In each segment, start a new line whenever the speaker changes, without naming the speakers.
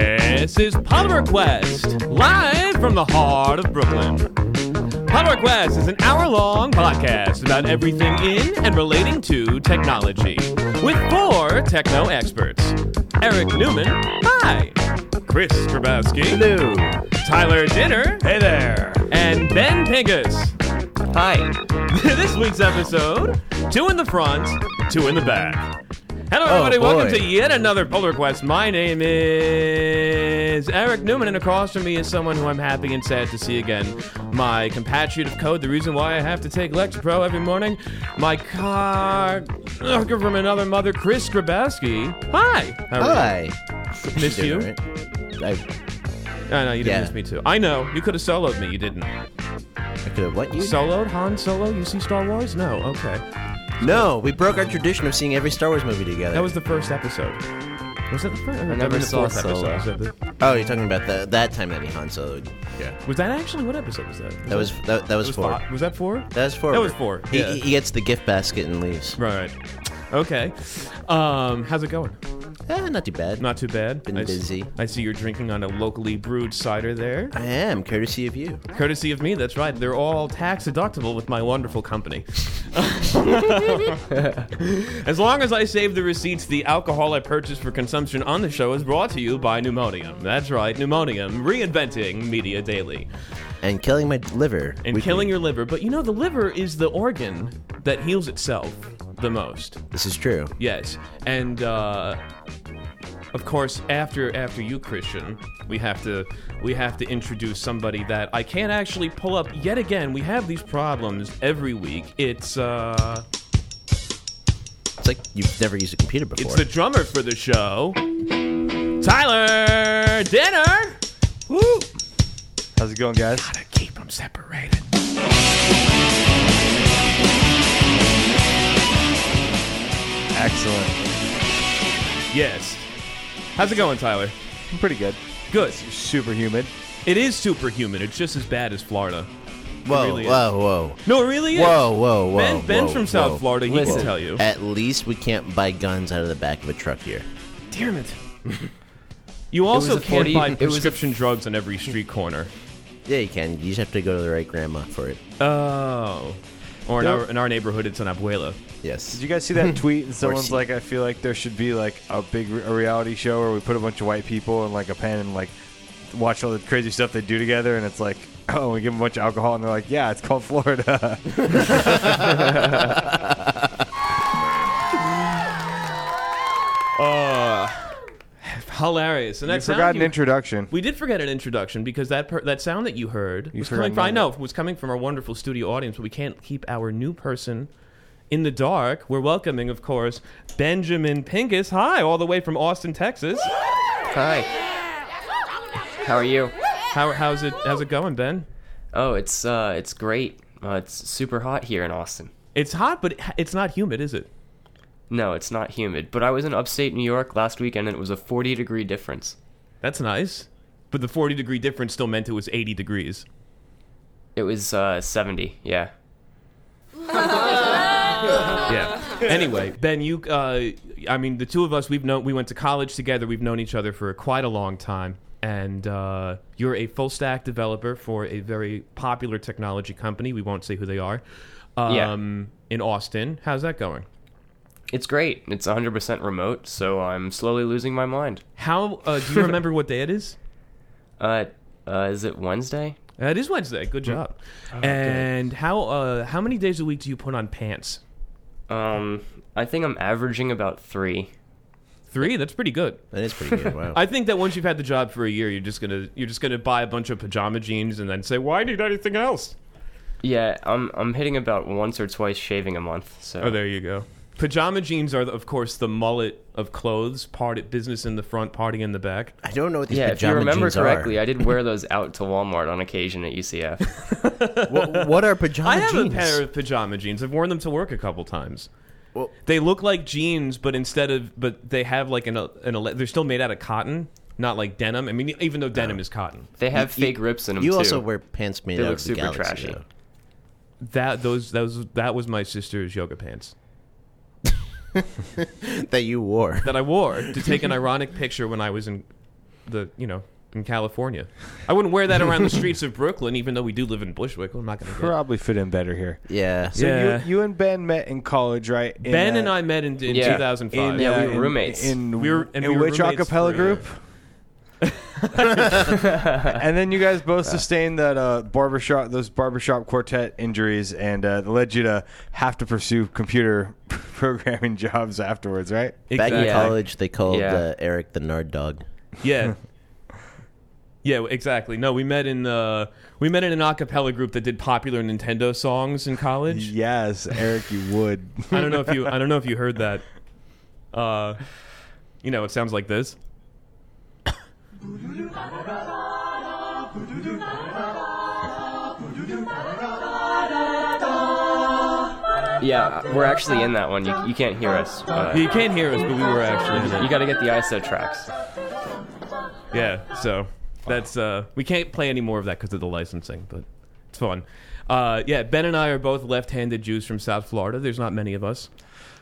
is Polymer Quest, live from the heart of Brooklyn. Polymer Quest is an hour long podcast about everything in and relating to technology with four techno experts Eric Newman, hi, Chris Grabowski,
Hello.
Tyler Dinner,
Hey there.
and Ben Pincus.
Hi.
this week's episode two in the front, two in the back. Hello, everybody.
Oh, boy.
Welcome to yet another Polar Quest. My name is Eric Newman, and across from me is someone who I'm happy and sad to see again. My compatriot of code, the reason why I have to take Lexapro every morning. My car from another mother, Chris Grabowski. Hi. How are
Hi.
you? Missed you?
Doing all right.
I know, you didn't
Yeah.
miss me too. I know. You could have soloed me. You didn't.
I, I could have what you?
Soloed? Han Solo? You see Star Wars? No. Okay.
no, we broke our tradition of seeing every Star Wars movie together.
That was the first episode. Was that the first? I
never saw Solo.
Was that, the-
oh, you're talking about the that time that he Han Solo. Yeah.
was that actually what episode was that?
That was that, that was,
was
four.
fi- Was that four?
That was four.
That was four,
He,
yeah.
he he gets the gift basket and leaves.
right. Okay. Um, how's it going?
Eh, not too bad.
Not too bad.
Been
I s-
busy.
I see you're drinking on a locally brewed cider there.
I am courtesy of you.
Courtesy of me, that's right. They're all tax deductible with my wonderful company. as long as I save the receipts, the alcohol I purchase for consumption on the show is brought to you by Pneumonium. That's right, Pneumonium, reinventing media daily.
And killing my liver.
and
weekly.
killing your liver. But you know, the liver is the organ that heals itself the most.
This is true.
Yes, and uh, of course, after after you, Christian, we have to we have to introduce somebody that I can't actually pull up yet again. We have these problems every week. It's uh,
It's like you've never used a computer before.
it's the drummer for the show, Tyler Dinner. Woo!
How's it going, guys?
Gotta keep them separated.
Excellent.
Yes. How's it going, Tyler?
I'm pretty good.
Good.
Super humid.
It is super humid. It's just as bad as Florida.
whoa,
really is.
whoa, whoa,
No, it really is.
whoa, whoa, whoa.
Ben, Ben's
whoa,
from South
whoa.
Florida. He
Listen.
can tell you.
At least we can't buy guns out of the back of a truck here.
Damn it. You also
a
can't
40
buy
it was a-
prescription drugs on every street corner.
Yeah, you can. You just have to go to the right grandma for it.
Oh. Or in,
Nope.
our, in our neighborhood, it's an abuela.
Yes.
Did you guys see that tweet? And someone's
see.
like, "I feel like there should be like a big re- a reality show where we put a bunch of white people in like a pen and like watch all the crazy stuff they do together." And it's like, "Oh, we give them a bunch of alcohol," and they're like, "Yeah, it's called Florida."
Hilarious. And that
you
sound
forgot an
you-
introduction.
We did forget an introduction because that per- that sound that you heard was
forgot
coming from I
mine.
know was coming from our wonderful studio audience, but we can't keep our new person in the dark. We're welcoming, of course, Benjamin Pincus. Hi, all the way from Austin, Texas.
Hi. How are you?
How, how's it how's it going, Ben?
Oh, it's uh, it's great. Uh, it's super hot here in Austin.
It's hot, but it- it's not humid, is it?
No, it's not humid. But I was in upstate New York last weekend, and it was a 40 degree difference.
That's nice. But the 40 degree difference still meant it was 80 degrees.
It was uh, 70. Yeah.
Yeah. anyway, Ben, you, uh, I mean, the two of us, we've known, we went to college together. We've known each other for quite a long time. And uh, you're a full stack developer for a very popular technology company. We won't say who they are.
Yeah.
Um, In Austin. How's that going?
It's great. It's 100% remote, so I'm slowly losing my mind.
How, uh, do you remember what day it is?
Uh, uh, is it Wednesday?
Uh, it is Wednesday. Good job. and how, uh, how many days a week do you put on pants?
Um, I think I'm averaging about three.
Three? That's pretty good.
That is pretty good. Wow.
I think that once you've had the job for a year, you're just gonna you're just gonna buy a bunch of pajama jeans and then say, "Why need anything else?"
Yeah, I'm I'm hitting about once or twice shaving a month. So
Oh, there you go. Pajama jeans are, of course, the mullet of clothes. Part at business in the front, party in the back.
I don't know what these
yeah, if you
pajama
remember
jeans
correctly,
are.
I did wear those out to Walmart on occasion at UCF.
what, what are pajama
I have
Oh, jeans?
a pair of pajama jeans. I've worn them to work a couple times.
Well-
they look like jeans, but instead of but they have like an an ele- they're still made out of cotton, not like denim. I mean, even though denim is cotton,
They have
You-
fake rips in them
You
too.
also wear pants made
They
out
look
of the
super
galaxy.
trashy.
though.
that those that was that was my sister's yoga pants.
That you wore.
that I wore to take an ironic picture when I was in the you know in California. I wouldn't wear that around the streets of Brooklyn, even though we do live in Bushwick. Well, I'm not going to.
Probably fit in better here.
Yeah.
So
Yeah.
you, you and Ben met in college, right? In,
Ben and
uh,
I met in, in
Yeah.
2005.
in,
Yeah, we
uh,
were
in-
roommates.
In,
We were- and
in
we were
which
roommates
acapella
for- uh,
group? and then you guys both sustained that uh, barbershop those barbershop quartet injuries, and uh, that led you to have to pursue computer programming jobs afterwards, right?
Back
Exactly.
in college, they called
Yeah.
uh, Eric the Nard Dog.
Yeah. Yeah, exactly. No, we met in uh, we met in an a cappella group that did popular Nintendo songs in college.
Yes, Eric, you would.
I don't know if you I don't know if you heard that. Uh, you know, it sounds like this.
Yeah, we're actually in that one. You, you can't hear us. but
You can't hear us, but we were actually in it.
you got to get the ISO tracks.
Yeah, so that's uh we can't play any more of that because of the licensing, but it's fun. Uh, yeah, Ben and I are both left-handed Jews from South Florida. There's not many of us.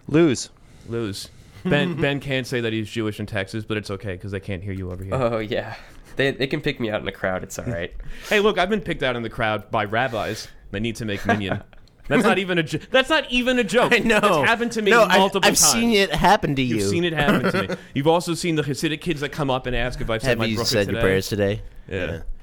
Lose.
Lose. Ben Ben can't say that he's Jewish in Texas, but it's okay because they can't hear you over here.
Uh-huh.
Oh yeah, they they can pick me out in a crowd. It's all right.
Hey, look, I've been picked out in the crowd by rabbis. They need to make minion. That's not even a. Jo- that's not even a joke.
I know.
It's happened to me
no, I've-
multiple
I've,
times.
seen it happen to you.
You've seen it happen to me. You've also seen the Hasidic kids that come up and ask if I've said
Have
my
you
bracha
said
today.
your prayers today?
Yeah,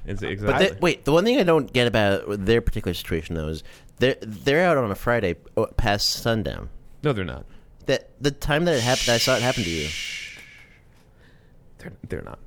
It's-
But
exactly.
they, wait, the one thing I don't get about their particular situation though is they're they're out on a Friday uh, past sundown.
no, they're not.
That the time that it happened, I saw it happen to you.
They're, they're not.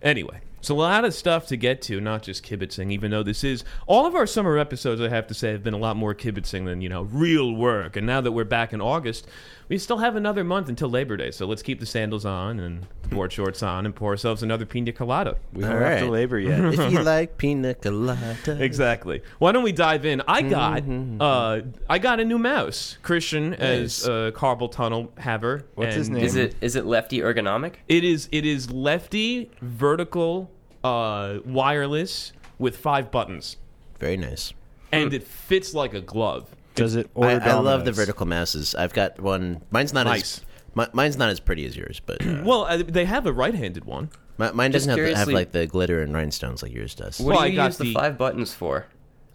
Anyway, so a lot of stuff to get to, not just kibitzing, even though this is all of our summer episodes, I have to say, have been a lot more kibitzing than, you know, real work. And now that we're back in August, we still have another month until Labor Day. So let's keep the sandals on and the board shorts on and pour ourselves another pina colada.
We don't
All
have to
right.
labor yet.
if you like pina colada,
Exactly. Why don't we dive in? I got
Mm-hmm,
uh, I got a new mouse, Christian, as
Nice.
uh, Carpal Tunnel Haver.
What's his
and
name?
Is it is it lefty ergonomic?
It is it is lefty vertical uh, wireless with five buttons,
very nice.
Hmm.
and it fits like a glove.
Does it?
I,
Order
I love the
Domino's?
vertical mouses. I've got one. Mine's not
Nice.
as mi- mine's not as pretty as yours, but uh,
Well, uh, they have a right-handed one.
mi- mine doesn't have, the- have
curiously-
like the glitter and rhinestones like yours does.
What
Well, I
do you
got
use the,
the-
five buttons for?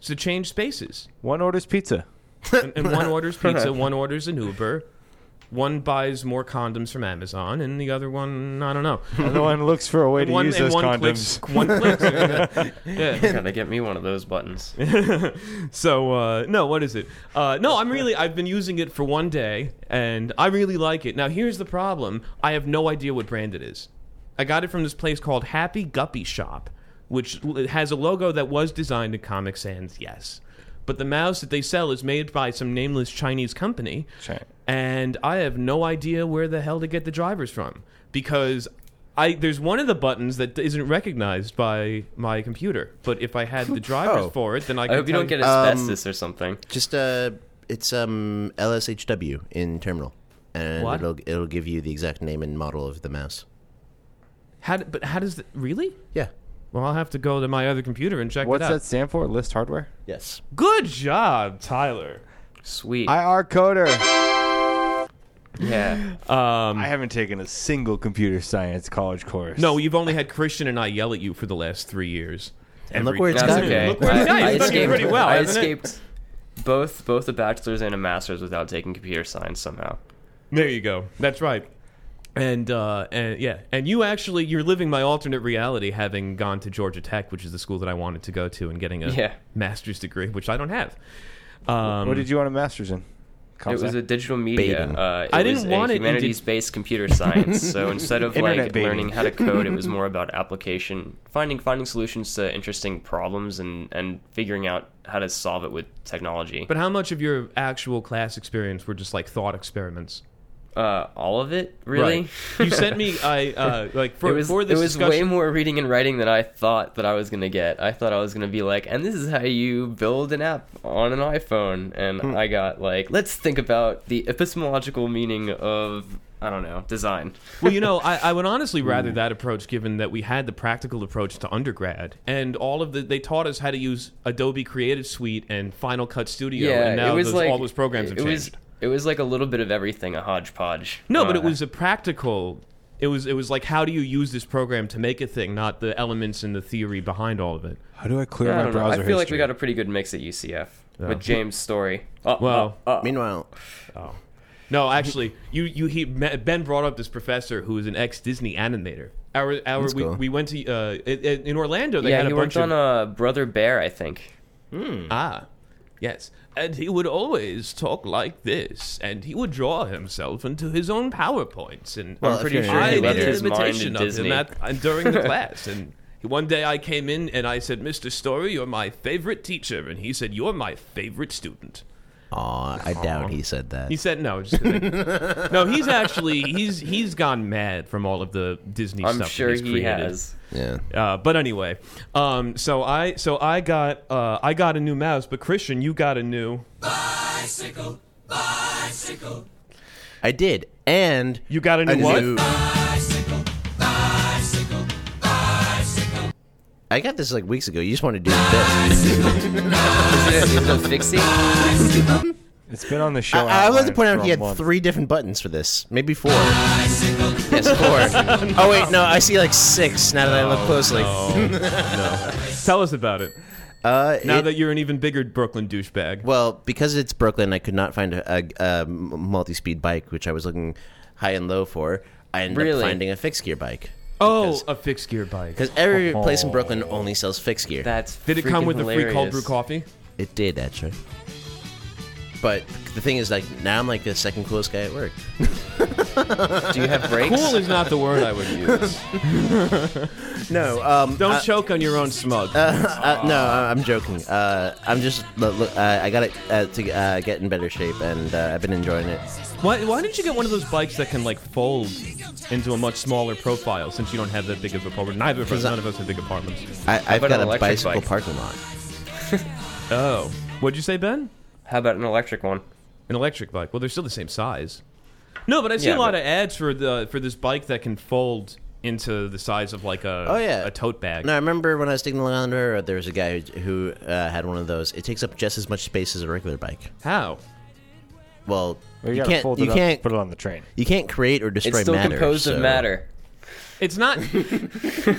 So change spaces,
One orders pizza.
and, and one orders pizza, one orders an Uber, one buys more condoms from Amazon, and the other one I don't know.
And the one looks for a way to
one
use
and
those
one clicks,
condoms.
one clicks. yeah.
Gotta get me one of those buttons.
So uh, no, what is it? Uh, no, I'm really I've been using it for one day and I really like it. Now here's the problem: I have no idea what brand it is. I got it from this place called Happy Guppy Shop, which l- has a logo that was designed in Comic Sans, yes, but the mouse that they sell is made by some nameless Chinese company,
Chi-
and I have no idea where the hell to get the drivers from because. I, there's one of the buttons that isn't recognized by my computer, but if I had the drivers
Oh.
for it, then I could
I hope you
tell Um,
don't get asbestos or something.
Just uh, it's um LSHW in terminal, and
What?
it'll it'll give you the exact name and model of the mouse.
How? d- But how does the, really?
Yeah.
Well, I'll have to go to my other computer and check
What's
it out.
that stand for? List hardware.
Yes.
Good job, Tyler.
Sweet.
IR coder.
yeah.
I haven't taken a single computer science college course.
No, you've only had Christian and I yell at you for the last three years.
And look where it's
That's
gotten. you.
okay.
Look what he's done. He's done pretty well,
I
hasn't it?
escaped both both a bachelor's and a master's without taking computer science somehow.
There you go. That's right. And uh, and yeah, and you actually you're living my alternate reality, having gone to Georgia Tech, which is the school that I wanted to go to, and getting a
Yeah.
master's degree, which I don't have. Um,
What did you want a master's in?
It was a digital media.
Baiting.
Uh, it
I
was
didn't
a
want it in di-
humanities-based computer science. so instead of
Internet
like
baiting.
learning how to code, it was more about application, finding finding solutions to interesting problems, and and figuring out how to solve it with technology.
But how much of your actual class experience were just like thought experiments?
uh, all of it, really.
you sent me I uh, like for,
it was
for this
it was
discussion.
way more reading and writing than I thought that I was gonna get. I thought I was gonna be like, and this is how you build an app on an iPhone, and
Hmm.
I got like, let's think about the epistemological meaning of I don't know design.
well, you know, I, I would honestly
Mm.
rather that approach, given that we had the practical approach to undergrad, and all of the they taught us how to use Adobe Creative Suite and Final Cut Studio, and now those, all those programs have
it
changed.
Was, it was like a little bit of everything, a hodgepodge.
no, but it
Uh,
was a practical It was it was like how do you use this program to make a thing, not the elements and the theory behind all of it.
How do I clear
I,
my
don't know. I
browser
feel like we got a pretty good mix at UCF with James' story. Oh,
Well-
Uh,
oh, oh.
Meanwhile,
No, actually, you you he Ben brought up this professor who is an ex Disney animator. Our our we,
cool.
we went to uh, i- i- in Orlando. They
yeah,
had a
he
bunch
worked on um,
of
uh, Brother Bear, I think.
ah, yes, and he would always talk like this, and he would draw himself into his own powerpoints. And
Well,
I'm pretty
if you're
sure
an
I
he
did
left
animator-
an
his mind
imitation
in
of
Disney.
him at, and during the class, and one day I came in and I said, "Mr. Story, you're my favorite teacher," and he said, "You're my favorite student."
aw, I doubt he said that.
He said no. Just kidding. no, he's actually he's he's gone mad from all of the Disney
I'm
stuff.
sure
that he's
he
created.
has.
yeah.
Uh, but anyway, um, so I so I got uh, I got a new mouse, but Christian, you got a new
I did. And
you got a new
I
what?
knew- I got this like weeks ago. You just want to do this.
Is it a fixie?
It's been on the show.
I, I would like to
outline
point out
for
he
a
had
month.
three different buttons for this, maybe four. yes, four. Oh wait, no, I see like six now that I
Oh,
look closely.
Tell us about it.
Uh,
Now
it-
that you're an even bigger Brooklyn douchebag.
Well, because it's Brooklyn, I could not find a, a, a m- multi-speed bike, which I was looking high and low for. I ended
Really?
up finding a fixed gear bike.
oh, a fixed gear bike.
Because every place in Brooklyn only sells fixed gear.
That's
Did it come
freaking
with a free cold
hilarious.
brew coffee?
It did actually. But the thing is, like now I'm like the second coolest guy at work.
Do you have brakes?
Cool is not the word I would use.
No, um,
Don't
uh,
choke on your own smug.
uh, no, I- I'm joking. Uh, I'm just look, look, uh, I got it uh, to uh, get in better shape, and uh, I've been enjoying it.
Why, why didn't you get one of those bikes that can like fold into a much smaller profile since you don't have that big of a apartment? Neither of us, none of us have big apartments.
I, I've
about
got
an
a
electric
bicycle
bike?
parking lot.
Oh, what'd you say, Ben?
How about an electric one?
An electric bike. Well, they're still the same size. No, but I've seen
Yeah,
a lot
but-
of ads for the for this bike that can fold into the size of like a
Oh, yeah.
a tote bag.
No, I remember when I was taking Long Island Railroad, there was a guy who, who uh, had one of those. It takes up just as much space as a regular bike.
How?
Well,
Well,
you
gotta
can't,
fold
you
it up,
can't,
put it on the train.
you can't create or
It's
destroy
still
matter.
composed of
so-
matter.
It's not.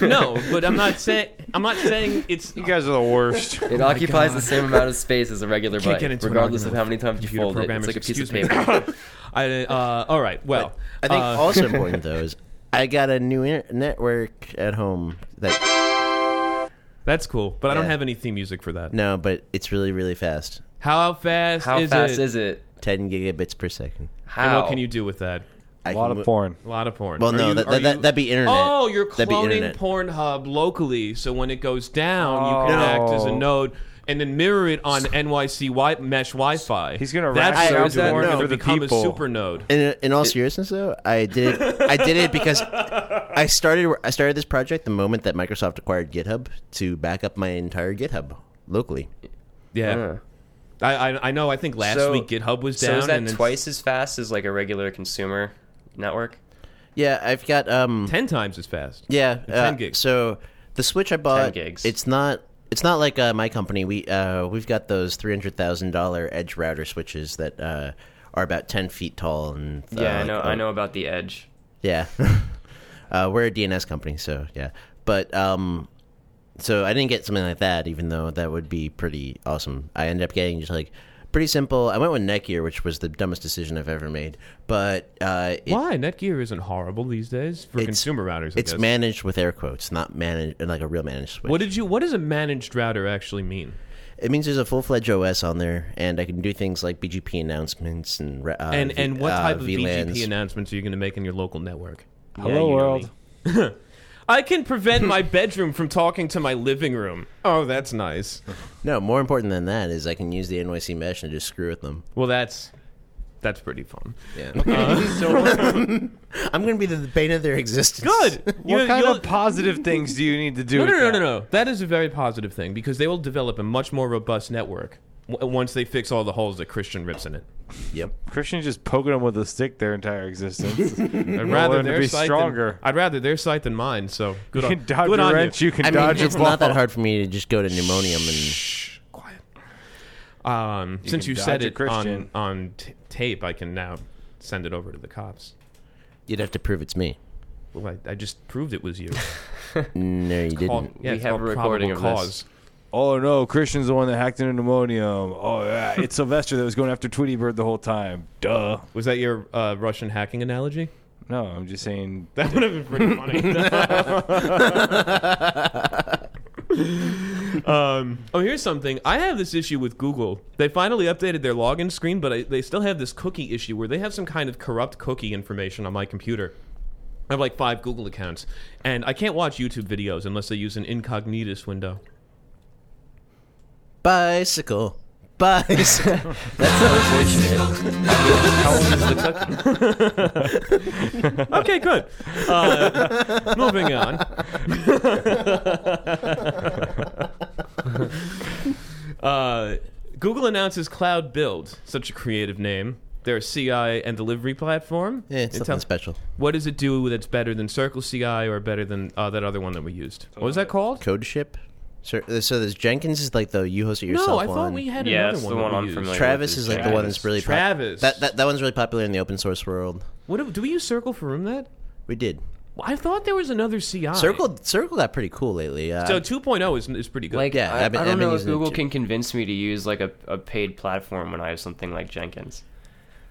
no, but I'm not saying I'm not saying it's.
You guys are the worst.
It occupies the same amount of space as a regular
Oh Can't
bike,
get into an
regardless of
argument
how
with
many times you
computer
fold it. It's
programmers,
like a piece of
excuse me.
paper.
I, uh, all right. Well,
I think
uh,
also important though is I got a new inter- network at home that
that's cool, but I don't
Yeah.
have any theme music for that.
no, but it's really really fast,
How fast
How
is
fast
it?
is it?
ten gigabits per second.
How?
And what can you do with that?
I
A lot
can
of
mo-
porn.
A lot of porn.
Well,
Are
no,
you-
that,
are
that,
you-
that, that'd be internet.
Oh, you're
That'd be
cloning
internet.
Pornhub locally, so when it goes down, you can
Oh.
act as a node and then mirror it on NYC wi- mesh Wi-Fi.
He's gonna
That's
rack
how
those
you're
porn
gonna
for the
become a
people.
super node.
In, in all seriousness, though, I did it. I did it because I started. I started this project the moment that Microsoft acquired GitHub to back up my entire GitHub locally.
Yeah, I, I I know. I think last
So-
week GitHub was
So
down.
is that
and it's
twice as fast as like a regular consumer network?
Yeah, I've got um.
ten times as fast?
Yeah, uh,
10 gigs.
So the switch I bought,
gigs.
it's not. It's not like uh, my company. We uh, we've got those three hundred thousand dollar edge router switches that uh, are about ten feet tall and uh,
yeah, I
like,
know.
uh,
I know about the edge.
Yeah. uh, we're a DNS company, so yeah. But um so I didn't get something like that, even though that would be pretty awesome. I ended up getting just like pretty simple. I went with Netgear, which was the dumbest decision I've ever made. But uh it,
Why Netgear isn't horrible these days for consumer routers? I
it's
guess.
managed with air quotes, not managed like a real managed switch.
What did you? What does a managed router actually mean?
it means there's a full fledged OS on there, and I can do things like BGP announcements and re- uh,
And
v-
and what
uh,
type of
VLANs.
BGP announcements are you going to make in your local network?
Hello world.
I can prevent my bedroom from talking to my living room. Oh, that's nice.
No, more important than that is I can use the NYC mesh and just screw with them.
Well, that's that's pretty fun.
Yeah. I'm going to be the bane of their existence.
Good.
What kind of positive things do you need to do?
no,
with
no, no, no,
that?
no. That is a very positive thing because they will develop a much more robust network w- uh, once they fix all the holes that Christian rips in it.
Yep.
Christian's just poking them with a stick their entire existence.
I'd
learn to be
site
stronger.
Than, I'd rather their site than mine. So good
you
on,
can dodge
good
a
on
wrench. You, can
I mean,
dodge
it's
a ball.
not that hard for me to just go to pneumonium and.
Shh, quiet. Um, since
can
you
dodge
said
a
it on
Christian.
on t- tape, I can now send it over to the cops.
You'd have to prove it's me.
Well, I, I just proved it was you.
No, you
Called-
didn't.
yeah,
We
it's
have
called
a recording
probable
of this.
cause.
Oh no, Christian's the one that hacked into Pneumonium. Oh yeah, it's Sylvester that was going after Tweety Bird the whole time. Duh.
Was that your uh, Russian hacking analogy?
No, I'm just saying.
That would have been pretty funny. um, oh, here's something. I have this issue with Google. They finally updated their login screen, but I, they still have this cookie issue where they have some kind of corrupt cookie information on my computer. I have like five Google accounts, and I can't watch YouTube videos unless they use an incognitus window.
Bicycle. Bicycle. That's unfortunate.
Okay, good. Uh, moving on. uh, Google announces Cloud Build, such a creative name. Their CI and delivery platform.
Yeah, it's
It
nothing
tells-
special.
What does it do that's better than Circle CI or better than uh, that other one that we used? What was that called?
Code ship. So, so there's Jenkins is like the you host it yourself
No, I
one.
thought we had
Yeah,
another
that's
one.
the
that
one
we
I'm
used.
familiar
Travis
with
is like the one that's really pop-
Travis.
that, that that one's really popular in the open source world.
What do- do we use Circle for Room? That
We did.
Well, I thought there was another CI.
Circle Circle got pretty cool lately. Uh,
So 2.0 is is pretty good.
Like,
Yeah,
I,
I've been-
I
I've
don't
been
know if
using it
Google
too.
can convince me to use like a, a paid platform when I have something like Jenkins.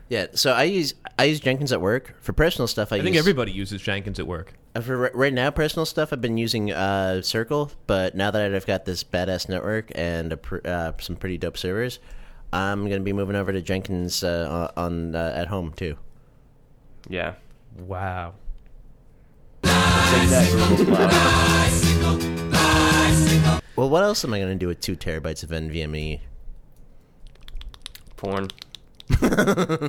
yeah, so I use I use Jenkins at work for personal stuff. I,
I think
use,
everybody uses Jenkins at work.
Uh, For ri- right now, personal stuff, I've been using uh, Circle, but now that I've got this badass network and a pr- uh, some pretty dope servers, I'm going to be moving over to Jenkins uh, on uh, at home too.
Yeah.
Wow.
Well, what else am I going to do with two terabytes of NVMe?
Porn.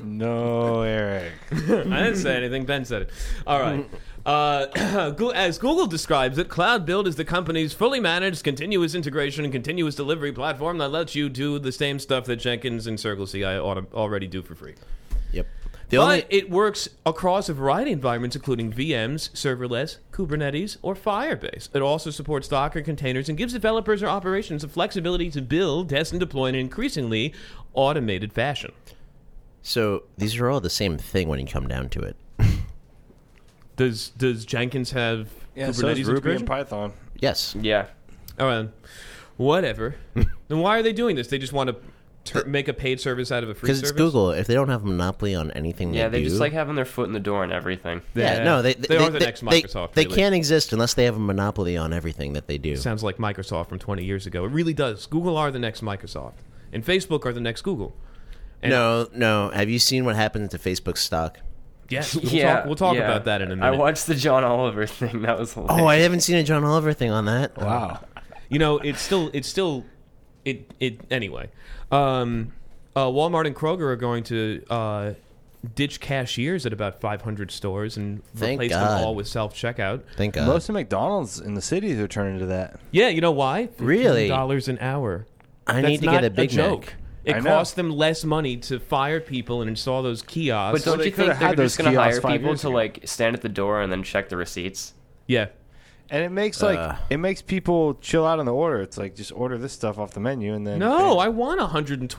No, Eric.
I didn't say anything. Ben said it. All right. Uh, Goo- as Google describes it, Cloud Build is the company's fully managed, continuous integration and continuous delivery platform that lets you do the same stuff that Jenkins and CircleCI ought already do for free.
Yep. The
But it works across a variety of environments, including VMs, serverless, Kubernetes, or Firebase. It also supports Docker containers and gives developers or operations the flexibility to build, test, and deploy in an increasingly automated fashion.
so these are all the same thing when you come down to it.
Does does Jenkins have
Yeah,
Kubernetes
so is Ruby
integration?
and Python.
Yes.
Yeah.
All right. Oh, Whatever. then why are they doing this? They just want to tur make a paid service out of a free
Because
service.
it's Google. If they don't have a monopoly on anything,
Yeah,
they,
they
do,
just like having their foot in the door and everything.
yeah, no, they
they are the next
they-
Microsoft,
They,
really.
can't exist unless they have a monopoly on everything that they do.
Sounds like Microsoft from 20 years ago. It really does. Google are the next Microsoft, and Facebook are the next Google. And-
no, no. Have you seen what happened to Facebook stock?
Yes, we'll
yeah.
talk, we'll talk
yeah.
about that in a minute.
I watched the John Oliver thing. That was hilarious.
Oh, I haven't seen a John Oliver thing on that.
Wow.
you know, it's still, it's still, it, it. Anyway, um, uh, Walmart and Kroger are going to uh, ditch cashiers at about 500 stores and
Thank
replace
God.
them all with self checkout.
Thank God.
Most of McDonald's in the cities are turning to that.
Yeah, you know why?
Really?
dollars an hour.
I
That's
need to
not
get a Big
joke.
Mac.
It
I know.
costs them less money to fire people and install those
But
kiosks.
don't
they
you
could've
think
had
they're
those
just going to
kiosks
hire
five
people
years
to
ago.
like stand at the door and then check the receipts?
yeah.
And it makes like
Uh.
it makes people chill out on the order. It's like just order this stuff off the menu and then
No, I want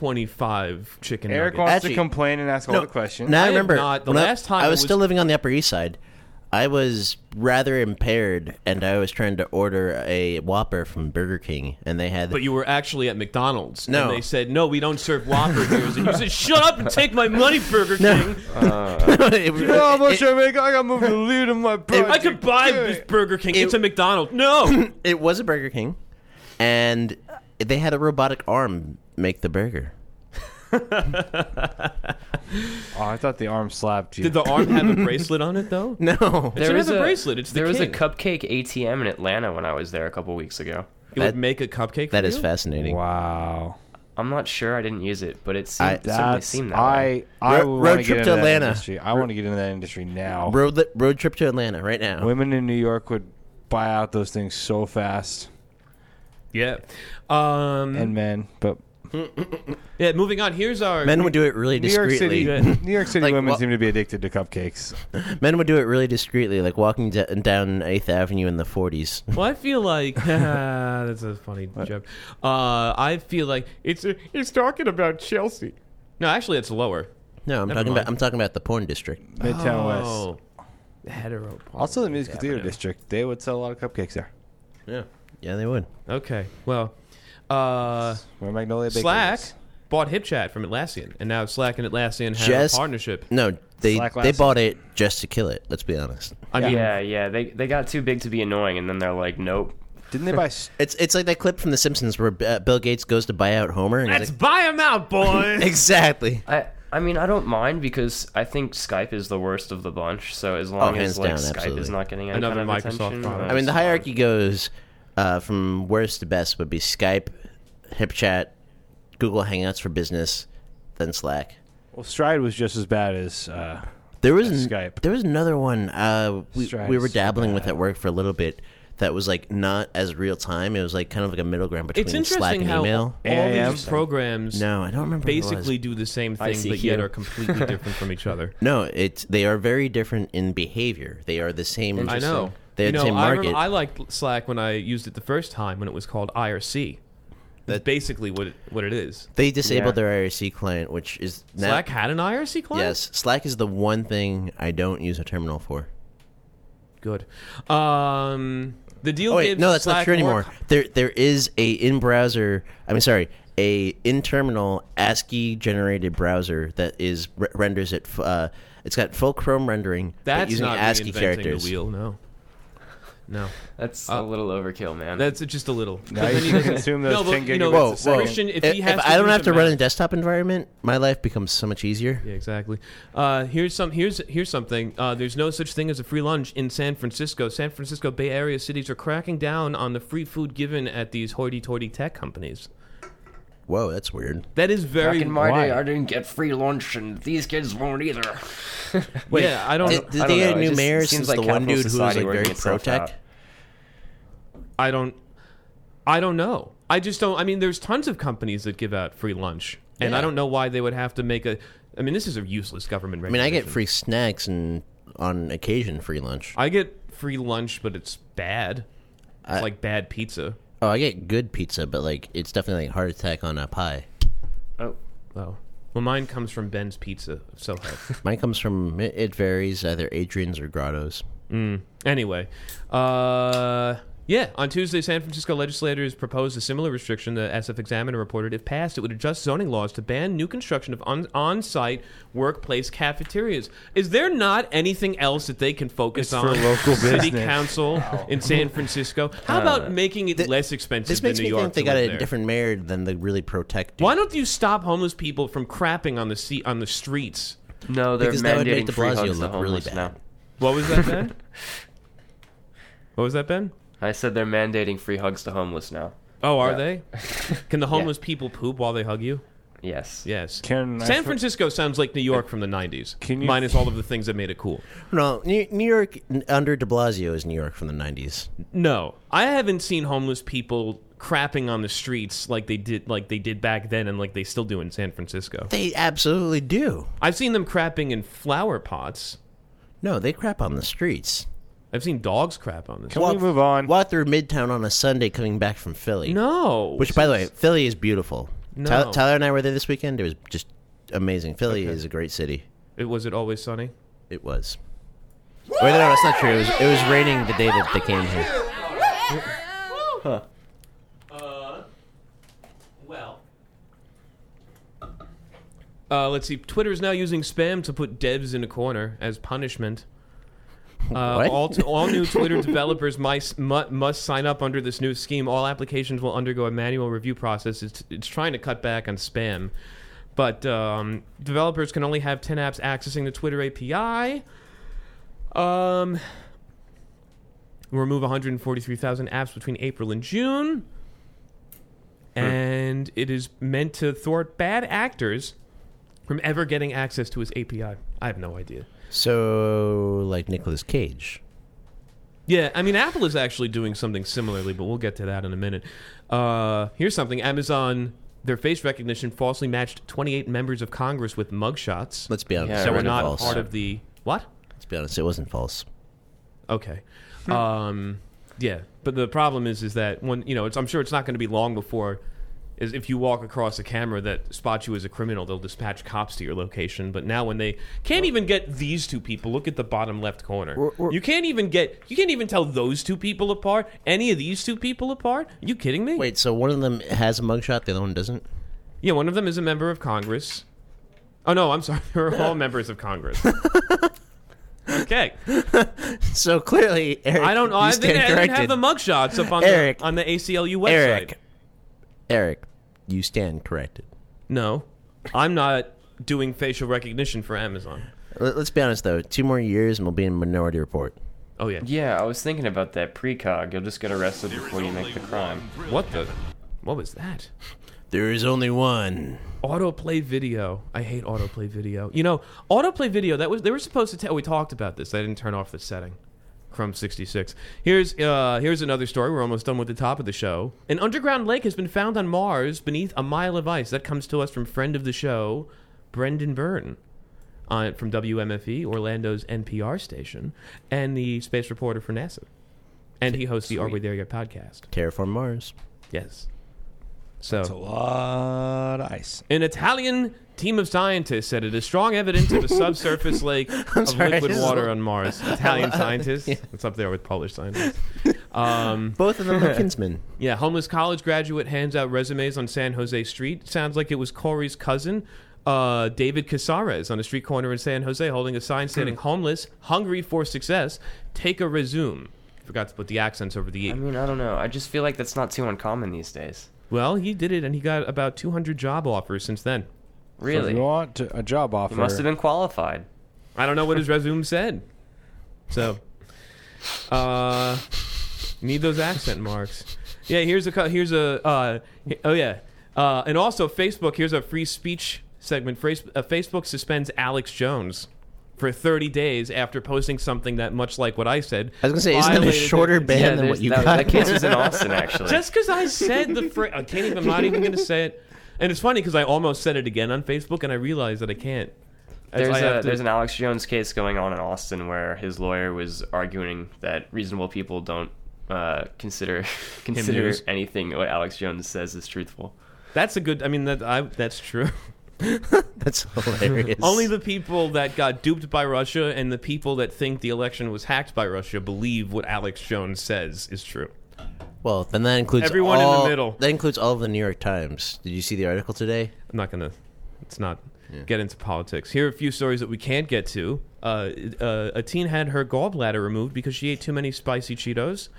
125 chicken
Eric
nuggets.
wants
Actually-
to complain and ask all
No,
the questions.
Now I,
I am
remember.
not- the
when I-
last time
I
it
was
was-
still living on the Upper East Side, I was rather impaired, and I was trying to order a Whopper from Burger King, and they had.
But you were actually at McDonald's.
No.
And they said, no, we don't serve Whopper here. And you said, shut up and take my money, Burger King.
It-
You know how much
it-
I make? I got moved to lead in my project.
I could buy
Good.
this Burger King. it's a McDonald's. No.
it was a Burger King, and they had a robotic arm make the burger.
Oh, I thought the arm slapped you.
Did the arm have a bracelet on it, though?
No,
should
There was
have a bracelet. It's the
there was a
king.
cupcake ATM in Atlanta when I was there a couple weeks ago.
It
That-
would make a cupcake for
that is
you?
fascinating.
wow.
I'm not sure. I didn't use it, but it seemed,
I-
certainly seemed that way.
I I
Road-
would
road
wanna get
trip
into
to
that
Atlanta.
Industry. I want to get into that industry now.
Road li- road trip to Atlanta right now.
Women in New York would buy out those things so fast,
Yeah. Um,
and men. But
yeah, moving on. Here's our.
Men would do it really
New York
discreetly.
City, New York City
Like,
women
well-
seem to be addicted to cupcakes.
Men would do it really discreetly, like walking d- down Eighth Avenue in the '40s.
Well, I feel like that's a funny joke. Uh, I feel like it's a, it's talking about Chelsea. No, actually, it's lower.
No, I'm
Never
talking
mind.
about I'm talking about the porn district.
Midtown West.
Oh, hetero. part
Also, the
of
musical theater
Avenue.
district. They would sell a lot of cupcakes there.
Yeah. Yeah, they would.
Okay, well, uh,
Where Magnolia Bakery
Slack
is.
bought HipChat from Atlassian, and now Slack and Atlassian have
Just-
a partnership.
No, they
Slack
they
last-
bought it just to kill it. Let's be honest.
I mean,
Yeah, yeah. They they got too big to be annoying, and then they're like, nope.
Didn't they buy? s-
It's it's like that clip from The Simpsons where uh, Bill Gates goes to buy out Homer. And he's
let's
like,
buy them out, boys.
exactly.
I I mean, I don't mind because I think Skype is the worst of the bunch. So as
Oh,
long
hands
as like
down,
Skype
absolutely.
is not getting any
Another
kind of
Microsoft
attention,
product.
I mean, the hierarchy goes uh, from worst to best would be Skype, HipChat, Google Hangouts for business, then Slack.
Well, Stride was just as bad as. Uh,
There was an-
Skype.
There was another one. Uh, we,
Stride's
we were
so
dabbling with at work for a little bit. That was like not as real time. It was like kind of like a middle ground
it's
between
interesting
Slack and
how
email.
all
AIM.
these programs
No, I don't remember. what it was.
basically do the same thing,
ICQ.
but yet are completely different from each other.
No, it's they are very different in behavior. They are the same.
I know.
They
you
are the
know,
same
I,
market.
remember, I liked Slack when I used it the first time when it was called IRC. That's basically what it, what it is.
they disabled
Yeah.
their IRC client, which is now,
Slack had an IRC client.
Yes, Slack is the one thing I don't use a terminal for.
Good. Um, the deal.
Oh wait,
gives
no, that's not
Slack
true
more
anymore.
co-
There, there is a in browser. I mean, sorry, a in terminal ASCII generated browser that is re- renders it. f- Uh, it's got full Chrome rendering, but
That's
using
not
ASCII
reinventing
characters.
the wheel. No. No,
That's
Uh,
a little overkill, man.
that's just a little.
Now you can consume those
no, but,
10
you know,
gigabits
Whoa,
a
whoa!
second.
Christian, if,
if
he has
if I don't have to run in
use
a desktop environment, my life becomes so much easier.
Yeah, exactly. Uh, here's some. Here's here's something. Uh, there's no such thing as a free lunch in San Francisco. San Francisco Bay Area cities are cracking down on the free food given at these hoity-toity tech companies.
Whoa, that's weird.
That is very.
Back in my
Why?
day, I didn't get free lunch, and these kids won't either.
Wait, yeah, I don't.
Did, did
I
they
don't
get a
know, it
new
just
mayor
seems
since
like
the one
capital
dude who was
society
like very
working
pro
itself out.
tech?
I don't. I don't know. I just don't. I mean, there's tons of companies that give out free lunch, and I
Yeah.
don't know why they would have to make a. I mean, this is a useless government.
I mean, I get free snacks and on occasion free lunch.
I get free lunch, but it's bad. It's
I-
like bad pizza.
Oh, I get good pizza, but like it's definitely like heart attack on a pie.
Oh,
Oh. Well, mine comes from Ben's Pizza. So help.
Mine comes from it, it varies either Adrian's or Grotto's.
Anyway, uh, yeah, on Tuesday, San Francisco legislators proposed a similar restriction. The SF Examiner reported, if passed, it would adjust zoning laws to ban new construction of on- on-site workplace cafeterias. Is there not anything else that they can focus
It's
on?
for local
City
business.
council in San Francisco. How about making it less expensive
Uh, This
than
makes
New
me
York?
think they
to
got
live
a
there?
different mayor than the really pro tech dude.
Why don't you stop homeless people from crapping on the sea- on the streets?
no, they're
Because that would make
mandating
de
free
Blasio
hugs to
look really
homeless
bad.
now.
What was that, Ben? what was that, Ben?
I said they're mandating free hugs to homeless now.
Oh, are
Yeah.
they? Can the homeless people poop while they hug you?
Yes.
Yes.
Can I
San
fr- Uh,
Francisco sounds like New York from the 90s,
Can you-
minus all of the things that made it cool.
No, New, New York n- under De Blasio is New York from the '90s.
No, I haven't seen homeless people crapping on the streets like they did like they did back then and like they still do in San Francisco.
They absolutely do.
I've seen them crapping in flower pots.
No, they crap on the streets.
I've seen dogs crap on the
Can
street.
Walk-
we move on?
Walk through Midtown on a Sunday coming back from Philly.
No.
Which, by the way, Philly is beautiful.
No.
Tyler, Tyler and I were there this weekend. It was just amazing. Philly is a great city.
it was it always sunny?
It was. Wait, no, that's not true. It was, it was raining the day that they came here.
Uh well. Uh, let's see. Twitter is now using spam to put devs in a corner as punishment. Uh,
What?
All, all new Twitter developers must, mu- must sign up under this new scheme. All applications will undergo a manual review process. It's, it's trying to cut back on spam. But um, developers can only have 10 apps accessing the Twitter API. Um, remove 143,000 apps between April and June. And it is meant to thwart bad actors from ever getting access to his API. I have no idea.
So, like Nicolas Cage.
Yeah, I mean, Apple is actually doing something similarly, but we'll get to that in a minute. Uh, here's something Amazon, their face recognition falsely matched 28 members of Congress with mugshots
Let's be honest.
Yeah,
it
that
we're
were
wasn't
not
false.
part of the. What?
Let's be honest. It wasn't false.
Okay. Um, yeah, but the problem is, is that when you know, it's, I'm sure it's not going to be long before is if you walk across a camera that spots you as a criminal, they'll dispatch cops to your location. But now when they can't even get these two people, look at the bottom left corner. you can't even get you can't even tell those two people apart. Any of these two people apart? Are you kidding me?
Wait, so one of them has a mugshot, the other one doesn't?
Yeah, one of them is a member of Congress. Oh no, I'm sorry. They're all members of Congress. okay,
So clearly, Eric,
I don't know.
You
I
stand
didn't, I didn't have
corrected.
the mugshots up on
Eric.
the on the ACLU website.
Eric, Eric, you stand corrected.
No, I'm not doing facial recognition for Amazon.
Let- Let's be honest though. Two more years, and we'll be in Minority Report.
Oh yeah.
Yeah, I was thinking about that precog. You'll just get arrested before you make the crime.
What the? What was that?
There is only one.
autoplay video. I hate autoplay video. You know, autoplay video. That was they were supposed to tell. We talked about this. They didn't turn off the setting. Crumb sixty six. Here's uh, here's another story. We're almost done with the top of the show. An underground lake has been found on Mars beneath a mile of ice. That comes to us from friend of the show, Brendan Byrne. On, from WMFE, E, Orlando's NPR station, and the space reporter for NASA. And he hosts the Are We There Yet podcast.
Terraform Mars.
Yes. So
It's a lot of ice.
an Italian team of scientists said it is strong evidence of a subsurface lake of
sorry,
liquid
this is-
water on Mars. Italian scientists. It's up there with Polish scientists.
Both of them are kinsmen.
Yeah, homeless college graduate hands out resumes on San Jose Street. Sounds like it was Corey's cousin, uh, David Casares, on a street corner in San Jose holding a sign
Hmm.
stating, Homeless, hungry for success, take a resume. Forgot to put the accents over the E.
I mean, I don't know. I just feel like that's not too uncommon these days.
Well, he did it, and he got about 200 job offers since then.
So if
Really?
you want to- a job offer?
You must have been qualified.
I don't know what his resume said. So, uh, need those accent marks. Yeah, here's a cou- here's a uh, he- oh yeah, uh, and also Facebook. Here's a free speech segment. Face- uh, Facebook suspends Alex Jones for 30 days after posting something that, much like what I said,
I was gonna say, isn't it a
violated
shorter
the-
ban
yeah,
than
there's-
what you
that,
got?
that case was in Austin, actually.
just because I said the phrase, I can't even. I'm not even going to say it. And it's funny because I almost said it again on Facebook, and I realized that I can't. As
there's,
I have
a,
to-
there's an Alex Jones case going on in Austin where his lawyer was arguing that reasonable people don't uh, consider consider
news.
anything what Alex Jones says is truthful.
that's a good. I mean, that I, that's true.
That's hilarious.
Only the people that got duped by Russia and the people that think the election was hacked by Russia believe what Alex Jones says is true.
well, then that includes
Everyone in the
all-
middle.
That includes all of the New York Times. Did you see the article today?
I'm not gonna. Let's not get into politics. Here are a few stories that we can't get to. Uh, uh, a teen had her gallbladder removed because she ate too many spicy Cheetos.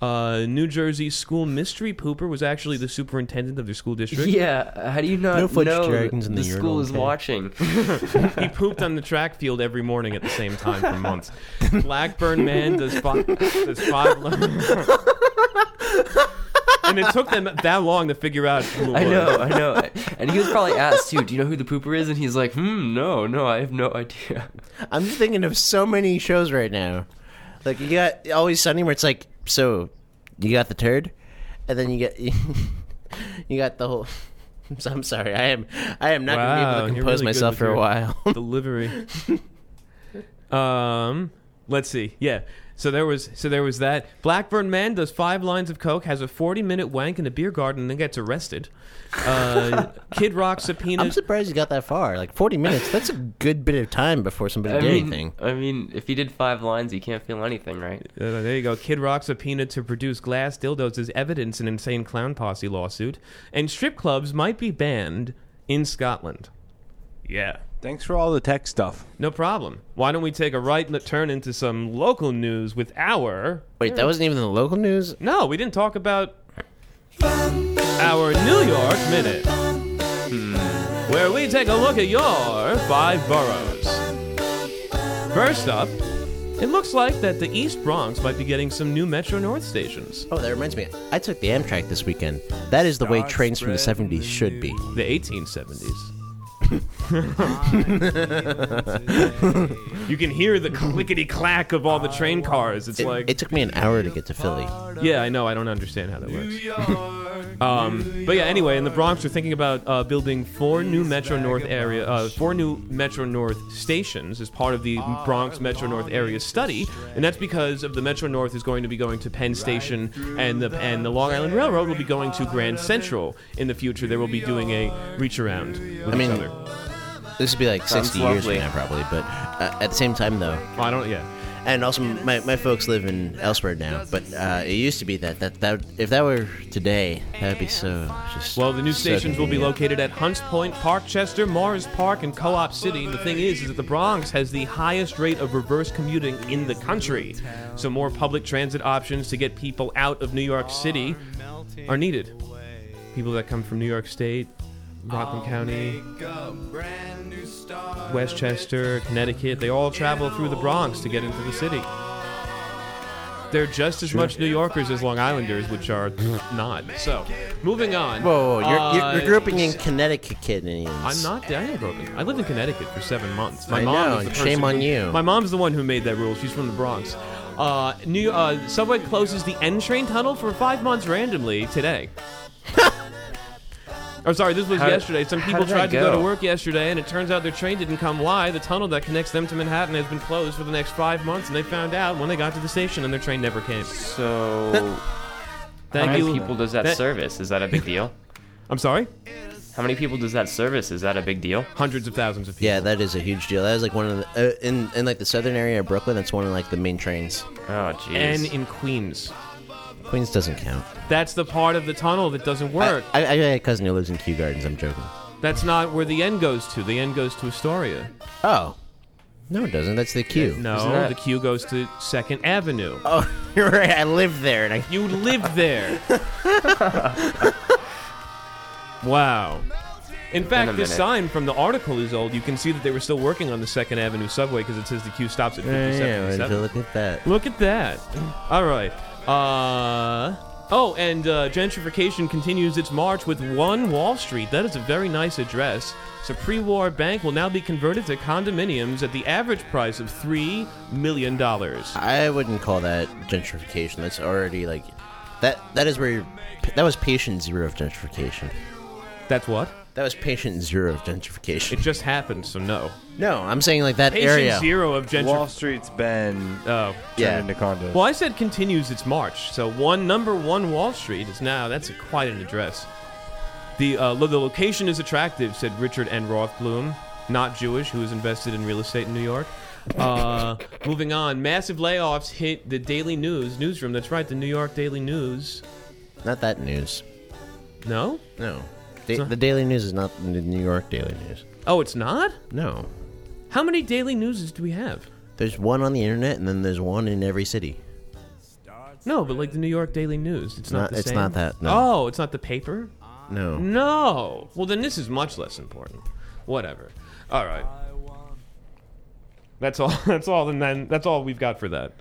Uh, New Jersey school mystery pooper was actually the superintendent of their school district.
Yeah, how do you not
No fudge
know
dragons in
the
the urinal,
school is
okay.
watching?
He pooped on the track field every morning at the same time for months. Blackburn man does five, does five laps. and it took them that long to figure out who it
I know,
was.
I know. And he was probably asked too, "Do you know who the pooper is?" And he's like, "Hmm, no, no, I have no idea."
I'm just thinking of so many shows right now. Like you got Always Sunny, where it's like, so you got the turd, and then you get you got the whole. I'm so- I'm sorry. I am. I am not
Wow,
going to be able to
you're
compose
really good
myself
with
for
your-
a while.
Delivery. Um, let's see. Yeah. So there was so there was that. Blackburn man does five lines of coke, has a forty minute wank in a beer garden, and then gets arrested. Uh, Kid Rock
I'm
subpoenas.
surprised you got that far. Like 40 minutes. That's a good bit of time before somebody
I
did
mean,
anything.
I mean, if he did five lines, he can't feel anything, right?
Uh, there you go. Kid Rock subpoenaed to produce glass dildos as evidence in insane clown posse lawsuit, and strip clubs might be banned in Scotland. Yeah.
Thanks for all the tech stuff.
No problem. Why don't we take a right li- turn into some local news with our?
Wait, that wasn't even the local news.
No, we didn't talk about our New York minute, Hmm. where we take a look at your five boroughs. First up, it looks like that the East Bronx might be getting some new Metro North stations.
Oh, that reminds me. I took the Amtrak this weekend. That is the way
Start
trains from the
spreading
70s should be.
the 1870s. you can hear the clickety clack of all the train cars. It's
It,
like,
it took me an hour to get to Philly.
yeah, I know. I don't understand how that works. Um, but yeah, anyway, in the Bronx, they're thinking about uh, building four new Metro North area, uh, four new Metro North stations as part of the Bronx Metro North area study, and that's because of the Metro North is going to be going to Penn Station, and the and the Long Island Railroad will be going to Grand Central in the future. They will be doing a reach around with
I mean,
each other.
This would be like
Sounds
60 years
lovely.
from now, probably. But uh, at the same time, though,
I don't. Yeah.
and also my, my folks live in elsewhere now. But uh, it used to be that that that would- if that were today, that would be so just.
Well, the new
so
stations will be
convenient.
located at Hunts Point, Parkchester, Morris Park, and Co-op City. The thing is, is that the Bronx has the highest rate of reverse commuting in the country, so more public transit options to get people out of New York City are needed. People that come from New York State, Rockland County, Westchester, Connecticut, they all travel through the Bronx to get into the city. They're just as much New Yorkers as Long Islanders, which are not. So, moving on.
Whoa, whoa, whoa. You're, you're,
Uh,
you're grouping in Connecticut Canadians.
I'm not down broken. I lived in Connecticut for seven months. My
I
mom
know,
is the
and
person
shame on
who-
you.
My mom's the one who made that rule. She's from the Bronx. Uh, new uh, subway closes the N train tunnel for five months randomly today. I'm sorry, this was
How-
yesterday. Some
how
people
did that
tried to go
go?
to work yesterday, and it turns out their train didn't come. Why? The tunnel that connects them to Manhattan has been closed for the next five months, and they found out when they got to the station, and their train never came.
So, how
Thank
many
you.
people does that,
Tha-
service? Is that a big deal?
I'm sorry.
How many people does that service? Is that a big deal?
Hundreds of thousands of people.
Yeah, that is a huge deal. That is like one of the uh, in in like the southern area of Brooklyn. That's one of like the main trains.
Oh,
and
jeez.
in Queens,
Queens doesn't count.
that's the part of the tunnel that doesn't work.
I, I, I got a cousin who lives in Kew Gardens. I'm joking.
That's not where the end goes to. The end goes to Astoria.
Oh, no, it doesn't. That's the Q.
No,
Isn't that-
the queue goes to Second Avenue.
Oh, you're right. I live there, and I
You live there. wow. In
a
fact, this
minute.
sign from the article is old. You can see that they were still working on the Second Avenue subway because it says the queue stops at 57.
to look at that.
Look at that. All right. Uh. Oh, and uh, gentrification continues its march with One Wall Street. That is a very nice address. It's a pre-war bank will now be converted to condominiums at the average price of three million dollars.
I wouldn't call that gentrification. That's already like that. That is where you're, that was patient zero of gentrification.
That's what
That was patient zero of
it
gentrification.
just happened. So no.
No, I'm saying like that
Patient
area.
zero of
Wall
gentrification.
Street's been
Oh.
Yeah.
turned into condos.
Well, I said continues its march. So one number one Wall Street is now that's a, quite an address. The uh, lo- the location is attractive," said Richard N. Rothblum, not Jewish, who is invested in real estate in New York. Uh, moving on, massive layoffs hit the Daily News newsroom. That's right, the New York Daily News.
Not that news.
No,
No, da-
So-
the Daily News is not the New York Daily News.
oh, it's not.
No,
How many Daily Newses do we have?
there's one on the internet, and then there's one in every city.
No, but like the New York Daily News, it's not,
Not-
the
it's
same.
not that, no.
Oh, it's not the paper. Mm.
No,
No. Well, then this is much less important. Whatever. All right. That's all. That's all. And then that's all we've got for that.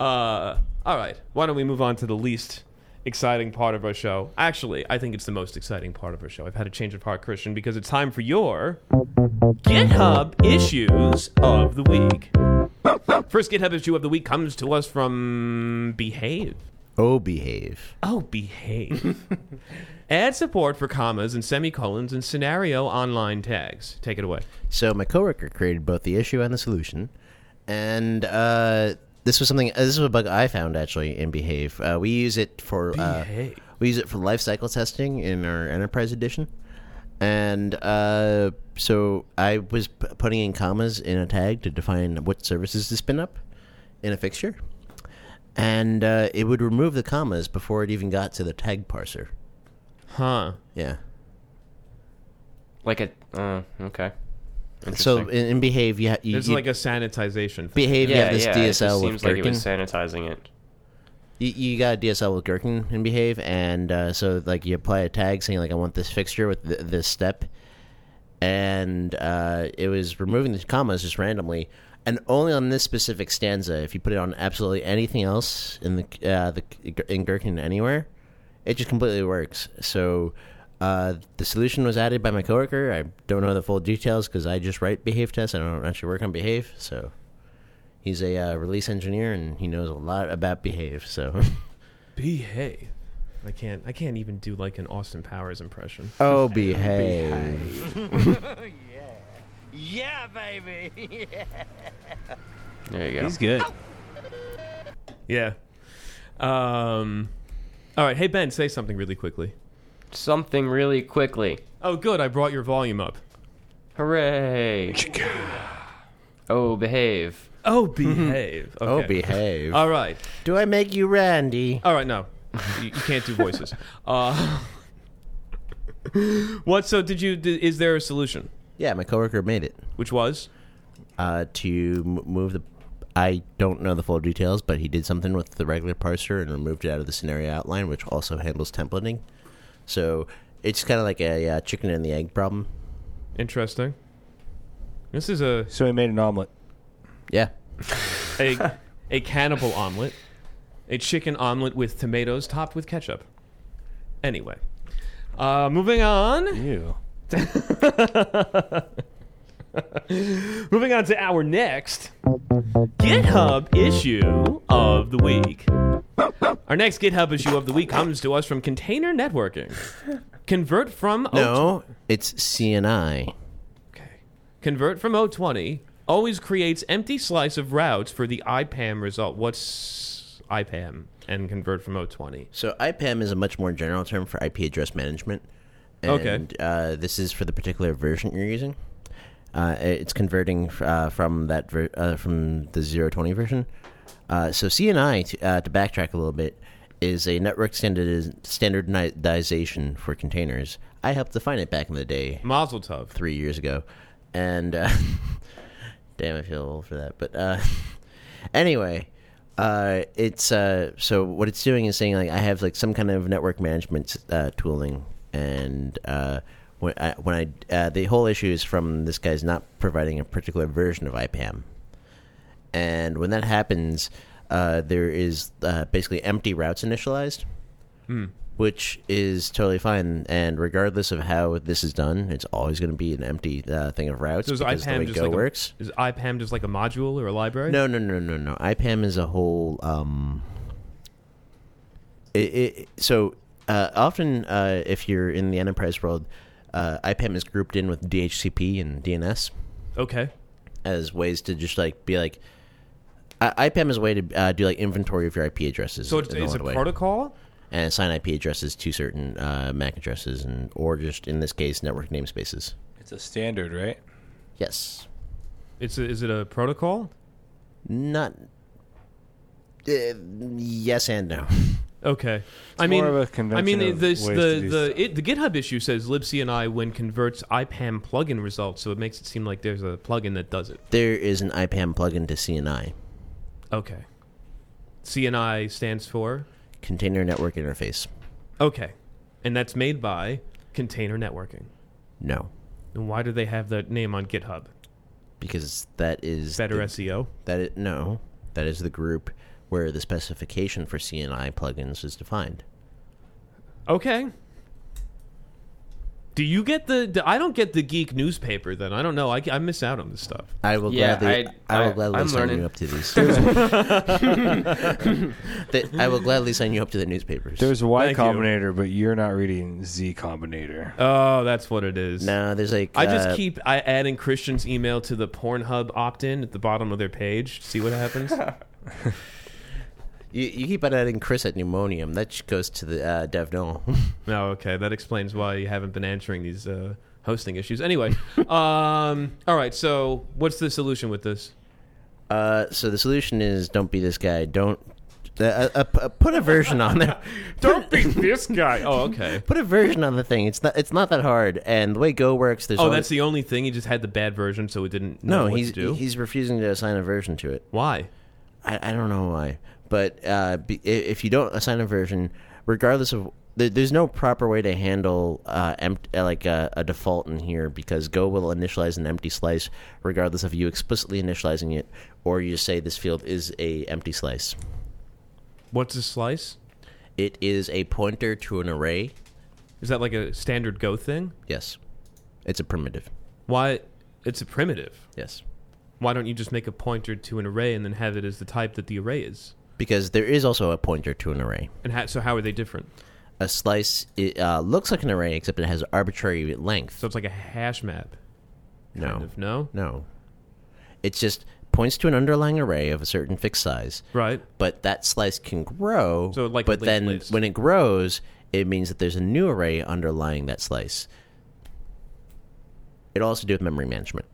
Uh, all right. Why don't we move on to the least exciting part of our show? Actually, I think it's the most exciting part of our show. I've had a change of heart, Christian, because it's time for your GitHub issues of the week. First GitHub issue of the week comes to us from Behave.
oh, behave.
Oh, behave. Add support for commas and semicolons and scenario online tags. Take it away.
So my coworker created both the issue and the solution, and uh, this was something. Uh, this was a bug I found actually in Behave. Uh, we use it for uh,
Behave.
we use it for life cycle testing in our enterprise edition, and uh, so I was p- putting in commas in a tag to define what services to spin up in a fixture, and uh, it would remove the commas before it even got to the tag parser.
Huh.
Yeah.
like a. Uh, okay.
So
Interesting.
in, in Behave, you, ha- you,
There's
you
like a sanitization thing.
Behave. you
yeah,
have this
yeah,
DSL
it just
with
seems like it
Gherkin.
was sanitizing it.
you, you got a DSL with Gherkin and Behave, and uh, so like you apply a tag saying like I want this fixture with th- this step, and uh, it was removing the commas just randomly, and only on this specific stanza. If you put it on absolutely anything else in the uh, the in Gherkin anywhere, it just completely works. So. Uh, the solution was added by my coworker. I don't know the full details because I just write behave tests. I don't actually work on behave, so he's a uh, release engineer and he knows a lot about behave. So
Behave. I can't. I can't even do like an Austin Powers impression.
Oh, behave.
Yeah, baby.
There you go.
He's good.
Yeah. Um. All right. Hey Ben, say something really quickly.
Something really quickly.
Oh, good. I brought your volume up.
Hooray! Oh, behave.
Oh, behave. Okay.
Oh, behave.
All right.
Do I make you Randy?
All right. No, you, you can't do voices. Uh, what? So did you? Did, is there a solution?
Yeah, my coworker made it
Which was?
uh, to m- move the. I don't know the full details, but he did something with the regular parser and removed it out of the scenario outline, which also handles templating. So it's kind of like a uh, chicken and the egg problem.
Interesting. This is a
So he made an omelet.
Yeah.
a, a cannibal omelet, a chicken omelet with tomatoes topped with ketchup. Anyway, uh, moving on.
Ew.
Moving on to our next GitHub issue of the week. Our next GitHub issue of the week comes to us from Container Networking. Convert from O-
No, it's CNI.
Okay. Convert from O20 always creates empty slice of routes for the IPAM result. What's IPAM and convert from O20?
So IPAM is a much more general term for IP address management. And,
Okay.
Uh, this is for the particular version you're using. Uh, it's converting uh, from that ver- uh, from the 020 version. Uh, so CNI, to, uh, to backtrack a little bit, is a network standard- standardization for containers. I helped define it back in the day
Mazel tov.
three years ago, and uh, damn, I feel old for that. But uh, anyway, uh, it's uh, so what it's doing is saying like I have like some kind of network management uh, tooling, and uh, when I, when I uh, the whole issue is from this guy's not providing a particular version of IPAM, and when that happens, uh, there is uh, basically empty routes initialized
Hmm.
which is totally fine. And regardless of how this is done, it's always going to be an empty uh, thing of routes
So is
because the
IPAM
way
just
Go
like
works.
A, is IPAM just like a module or a library?
No, no, no, no, no. IPAM is a whole. Um, it, it, so uh, often, uh, if you're in the enterprise world, uh, IPAM is grouped in with DHCP and DNS
Okay.
as ways to just like be like. I- IPAM is a way to uh, do like inventory of your IP addresses.
So it's,
in
it's a
lot of ways
protocol.
and assign IP addresses to certain uh, MAC addresses, and or just in this case, network namespaces.
It's a standard, right?
Yes,
It's a, is it a protocol?
not. Uh, yes and no.
Okay. I
more
mean,
of a
I mean
convention
the
of
this,
ways
the
to do
the
stuff.
it, the GitHub issue says libcni when converts IPAM plugin results, so it makes it seem like there's a plugin that does it.
There is an IPAM plugin to CNI,
Okay. CNI stands for
Container Network Interface.
okay, and that's made by Container Networking.
No,
And why do they have that name on GitHub?
because that is
Better E.
the-
SEO.
That is, no, that is the group where the specification for CNI plugins is defined.
Okay. Do you get the, the? I don't get the geek newspaper. Then I don't know. I, I miss out on this stuff.
I will
Yeah,
gladly.
I-
I,
I-
will gladly
I'm
sign
learning.
you up to these. that, I will gladly sign you up to the newspapers.
There's Y
Thank you.
Combinator, but you're not reading Z Combinator.
Oh, that's what it is.
No, there's like
I just
uh,
keep I adding Christian's email to the Pornhub opt-in at the bottom of their page. See what happens.
you, you keep on adding Chris at pneumonium. That just goes to the uh, DevNull.
no, okay, that explains why you haven't been answering these uh, hosting issues. Anyway, um, all right. So, what's the solution with this?
uh, so the solution is don't be this guy. Don't uh, uh, uh, p- uh, put a version on there.
Don't be this guy. Oh, okay.
Put a version on the thing. It's not. It's not that hard. And the way Go works, there's
Oh,
only-
that's the only thing. He just had the bad version, so it didn't know
no.
what
He's
to do.
he's refusing to assign a version to it.
why?
I, I don't know why, but uh, be, i- if you don't assign a version, regardless of there, there's no proper way to handle uh, empt, uh, like a, a default in here because Go will initialize an empty slice regardless of you explicitly initializing it or you say this field is a empty slice.
What's a slice?
It is a pointer to an array.
Is that like a standard Go thing?
Yes, it's a primitive.
Why? It's a primitive.
Yes,
Why don't you just make a pointer to an array and then have it as the type that the array is?
because there is also a pointer to an array.
And ha- so, how are they different?
a slice it, uh, looks like an array except it has arbitrary length.
So it's like a hash map.
no,
Kind of, no?
no, it's just points to an underlying array of a certain fixed size.
Right.
But that slice can grow.
So, like a
but
linked
then
list.
when it grows, it means that there's a new array underlying that slice. It also do with memory management.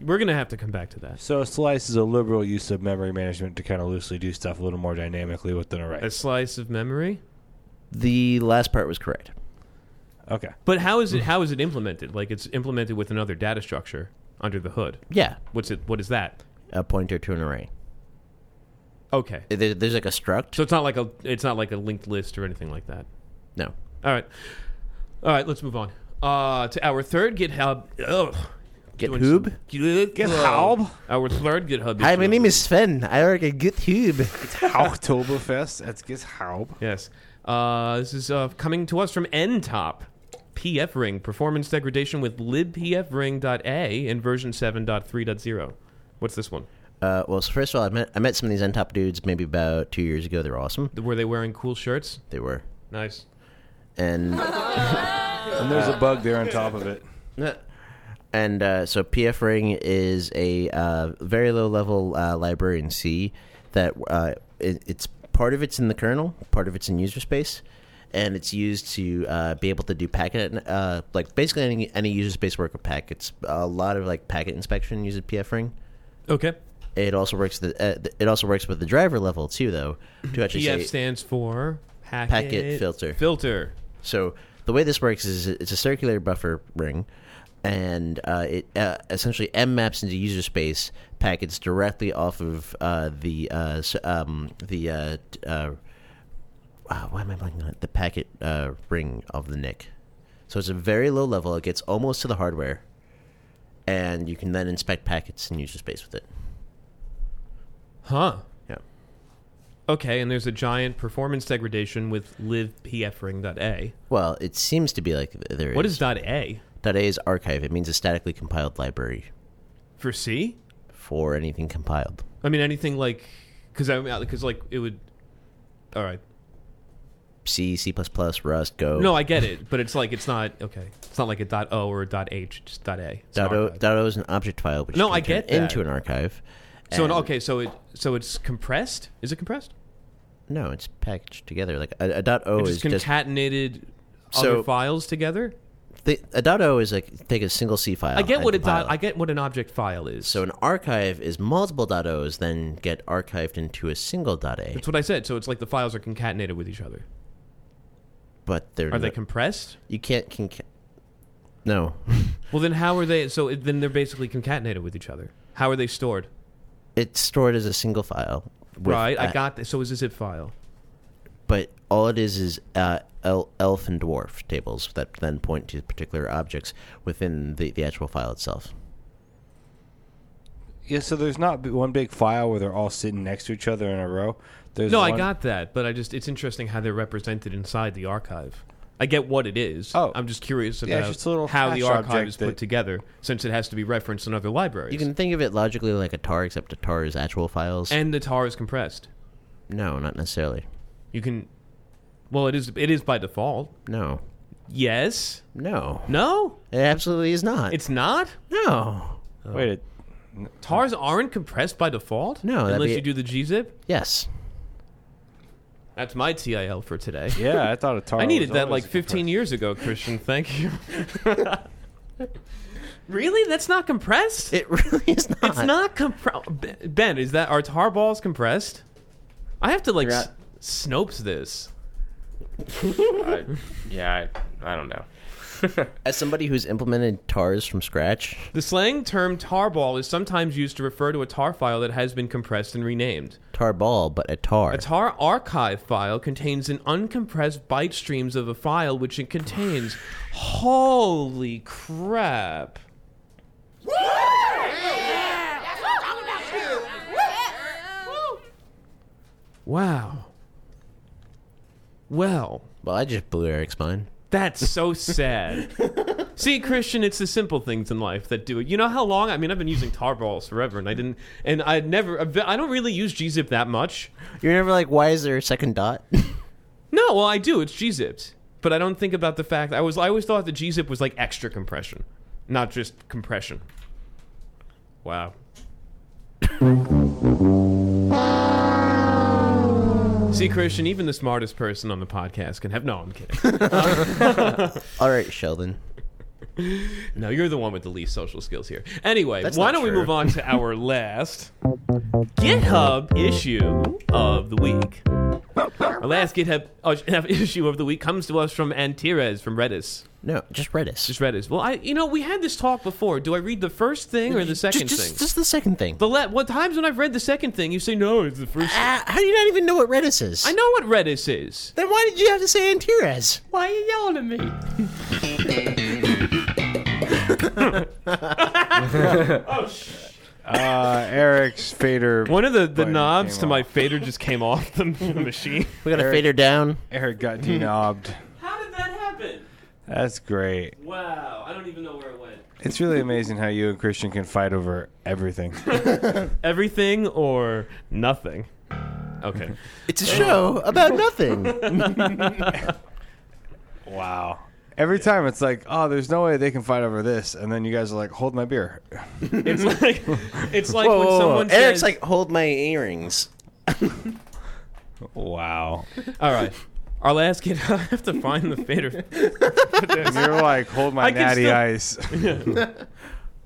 We're gonna have to come back to that.
So a slice is a liberal use of memory management to kind of loosely do stuff a little more dynamically within a
A
array.
slice of memory.
The last part was correct.
Okay.
But how is it? How is it implemented? Like it's implemented with another data structure under the hood.
Yeah,
What's it? What is that?
a pointer to an array.
Okay.
There, there's like a struct.
So it's not like a. It's not like a linked list or anything like that.
no.
All right. All right. Let's move on. Uh, to our third GitHub. Ugh. Doing
GitHub?
some GitHub.
GitHub?
Our third GitHub.
Hi,
issue.
my name is Sven. I work at GitHub.
Oktoberfest. That's Gizhaub.
Yes. Uh, this is uh, coming to us from NTOP. PF ring performance degradation with libpfring.a in version 7.3.0. What's this one?
Uh, well, so first of all, I met I met some of these N top dudes maybe about two years ago. They're awesome.
Were they wearing cool shirts?
They were,
Nice.
and
And there's a bug there on top of it.
and uh, so PF ring is a uh, very low level uh, library in C that uh, it, it's part of it's in the kernel, part of it's in user space, and it's used to uh, be able to do packet uh, like basically any any user space work with packets. A lot of like packet inspection uses PF ring.
Okay.
It also works the uh, th- it also works with the driver level too, though. To actually
PF
say,
stands for packet,
Packet filter.
Filter.
so the way this works is it's a circular buffer ring, and uh, it uh, essentially M maps into user space packets directly off of uh, the uh, s- um, the uh, t- uh, wow, why am I blanking on it? The packet uh, ring of the NIC. So it's a very low level. It gets almost to the hardware, and you can then inspect packets in user space with it.
Huh.
Yeah.
Okay, and there's a giant performance degradation with libpfring.a.
Well, it seems to be like th- there
What is dot .a?
That is archive. It means a statically compiled library
For C?
for anything compiled.
I mean, anything like. Because I because like it would. All right.
C, C++, Rust, Go.
No, I get it, but it's like it's not okay. It's not like a dot .o or a dot .h, it's dot .a. It's an
Dot o,
archive.
dot o is an object file, which
No,
you can
I
turn
get that.
into an archive.
so an,
And-
okay, so it so it's compressed. Is it compressed?
No, it's packaged together. Like a, a dot o
It's
is
just
Oh, just
concatenated
So-
other files together.
thi- a dot o is like take Oh, a single C file.
I get
and
what a
compile
dot. I get what an object file is.
So an archive is multiple dot o's then get archived into a single dot a.
that's what I said. So it's like the files are concatenated with each other.
But they're
Are they
not-
compressed?
you can't conca- No,
Well, then how are they? So it, then they're basically concatenated with each other. How are they stored?
it's stored as a single file. with
right. I
a-
got this. So is a zip file.
but all it is is uh, el- elf and dwarf tables that then point to particular objects within the, the actual file itself.
Yeah, so there's not b- one big file where they're all sitting next to each other in a row. There's
No, I
one-
got that, but I just it's interesting how they're represented inside the archive. I get what it is.
Oh.
I'm just curious
Yeah, it's
about
just a little
how the
hash
archive
object
is put
that-
together since it has to be referenced in other libraries.
You can think of it logically like a tar, except a tar is actual files.
and the tar is compressed.
no, not necessarily.
You can Well, it is it is by default.
No,
Yes.
no,
No?
it absolutely is not.
It's not?
no.
Wait, it-
Tars aren't compressed by default?
No, that'd
Unless
be-
you do the gzip.
Yes,
That's my TIL for today.
yeah, I thought a tar.
I needed
was
that
always
like 15 years ago, Christian. Thank you. really? That's not compressed?
it really is not.
It's not compressed. Ben, is that are tar balls compressed? I have to like
Yeah.
s- Snopes this.
I, yeah, I, I don't know.
As somebody who's implemented tars from scratch,
The slang term tarball is sometimes used to refer to a tar file that has been compressed and renamed.
tarball, but a tar.
A tar archive file contains an uncompressed byte streams of a file which it contains. Holy crap. Wow. Well,
well, I just blew Eric's mind.
that's so sad. See, Christian, it's the simple things in life that do it. You know how long? I mean, I've been using tar balls forever, and I didn't, and I never, I don't really use gzip that much.
You're never like, why is there a second dot?
No, No, well, I do. It's gzipped, but I don't think about the fact I was. I always thought the gzip was like extra compression, not just compression. Wow. See, Christian, even the smartest person on the podcast can have. No, I'm kidding.
All right, Sheldon.
No, you're the one with the least social skills here. Anyway,
That's
why
not
don't we
true.
move on to our last GitHub issue of the week? Our last GitHub uh, issue of the week comes to us from Antires from Redis.
No, just Redis.
Just Redis. Well, I you know we had this talk before. Do I read the first thing or the second
just, just,
thing?
just the second thing.
the le- what times when I've read the second thing, you say no, it's the first. thing."
Ah, how do you not even know what Redis is?
I know what Redis is.
Then why did you have to say Antires?
Why are you yelling at me?
Uh, Eric's fader.
One of the, the
button
knobs
came
to my
off.
fader just came off the, the machine.
We gotta fader down.
Eric got denobbed.
How did that happen?
That's great.
Wow, I don't even know where it went.
It's really amazing how you and Christian can fight over everything.
Everything or nothing. Okay.
It's a show about nothing.
wow. Every time it's like, oh, there's no way they can fight over this, and then you guys are like, hold my beer.
It's like it's like
whoa,
when
whoa, whoa.
someone
Oh, Eric's
says,
like, hold my earrings.
Wow.
"All right, our last kid. I have to find the fader."
And you're like, hold my
I can
natty
still-
ice.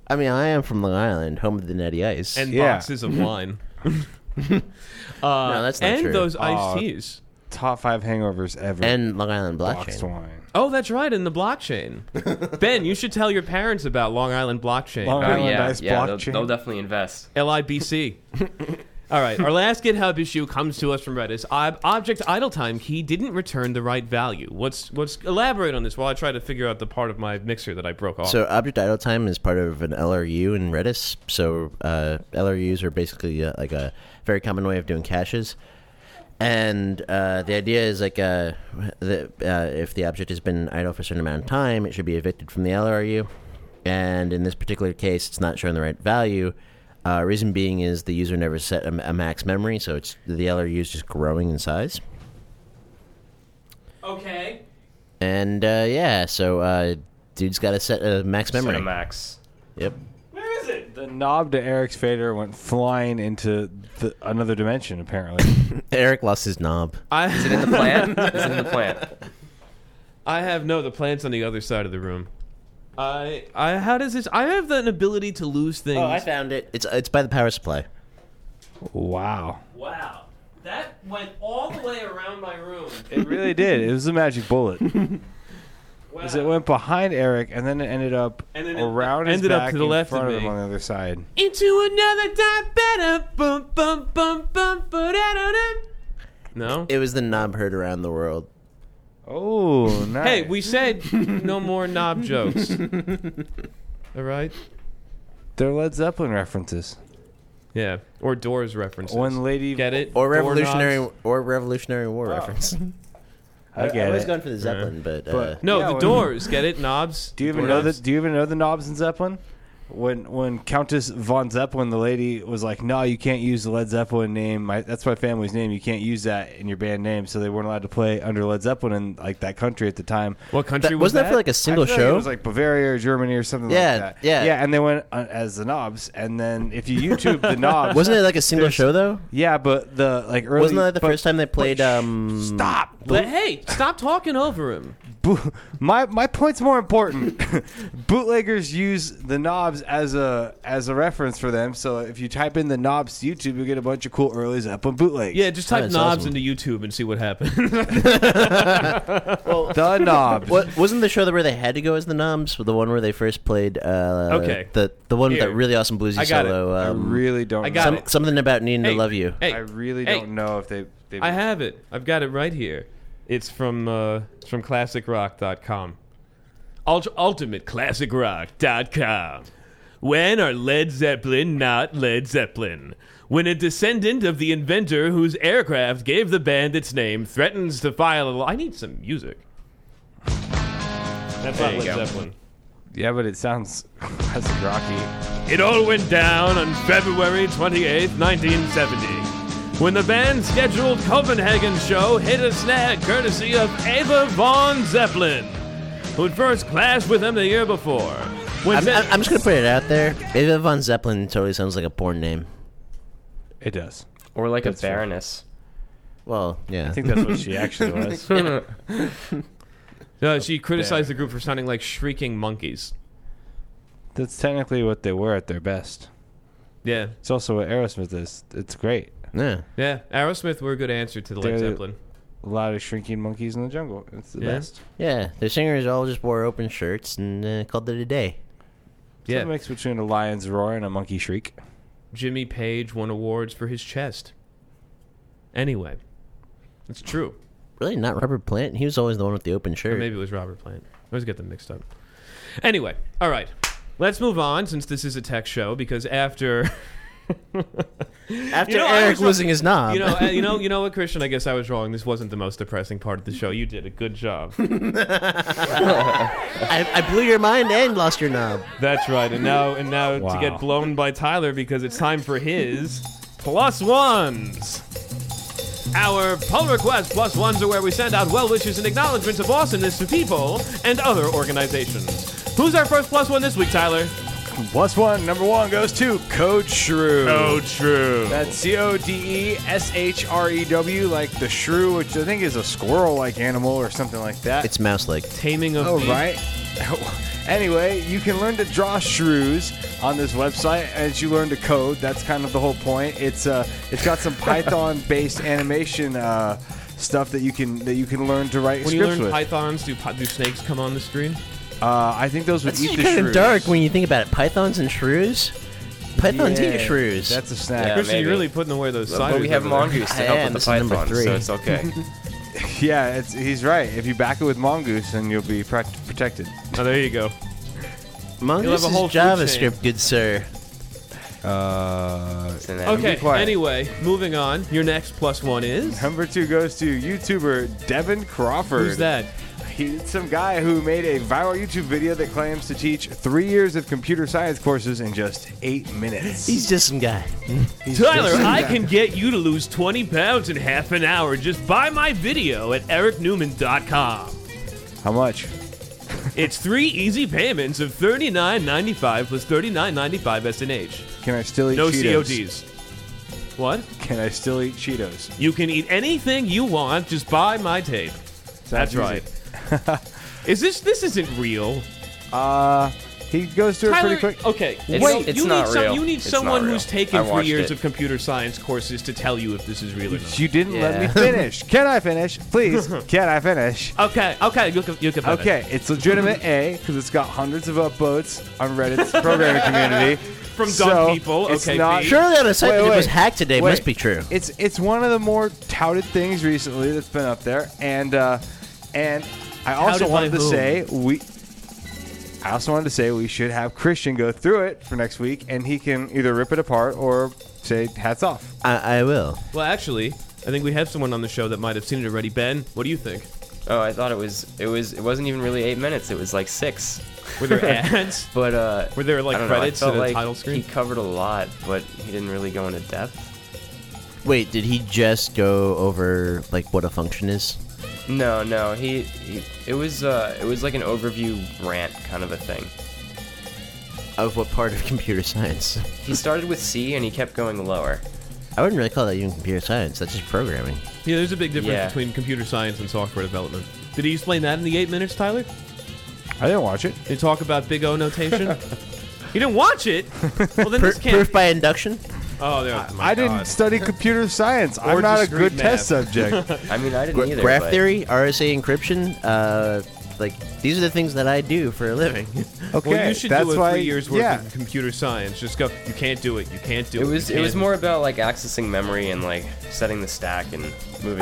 I mean, I am from Long Island, home of the Natty Ice.
and
Yeah.
boxes of wine. uh,
No, that's not
and
true.
those iced
Aw.
teas.
Top five hangovers ever.
and Long Island
boxed
blockchain.
wine.
Oh, that's right, in the blockchain. ben, you should tell your parents about Long Island blockchain.
Long
Oh,
Island
yeah,
Ice
yeah, they'll,
blockchain.
they'll definitely invest.
LIBC. All right, our last GitHub issue comes to us from Redis. Ob- object idle time key didn't return the right value. What's what's elaborate on this while I try to figure out the part of my mixer that I broke off.
So object idle time is part of an LRU in Redis. So uh, LRUs are basically uh, like a very common way of doing caches. And uh, the idea is like uh, the, uh, if the object has been idle for a certain amount of time, it should be evicted from the LRU. And in this particular case, it's not showing the right value. Uh, reason being is the user never set a, a max memory, so it's the LRU is just growing in size.
okay.
And uh, yeah, so uh, dude's got to set a max memory.
Cinemax.
Yep.
Where is it?
The knob to Eric's fader went flying into the, another dimension, apparently.
Eric lost his knob.
Is it
I
in the plant? Is it in the plant?
I have no. The plant's on the other side of the room. I I how does this? I have an ability to lose things.
Oh, I found it. It's it's by the power supply.
wow.
wow, that went all the way around my room.
It really did. It was a magic bullet.
Wow.
'Cause it went behind Eric, and then it ended up
And then it
around his
ended up
back
to the
in
left of
front of
me.
him on the other side.
into another time better. Bum bum bum bum ba-da-da-da. No.
It was the knob heard around the world.
Oh, nice.
Hey, we said no more knob jokes. All right.
They're Led Zeppelin references.
Yeah. Or Doors references.
One lady.
Get it?
Or
Doorknobs?
revolutionary or revolutionary war reference.
I get
was
it.
going for the Zeppelin, but, uh,
But-
No,
Yeah,
the
when-
Doors. Get it? Knobs.
Do you even know the Do you even know the knobs in Zeppelin? When when Countess von Zeppelin, the lady was like, "No, you can't use the Led Zeppelin name. My, that's my family's name. You can't use that in your band name." So they weren't allowed to play under Led Zeppelin in like that country at the time.
What country
That-
was
wasn't that for like a single
I feel like
show?
it was like Bavaria or Germany or something
Yeah,
like that.
yeah.
yeah. And they went uh, as the knobs, and then if you YouTube the knobs,
wasn't it like a single
there's-
show though?
Yeah, but the like early
Wasn't that the
but-
first time they played? Um,
Stop.
But hey, stop talking over him.
Bo- my my point's more important. Bootleggers use the knobs as a as a reference for them. So if you type in the knobs to YouTube, you get a bunch of cool early Zeppelin bootlegs.
Yeah, just type
That's
knobs
awesome.
into YouTube and see what happens.
the knobs.
What wasn't the show that where they had to go as the knobs? The one where they first played? Uh,
Okay.
The the one with
Here.
that really awesome bluesy
I got it.
solo.
I
Um,
really don't.
I got
know.
it.
something about needing
Hey,
to love you.
Hey,
I really
hey,
don't know if they. they
I have it. I've got it right here. It's from uh, it's from classicrock.com. Ult- ultimateclassicrock.com. When are Led Zeppelin not Led Zeppelin? When a descendant of the inventor whose aircraft gave the band its name threatens to file a law. I need some music. That's not
you
Led
go.
Zeppelin.
Yeah, but it sounds classic rocky.
It all went down on February 28th, 1970. when the band's scheduled Copenhagen show hit a snag courtesy of Ava Von Zeppelin, who had first clashed with them the year before. When
I'm,
Ze-
I'm I'm just gonna put it out there. Ava von Zeppelin totally sounds like a porn name.
It does.
Or like
That's
a
fair.
baroness.
Well, yeah.
I think that's what she actually was.
Uh, she criticized the group for sounding like shrieking monkeys.
That's technically what they were at their best.
Yeah,
It's also what Aerosmith is. It's great.
yeah.
yeah. Aerosmith were a good answer to the Led
They're-
Zeppelin.
A lot of shrinking monkeys in the jungle. It's the
Yeah.
best.
Yeah, their singers all just wore open shirts and uh, called it a day.
Yeah.
Yeah,
It's a mix between a lion's roar and a monkey shriek.
Jimmy Page won awards for his chest. Anyway, it's true.
Really, not Robert Plant. He was always the one with the open
Or
shirt.
maybe it was Robert Plant. I always get them mixed up. Anyway, all right. Let's move on since this is a tech show because after
After
You know, I
Eric
was-
losing his knob,
you know uh, you know you know what Christian I guess I was wrong this wasn't the most depressing part of the show you did a good job
I, I blew your mind and lost your knob.
that's right and now and now to
Wow.
get blown by Tyler because it's time for his plus ones our pull request plus ones are where we send out well wishes and acknowledgments of awesomeness to people and other organizations who's our first plus one this week Tyler
Plus one, number one goes to Code Shrew.
true
That's C O D E S H R E W, like the shrew, which I think is a squirrel like animal or something like that.
It's mouse like.
taming of
Oh,
the-
right. anyway, you can learn to draw shrews on this website as you learn to code. That's kind of the whole point. It's uh, it's got some Python-based animation uh, stuff that you can that you can learn to write
When you
scripts
learn
with.
pythons, do pi- do snakes come on the screen?
uh, I think those would
It's
eat
kind
the shrews.
of dark when you think about it. Pythons and shrews. Pythons eat
Yeah,
shrews.
That's a snack.
Yeah,
Christian,
maybe.
you're really putting away those ciders.
but we have
over there.
mongoose to
I
help
am,
with
this
the
is number
python,
three.
so it's okay.
Yeah, it's, he's right. If you back it with mongoose, then you'll be prac protected.
Oh, there you go.
Mongoose
have a whole
is
food chain.
JavaScript, good sir.
Uh,
Isn't that-
Okay.
quiet.
Anyway, moving on. Your next plus one is
number two goes to YouTuber Devin Crawford.
who's that?
He's some guy who made a viral YouTube video that claims to teach three years of computer science courses in just eight minutes.
He's just some guy.
Tyler, I can get you to lose 20 pounds in half an hour. Just buy my video at ericnewman.com.
How much?
It's three easy payments of $39.95 plus $39.95 SNH.
Can I still eat
No
Cheetos?
CODs. What?
Can I still eat Cheetos?
You can eat anything you want. Just buy my tape. That's
easy.
right. is this this isn't real?
Uh, he goes through
Tyler, oh.
it pretty quick.
okay.
It's-
wait,
it's
you,
not
need some-
real.
you need
It's
someone
not
who's
real.
taken
I
three
watched
years
it.
of computer science courses to tell you if this is real or not.
You didn't let me
Yeah.
finish. Can I finish? Please, can I finish?
Okay, okay, you can, you can have it.
Okay, it's legitimate A because it's got hundreds of upvotes on Reddit's programming community.
From dumb
so
people,
It's
okay,
not
B.
Surely on a site
Wait,
that
wait.
was hacked today
Wait.
must be true.
It's it's one of the more touted things recently that's been up there, and uh, and I also
Touted
wanted
by
to
whom?
say we. I also wanted to say we should have Christian go through it for next week, and he can either rip it apart or say hats off.
I, I will.
Well, actually, I think we have someone on the show that might have seen it already. Ben, what do you think?
Oh, I thought it was it was it wasn't even really eight minutes. It was like six.
Were there ads?
But uh,
Were there, like,
I don't know, I
credits
felt
and a
like
title screen?
He covered a lot, but he didn't really go into depth.
Wait, did he just go over like what a function is?
No, no, he, he it was uh, it was like an overview rant kind of a thing.
Of what part of computer science?
He started with C and he kept going lower.
I wouldn't really call that even computer science. That's just programming.
Yeah, there's a big difference
Yeah.
between computer science and software development. Did he explain that in the eight minutes, Tyler?
I didn't watch it.
Did he talk about big O notation? you didn't watch it? Well, then
Pro-
this can't.
proof by induction.
oh, there. my
I didn't
God.
study computer science.
Or
I'm not a
discrete
good test
math.
subject.
I mean, I didn't
Gra-
either.
graph
but
theory, RSA encryption, uh, like these are the things that I do for a living.
Okay,
Well, you should
that's
do a
why.
three years worth
yeah,
of computer science. Just go. You can't do it. You can't do it.
It was
you
it was
can't."
more about like accessing memory and like setting the stack and moving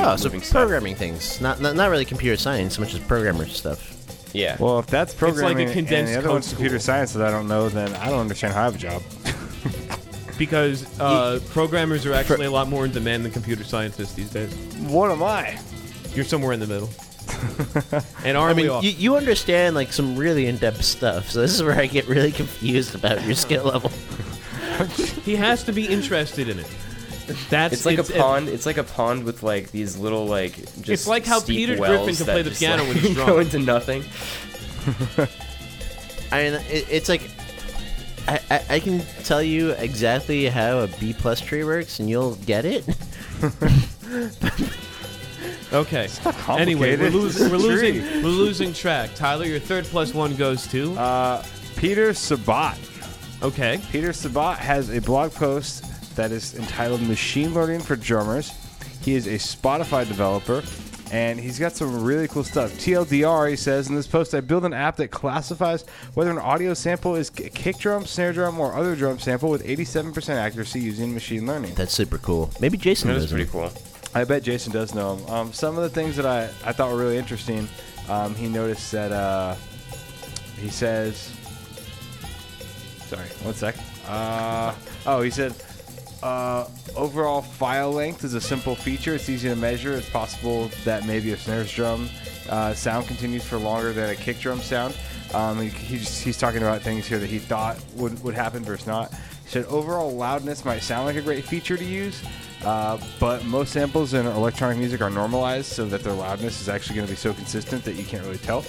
oh, so
moving stuff.
programming things, not, not not really computer science, so much as programmer stuff.
Yeah.
Well, if that's
like a
programming and
condensed
the other
code
one's computer
school.
science that I don't know, then I don't understand how I have a job.
because uh, programmers are actually a lot more in demand than computer scientists these days.
What am I?
You're somewhere in the middle. and are
I
we
mean,
all?
you, you understand like some really in-depth stuff, so this is where I get really confused about your skill level.
he has to be interested in it. That's
It's like
it's-
a
it-
pond. It's like a pond with like these little like just.
It's like how
steep
Peter
wells
Griffin can
that
play the
just,
piano
like,
when he's
Go
drunk.
into nothing.
I mean, it, it's like I, I, I can tell you exactly how a B plus tree works, and you'll get it.
Okay. Anyway,
complicated.
we're, losing we're
It's a
losing
tree.
we're losing track. Tyler, your third plus one goes to.
Uh, Peter Sabat.
okay.
Peter Sabat has a blog post that is entitled Machine Learning for Drummers. He is a Spotify developer and he's got some really cool stuff. TLDR, he says in this post, I build an app that classifies whether an audio sample is a kick drum, snare drum, or other drum sample with 87% accuracy using machine learning.
That's super cool. Maybe Jason
That
knows
was pretty
him.
cool.
I bet Jason does know him. Um, some of the things that I, I thought were really interesting, um, he noticed that uh, he says. Sorry, one sec. Uh, oh, he said uh, overall file length is a simple feature. It's easy to measure. It's possible that maybe a snares drum uh, sound continues for longer than a kick drum sound. Um, he, he just, he's talking about things here that he thought would, would happen versus not. He said overall loudness might sound like a great feature to use, uh, but most samples in electronic music are normalized so that their loudness is actually going to be so consistent that you can't really tell.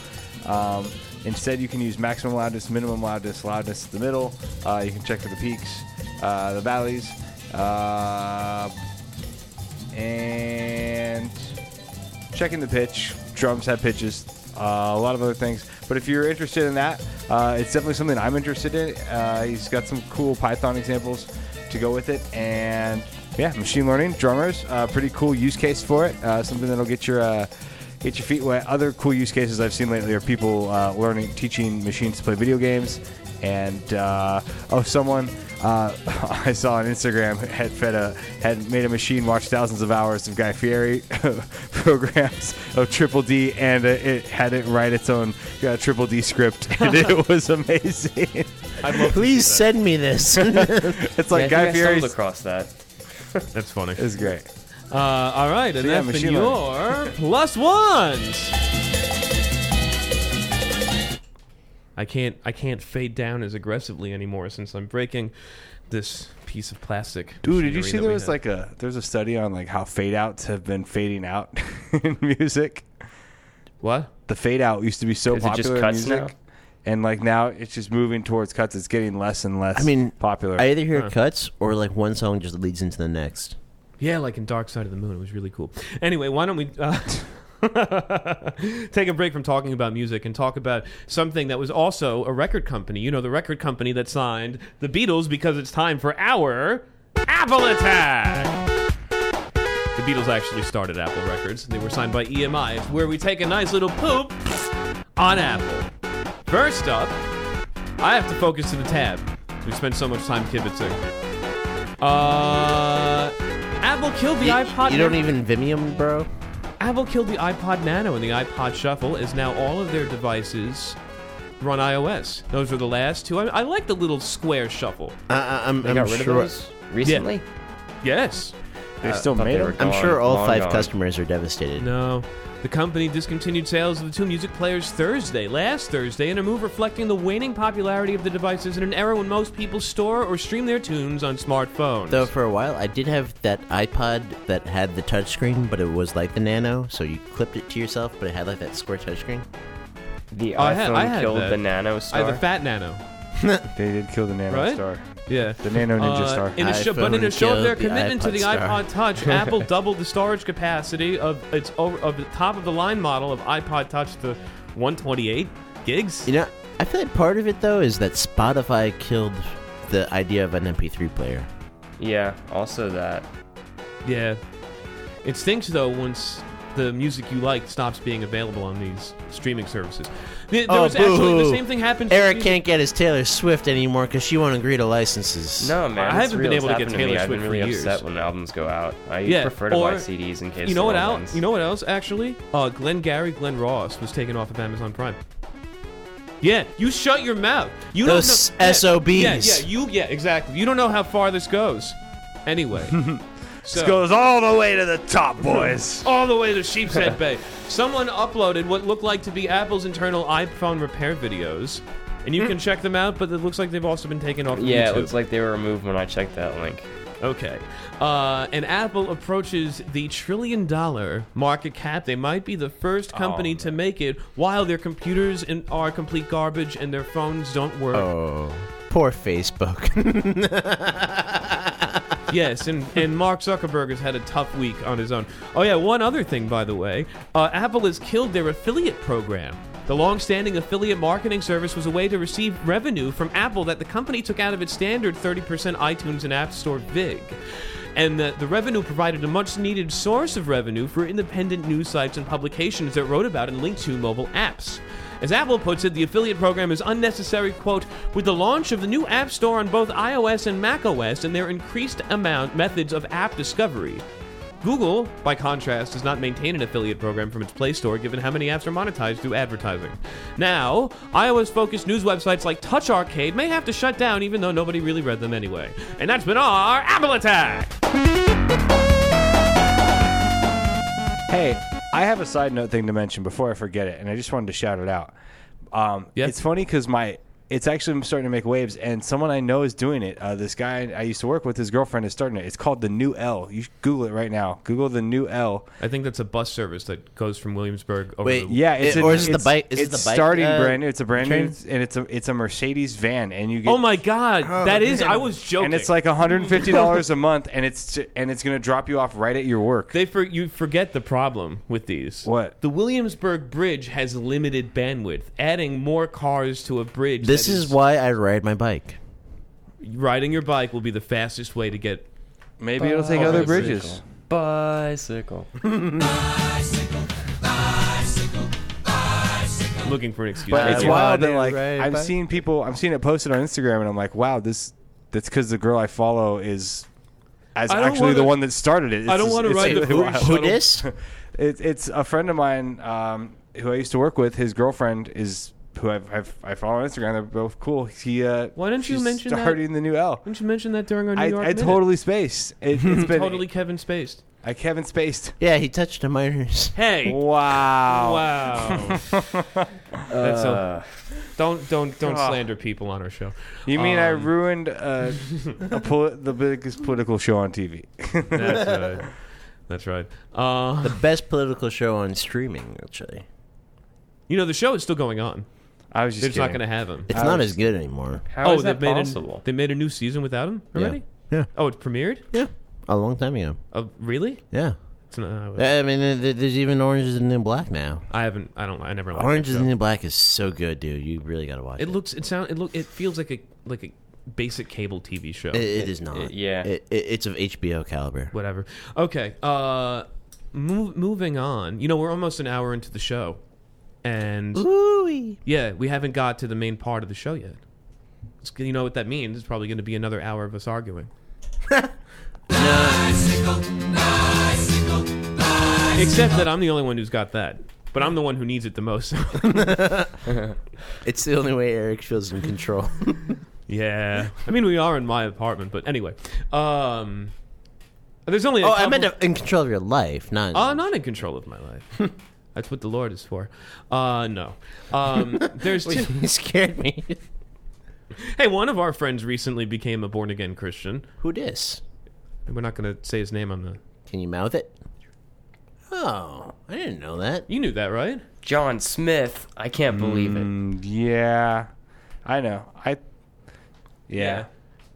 Um, instead, you can use maximum loudness, minimum loudness, loudness at the middle. Uh, you can check for the peaks, uh, the valleys. Uh, and checking the pitch. Drums have pitches. Uh, a lot of other things. But if you're interested in that, uh, it's definitely something I'm interested in. Uh, he's got some cool Python examples to go with it. And yeah, machine learning, drummers, uh, pretty cool use case for it. Uh, something that'll get your. Uh, Get your feet wet. Other cool use cases I've seen lately are people uh, learning, teaching machines to play video games, and uh, oh, someone uh, I saw on Instagram had fed a had made a machine watch thousands of hours of Guy Fieri programs of Triple D, and uh, it had it write its own uh, Triple D script, and it was amazing.
I'd love
Please
to see
send me this.
it's like
yeah, I
Guy
think I stumbled
Fieri
across that.
that. That's funny.
is great.
Uh, all right, and
yeah,
that's been
machine
your plus ones. I can't I can't fade down as aggressively anymore since I'm breaking this piece of plastic.
Dude,
machinery
did you see
that
there
we
was
had.
like a there's a study on like how fade outs have been fading out in music.
what?
the fade out used to be so
Is it just
popular
cuts
in music.
now?
And like now it's just moving towards cuts. It's getting less and less
I mean,
popular.
I either hear
Huh.
cuts or like one song just leads into the next.
Yeah, like in Dark Side of the Moon. It was really cool. Anyway, why don't we uh, take a break from talking about music and talk about something that was also a record company. You know, the record company that signed the Beatles because it's time for our Apple Attack. The Beatles actually started Apple Records. They were signed by E EMI, where we take a nice little poop on Apple. First up, I have to focus to the tab. We spent so much time kibitzing. Uh, Apple killed the iPod.
you don't
Nano-
even Vimium, bro.
Apple killed the iPod Nano, and the iPod Shuffle is now all of their devices run iOS. Those are the last two. I, I like the little square shuffle.
I, I, uh, I'm, I'm
got rid
sure.
of those recently.
Yes.
they still
thought
made
they
them.
were-
I'm
Gone,
sure all
long
five
gone.
customers are devastated.
No. The company discontinued sales of the two music players Thursday, last Thursday, in a move reflecting the waning popularity of the devices in an era when most people store or stream their tunes on smartphones.
Though for a while, I did have that iPod that had the touchscreen, but it was like the Nano, so you clipped it to yourself, but it had like that square touchscreen.
The
I
iPhone
had- I had
killed
that.
the Nano
I
Star.
have a fat nano.
They did kill the Nano
Right?
Star.
Yeah.
The Nano Ninja
Uh,
Star.
In a show, but in a
iPhone
show of their
killed the
commitment to
iPod
the
Star.
iPod Touch, Apple doubled the storage capacity of its over, of the top of the line model of iPod Touch to 128 gigs.
You know, I feel like part of it though is that Spotify killed the idea of an MP3 player.
yeah, also that.
Yeah. It stinks though once the music you like stops being available on these streaming services. Th- There,
Oh,
was actually the
boo-hoo.
same thing happened. with
Eric
music-
can't get his Taylor Swift anymore because she won't agree to licenses.
No, man.
I
it's
haven't been
real.
able
It's
to get
happened
Taylor
me. I've been
Swift for
really
years.
upset when albums go out. I
Yeah,
prefer to buy
or-
CDs in case.
You know what
they're all
else?
ones.
You know what else? Actually, uh, Glenn Gary, Glenn Ross was taken off of Amazon Prime. Yeah, you shut your mouth. You
Those
don't know, yeah,
SOBs.
Yeah, yeah, you. Yeah, exactly. You don't know how far this goes. Anyway, so
This goes all the way to the top, boys.
all the way to Sheep's Head Bay. Someone uploaded what looked like to be Apple's internal iPhone repair videos, and you can check them out. But it looks like they've also been taken off. of YouTube.
Yeah, it looks like they were removed when I checked that link.
Okay. Uh, and Apple approaches the trillion dollar market cap. They might be the first company to make it while their computers in, are complete garbage and their phones don't work.
Oh, poor Facebook.
Yes, and, and Mark Zuckerberg has had a tough week on his own. Oh, yeah, one other thing, by the way uh, Apple has killed their affiliate program. The long standing affiliate marketing service was a way to receive revenue from Apple that the company took out of its standard 30% iTunes and App Store VIG. And the, the revenue provided a much needed source of revenue for independent news sites and publications that wrote about and linked to mobile apps. As Apple puts it, the affiliate program is unnecessary, quote, with the launch of the new App Store on both iOS and macOS and their increased amount methods of app discovery. Google, by contrast, does not maintain an affiliate program from its Play Store given how many apps are monetized through advertising. Now, iOS focused news websites like Touch Arcade may have to shut down even though nobody really read them anyway. And that's been our Apple Attack!
Hey, I have a side note thing to mention before I forget it, and I just wanted to shout it out. Um,
Yeah.
It's funny because my it's actually starting to make waves, and someone I know is doing it. Uh, this guy I used to work with, his girlfriend is starting it. It's called the New L. You should Google it right now. Google the New L.
I think that's a bus service that goes from Williamsburg over
Wait,
to
Yeah, it's
It-
a-
or is it the
it's-
bike- is it
it's
the bike,
starting
uh,
brand new. It's a brand new,
train?
and it's a it's a Mercedes van, and you get
Oh my god, that is I was joking.
and it's like hundred and fifty dollars a month, and it's and it's gonna drop you off right at your work.
They for, you forget the problem with these.
What?
The Williamsburg Bridge has limited bandwidth. Adding more cars to a bridge.
this
that
is why I ride my bike.
riding your bike will be the fastest way to get.
Maybe it'll take other bridges.
Bicycle.
I'm looking for an excuse.
But
Thank
it's
you.
wild that
Yeah,
like
right,
I'm
but-
seeing people, I'm seeing it posted on Instagram, and I'm like, wow, this that's because the girl I follow is as
I don't
actually the
wanna-
one that started it. It's
I don't
just-
wanna
it's
ride the
really
bridge.
wild.
Who
Shuttle-
dis?
It, it's a friend of mine um, who I used to work with. His girlfriend is who I've, I've I follow on Instagram. They're both cool. He uh,
Why didn't you
she's
mention that?
starting the new L?
Didn't you mention that during our New
I,
York?
I
Minute?
totally spaced. It, it's been
totally Kevin spaced.
I haven't spaced.
Yeah, he touched a miner's.
Hey.
Wow.
Wow. That's
Uh,
a, don't don't don't
Uh, God.
slander people on our show.
You mean I
Um,
ruined uh, a poli- the biggest political show on TV?
That's right. That's right. Uh,
The best political show on streaming, actually.
you know the show is still going on.
I was just
They're just not
kidding.
going to have him.
It's
I
not
was-
as good anymore.
How is
Oh, they've
that
made
possible?
A, they made a new season without him
Yeah.
already.
Yeah.
Oh, it premiered.
Yeah. A long time ago.
Uh, really?
Yeah.
It's not, uh,
I mean, th- th- there's even Orange is the New Black now.
I haven't. I don't. I never. liked
Orange
that
is
show.
the New Black is so good, dude. You really gotta watch it.
It looks. It sound. It look. It feels like a like a basic cable TV show.
It- it is not.
it- yeah.
It, it, it's of HBO caliber.
Whatever. Okay. Uh, move, moving on. You know, we're almost an hour into the show, and
Ooh-wee.
yeah, we haven't got to the main part of the show yet. It's, you know what that means? It's probably going to be another hour of us arguing. Except that I'm the only one who's got that, but I'm the one who needs it the most.
It's the only way Eric feels in control.
Yeah. I mean, we are in my apartment, but anyway. Um, there's only. a
oh, I
couple-
meant in control of your life, not.
Uh, not in control of my life. That's what the Lord is for. Uh, no. Um, there's two.
you scared me.
Hey, one of our friends recently became a born again Christian.
Who dis?
We're not going to say his name on the.
Can you mouth it? Oh, I didn't know that.
You knew that, right?
John Smith. I can't believe it.
Mm, yeah, I know. I yeah.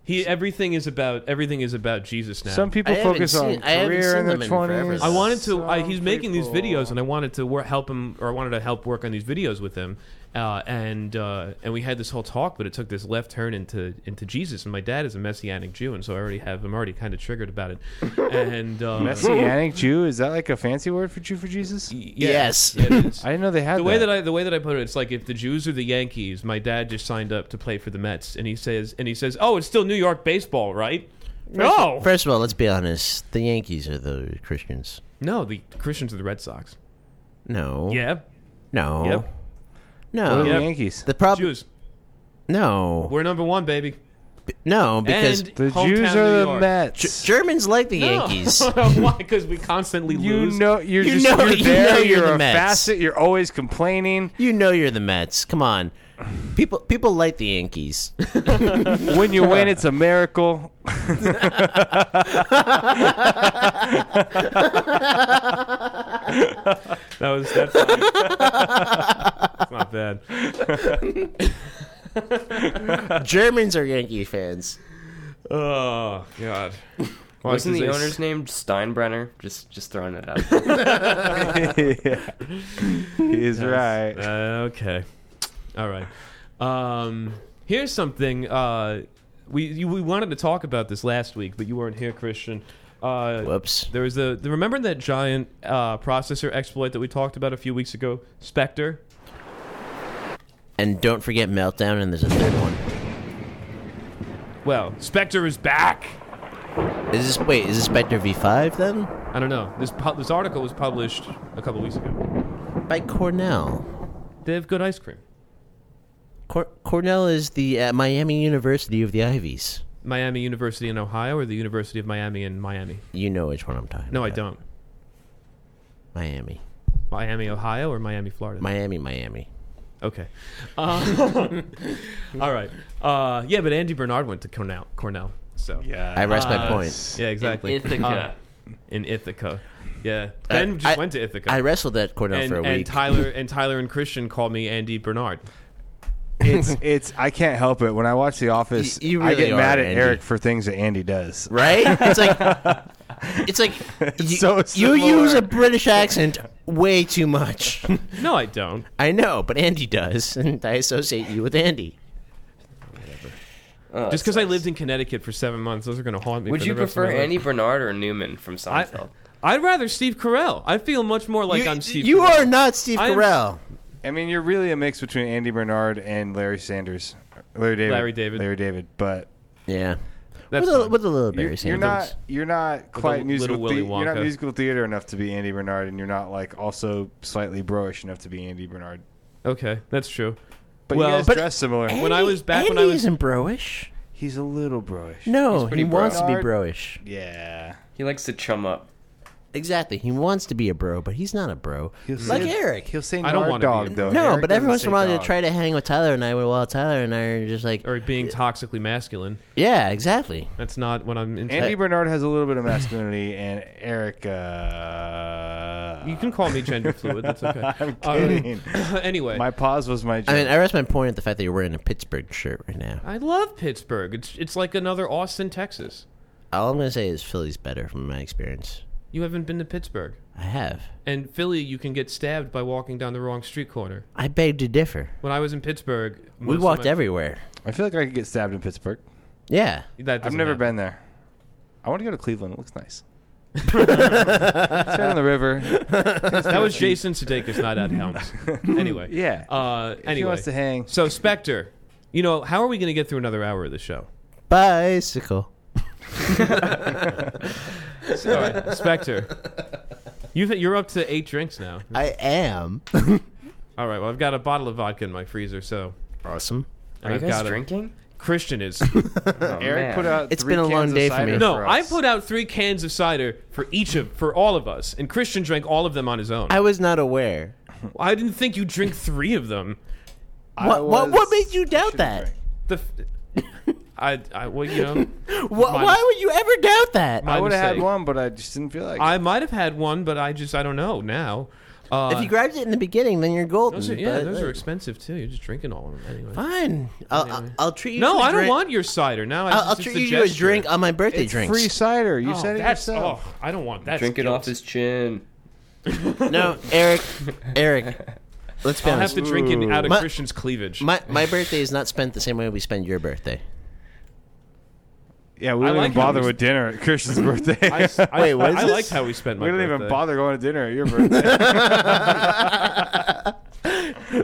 He everything is about everything is about Jesus now.
Some people
I haven't
focus
seen-
on
I haven't
career
seen
in their
them in forever,
twenties.
though.
I wanted to. I,
Some
he's making these
people-
videos, and I wanted to wor- help him, or I wanted to help work on these videos with him. Uh, and uh, and we had this whole talk, but it took this left turn into into Jesus. And my dad is a Messianic Jew, and so I already have. I'm already kind of triggered about it. And uh,
Messianic Jew is that like a fancy word for Jew for Jesus?
yeah,
Yes.
yeah, it is.
I didn't know they had
The way that I the way that I put it, it's like if the Jews are the Yankees, my dad just signed up to play for the Mets, and he says and he says, "Oh, it's still New York baseball, right?" No,
First of all, let's be honest. The Yankees are the Christians.
no, the Christians are the Red Sox.
No.
Yeah,
No.
Yep.
No.
What are
Yep.
the Oh, Yankees.
The problem.
Jews.
No.
We're number one, baby.
No, because
And-
The
Hometown
Jews
New
are the
York.
G-
Mets.
Germans like the Yankees.
Why? Because we constantly
You
lose.
know, you're
You
just
know-
you're
you
there.
know
you're,
you're the
a
Mets.
facet. You're always complaining.
you know you're the Mets. Come on. People people like the Yankees.
when you win, it's a miracle.
That was that's not, that's not bad.
Germans are Yankee fans.
Oh God. Well,
Wasn't
this
the
is a-
owner's name Steinbrenner? Just just throwing it out. there.
yeah. He's right.
Uh, okay. All right. Um, here's something. Uh, we you, we wanted to talk about this last week, but you weren't here, Christian. Uh,
Whoops.
There was the, the remember that giant uh, processor exploit that we talked about a few weeks ago, Spectre.
And don't forget Meltdown and there's a third one.
Well, Spectre is back.
Is this wait, is this Spectre V five then?
I don't know. This pu- this article was published a couple weeks ago.
By Cornell.
They have good ice cream.
Cor- Cornell is the uh, Miami University of the Ivies.
Miami University in Ohio or the University of Miami in Miami?
You know which one I'm talking
No, I
about.
don't.
Miami.
Miami, Ohio or Miami, Florida?
Miami, Miami.
Okay. Uh, all right. Uh, yeah, but Andy Bernard went to Cornell. Cornell. So Uh,
Yeah.
I rest my point.
yeah, exactly.
In Ithaca.
Uh, in Ithaca. Yeah. Ben just
Uh, I-
went to Ithaca.
I wrestled at Cornell
and,
for a
and
week.
Tyler and Tyler and Christian call me Andy Bernard.
It's it's I can't help it. When I watch The Office,
You- you
I
really
get mad
are,
at
Andy.
Eric for things that Andy does.
right? It's like it's like you,
so
you
similar.
use a British accent way too much.
No, I don't.
I know, but Andy does, and I associate you with Andy.
Oh,
Just
that
because I
sucks.
lived in Connecticut for seven months, those are going to haunt me.
Would
for
you
the rest of
prefer
my life.
Andy Bernard or Newman from
I,
Seinfeld?
I'd rather Steve Carell. I feel much more like
you
I'm Steve.
you
Carell.
are not Steve
I am-
Carell.
I mean, you're really a mix between Andy Bernard and Larry Sanders, Larry David,
Larry David.
Larry David. But
Yeah.
That's
with, a,
fine.
with a little
you're,
Barry
you're
Sanders.
not you're not quite
Little
musical.
Willy
thea- you're not
Wonka.
musical theater enough to be Andy Bernard, and you're not like also slightly bro-ish enough to be Andy Bernard.
Okay, that's true.
But
Well,
you guys
but-
dress similar.
when I was back when I
Andy
was-
isn't broish.
He's a little bro-ish.
No,
pretty
he wants to be
bro.
broish.
Yeah.
He likes to chum up.
Exactly, he wants to be a bro, but he's not a bro.
Mm.
like Eric.
He'll say
I don't
Nard
wanna be
dog
a-
though.
no,
Eric
but every
doesn't
once in a
say
while
dog.
they try to hang with Tyler and I, while Tyler and I are just like,
Or being toxically masculine.
yeah, exactly.
That's not what I'm into.
Andy Bernard has a little bit of masculinity, and Eric. Uh,
You can call me gender fluid. That's okay.
I'm
All right.
kidding.
anyway,
My pause was my. Joke.
I mean, I rest my point at the fact that you're wearing a Pittsburgh shirt right now.
I love Pittsburgh. It's it's like another Austin, Texas.
All I'm gonna say is Philly's better from my experience.
You haven't been to Pittsburgh.
I have.
And Philly, you can get stabbed by walking down the wrong street corner.
I beg to differ.
When I was in Pittsburgh,
We walked everywhere.
I feel like I could get stabbed in Pittsburgh.
Yeah.
I've never been there. I want to go to Cleveland. It looks nice. it's right on the river.
That was Jason Sudeikis, not Ed Helms. anyway,
Yeah.
Uh, anyway,
He wants to hang.
So Spectre, you know, how are we going to get through another hour of the show?
Bicycle.
Sorry, Spectre. You've, you're up to eight drinks now.
I am.
All right. Well, I've got a bottle of vodka in my freezer, so
Awesome.
Are you
I've
guys
got a-
drinking?
Christian is.
Oh,
Uh, Eric
man.
put out.
It's
three
been a
cans
long
of
day for
cider
me.
No,
for
I
us.
put out three cans of cider for each of for all of us, and Christian drank all of them on his own.
I
I,
was not aware.
didn't think you drink three of them.
I
what, what
was-
what made you doubt
shouldn't
that?
drink.
The, f- I, I well, you know,
Wh- why would you ever doubt that?
My-
I would have had
mistake.
one, but I just didn't feel like. it.
I might have had one, but I just I don't know now. Uh,
if you grabbed it in the beginning, then you're golden.
those are, yeah,
but- uh,
those are expensive too. You're just drinking all of them anyway.
Fine. I'll, I'll, I'll treat you.
No,
to a
I don't
drink-
want your cider now. I
I'll, I'll
just- it's
treat you
a
to a
gesture.
drink on my birthday
It's
drinks.
free cider. You
Oh,
said it
that's
yourself.
oh, I don't want that.
Drink it off his chin.
No, Eric, Eric. Let's be
I have
honest.
to drink it out of
My-
Christian's cleavage.
My my birthday is not spent the same way we spend your birthday.
Yeah, we
I
don't
like
even bother
how we-
with dinner at Christian's birthday.
I, s- I-
Wait, what is
I
this?
liked how we spent my
we didn't even
birthday.
bother going to dinner at your birthday.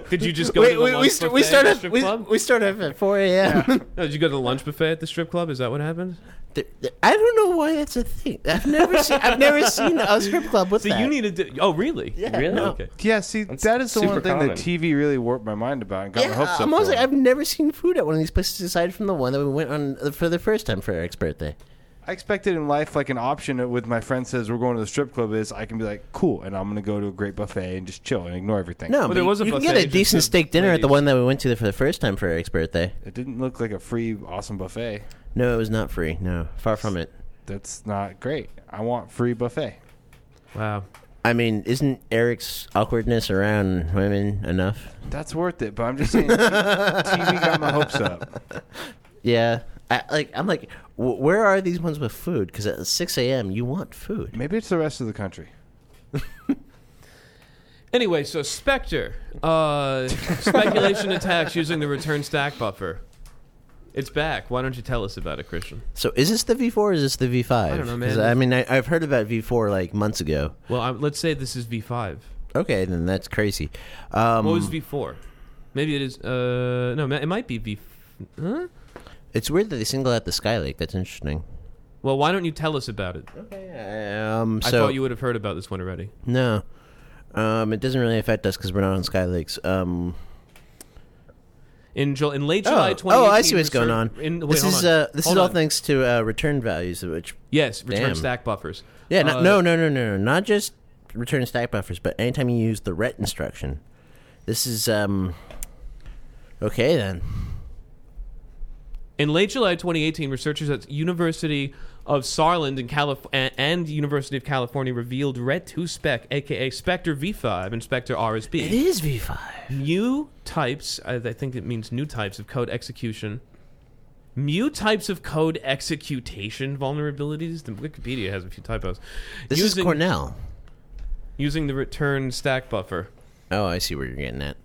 Did you just go
Wait,
to the
we,
lunch
we, st- we
buffet at
start
the
up
strip
we,
club?
we start up at four a.m.
No, Oh, did you go to the lunch buffet at the strip club? Is that what happened?
Th- th- I don't know why that's a thing. I've never seen I've never seen a strip club with
So
that.
you needed to. Oh, really?
Yeah,
Really?
no.
Okay.
yeah, see, that is the
super
one thing
common.
that TV really warped my mind about and got my
Yeah,
hopes up.
I'm almost
for.
uh, like I've never seen food at one of these places aside from the one that we went on for the first time for Eric's birthday.
I expected in life like an option with my friend says we're going to the strip club is I can be like cool and I'm gonna go to a great buffet and just chill and ignore everything.
No,
Well,
but
there
you-
was a
you can
buffet,
get a
just
decent
the
steak dinner at the
ladies.
one that we went to for the first time for Eric's birthday.
it didn't look like a free awesome buffet.
No, it was not free. No, far from it.
That's not great. I want free buffet.
Wow.
I mean, isn't Eric's awkwardness around women enough?
That's worth it, but I'm just saying TV got my hopes up.
Yeah, I, like I'm like, w- where are these ones with food? Because at 6 a.m. you want food.
Maybe it's the rest of the country.
Anyway, so Spectre, uh, speculation attacks using the return stack buffer. It's back. Why don't you tell us about it, Christian?
So is this the V4 or is this the V5?
I don't know,
'Cause,
man.
I mean, I, I've heard about V4 like months ago.
Well, I, let's say this is V5.
Okay, then that's crazy. Um,
What was V4? Maybe it is. Uh, no, ma- it might be V. Huh?
it's weird that they single out the Skylake. That's interesting.
Well, why don't you tell us about it?
Okay. Um, so
I thought you would have heard about this one already.
No. Um, it doesn't really affect us because we're not on Skylakes. Um,
In, Ju- in late July
oh,
2018.
oh, I see what's going on.
research- In, wait,
this
hold
is
on.
uh, this
Hold
is all
on.
thanks to uh, return values, which
Yes, return
Damn.
stack buffers.
yeah, no,
Uh,
no, no, no, no, no, not just return stack buffers, but anytime you use the ret instruction. This is um, okay then.
In late July 2018, researchers at University of Saarland in Calif- a- and University of California revealed Red 2 Spec, aka Spectre V5 and Spectre
It
RSB,
is V five.
new types. I I think it means new types of code execution. New types of code execution vulnerabilities. The Wikipedia has a few typos.
This
Using-
is Cornell.
using the return stack buffer.
Oh, I see where you're getting at.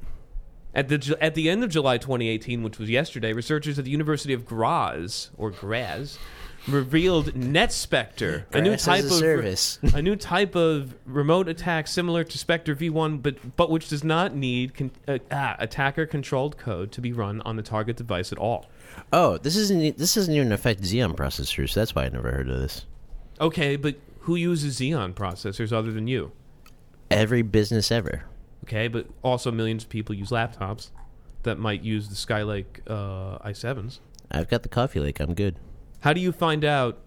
At the at the end of July 2018, which was yesterday, researchers at the University of Graz or Graz revealed NetSpectre, a new
Grass
type
as a
of
service.
a new type of remote attack similar to Spectre V1, but but which does not need con- uh, ah, attacker controlled code to be run on the target device at all.
Oh, this isn't this doesn't even affect Xeon processors. That's why I never heard of this.
Okay, but who uses Xeon processors other than you?
Every business ever.
Okay, but also millions of people use laptops that might use the Skylake uh, i7s.
I've got the coffee lake. I'm
Oh,
good.
How do you find out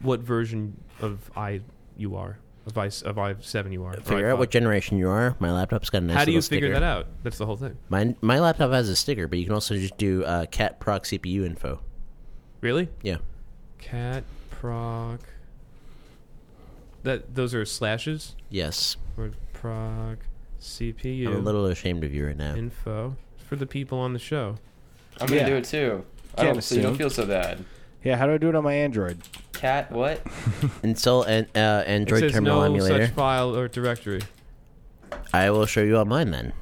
what version of i you are of i of i seven you are? or
Figure out
iPod?
what generation you are. My laptop's got a nice
How do you
little
figure
sticker.
that out? That's the whole thing.
My my laptop has a sticker, but you can also just do uh, cat proc CPU info.
Really?
Yeah.
Cat proc. That those are slashes
Yes.
or proc CPU
I'm a little ashamed of you right now.
info for the people on the show.
I'm gonna
Yeah.
do it too. I
Can't
don't, so you don't
assume.
feel so bad.
Yeah, how do I do it on my Android?
Cat, what?
Install an uh,
It
Android
says
terminal
no
emulator.
such file or directory.
I will show you on mine then.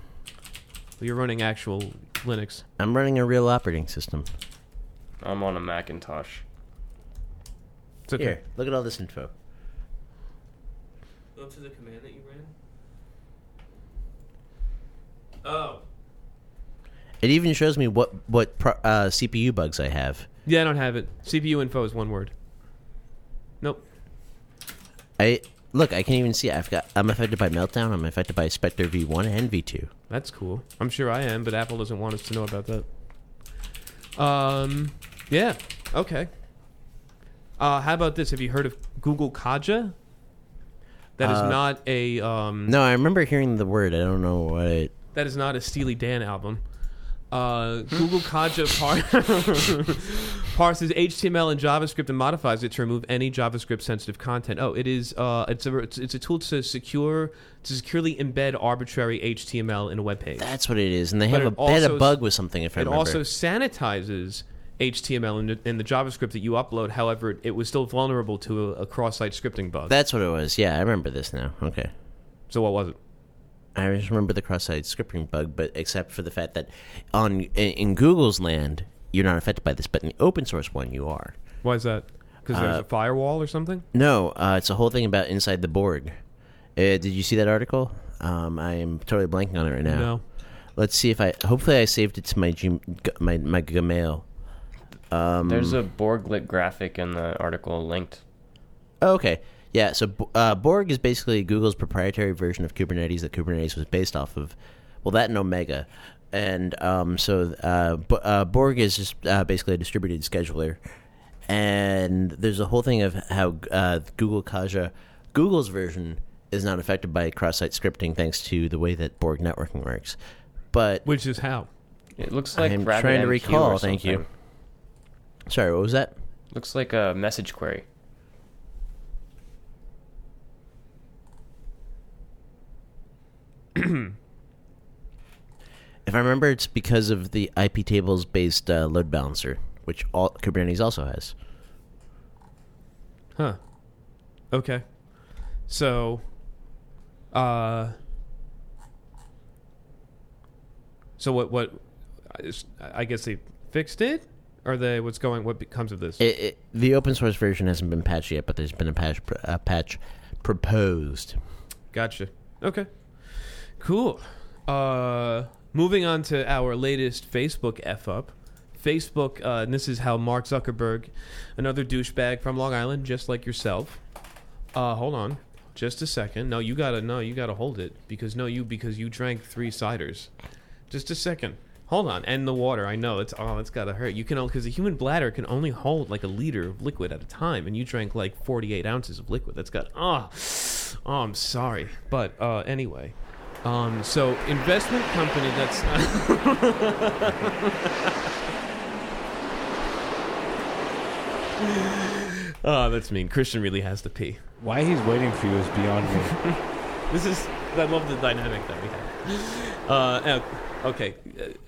You're running actual Linux.
I'm running a real operating system.
I'm on a Macintosh.
It's okay.
Here, look at all this info.
Go to the command that you ran. Oh.
It even shows me what what pro- uh, CPU bugs I have.
Yeah, I don't have it. CPU info is one word. Nope.
I look. I can even see. I've got. I'm affected by meltdown. I'm affected by Spectre V1 and V2.
That's cool. I'm sure I am, but Apple doesn't want us to know about that. Um, yeah. Okay. Uh, how about this? Have you heard of Google Kaja? That is
Uh,
not a um,
No, I remember hearing the word. I don't know what. It,
that is not a Steely Dan album. Uh, Google Kaja par- parses HTML and JavaScript and modifies it to remove any JavaScript-sensitive content. Oh, it is. Uh, it's a it's, it's a tool to secure to securely embed arbitrary HTML in a web page.
that's what it is. And they
But
have a,
it
they had
also-
a bug with something. If I
It
remember.
also sanitizes HTML and, and the JavaScript that you upload. However, it, it was still vulnerable to a, a cross-site scripting bug.
That's what it was. Yeah, I remember this now. Okay.
so what was it?
I just remember the cross-site scripting bug, but except for the fact that on in, in Google's land, you're not affected by this, but in the open source one, you are.
Why is that? Because there's
Uh,
a firewall or something.
No, uh, it's a whole thing about inside the Borg. Uh, did you see that article? Um, I am totally blanking on it right now.
No.
Let's see if I. Hopefully, I saved it to my G, my my Gmail. Um,
There's a Borglit graphic in the article linked.
Oh, okay. Yeah, so uh, Borg is basically Google's proprietary version of Kubernetes that Kubernetes was based off of. Well, that and Omega. And um, so uh, Bo- uh, Borg is just uh, basically a distributed scheduler. and there's a whole thing of how uh, Google Kaja, Google's version is not affected by cross-site scripting thanks to the way that Borg networking works. But
Which is how.
It looks like
I'm
RabbitMQ
trying to
or
recall. Thank you.
something.
Sorry, what was that?
Looks like a message query.
If I remember, it's because of the IP tables based uh, load balancer, which all Kubernetes also has.
Huh. Okay. So, uh, so what? What? I just- I guess they fixed it. Or they? What's going? What becomes of this?
It, it, the open source version hasn't been patched yet, but there's been a patch, pr- a patch proposed.
Gotcha. Okay. Cool. Uh, moving on to our latest Facebook F up. Facebook, uh, and this is how Mark Zuckerberg, another douchebag from Long Island, just like yourself. Uh, hold on. Just a second. No, you gotta no, you gotta hold it. Because no, you because you drank three ciders. Just a second. Hold on. And the water. I know it's oh, it's gotta hurt. You can because the human bladder can only hold like a liter of liquid at a time, and you drank like forty eight ounces of liquid. That's got ah. Oh, I'm sorry, but uh, anyway. Um, so investment company that's Oh, that's mean. Christian really has to pee.
Why he's waiting for you is beyond me.
This is I love the dynamic that we have. Uh, uh, okay.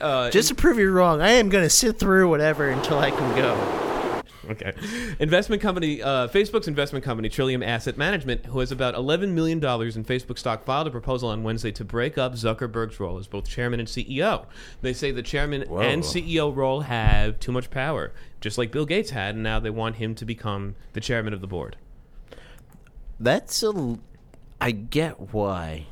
Uh,
Just to prove you're wrong, I am going to sit through whatever until I can go.
okay. Investment company, uh, Facebook's investment company, Trillium Asset Management, who has about $11 million in Facebook stock, filed a proposal on Wednesday to break up Zuckerberg's role as both chairman and CEO. They say the chairman and CEO role have too much power, just like Bill Gates had, and now they want him to become the chairman of the board.
That's a. l- I get why,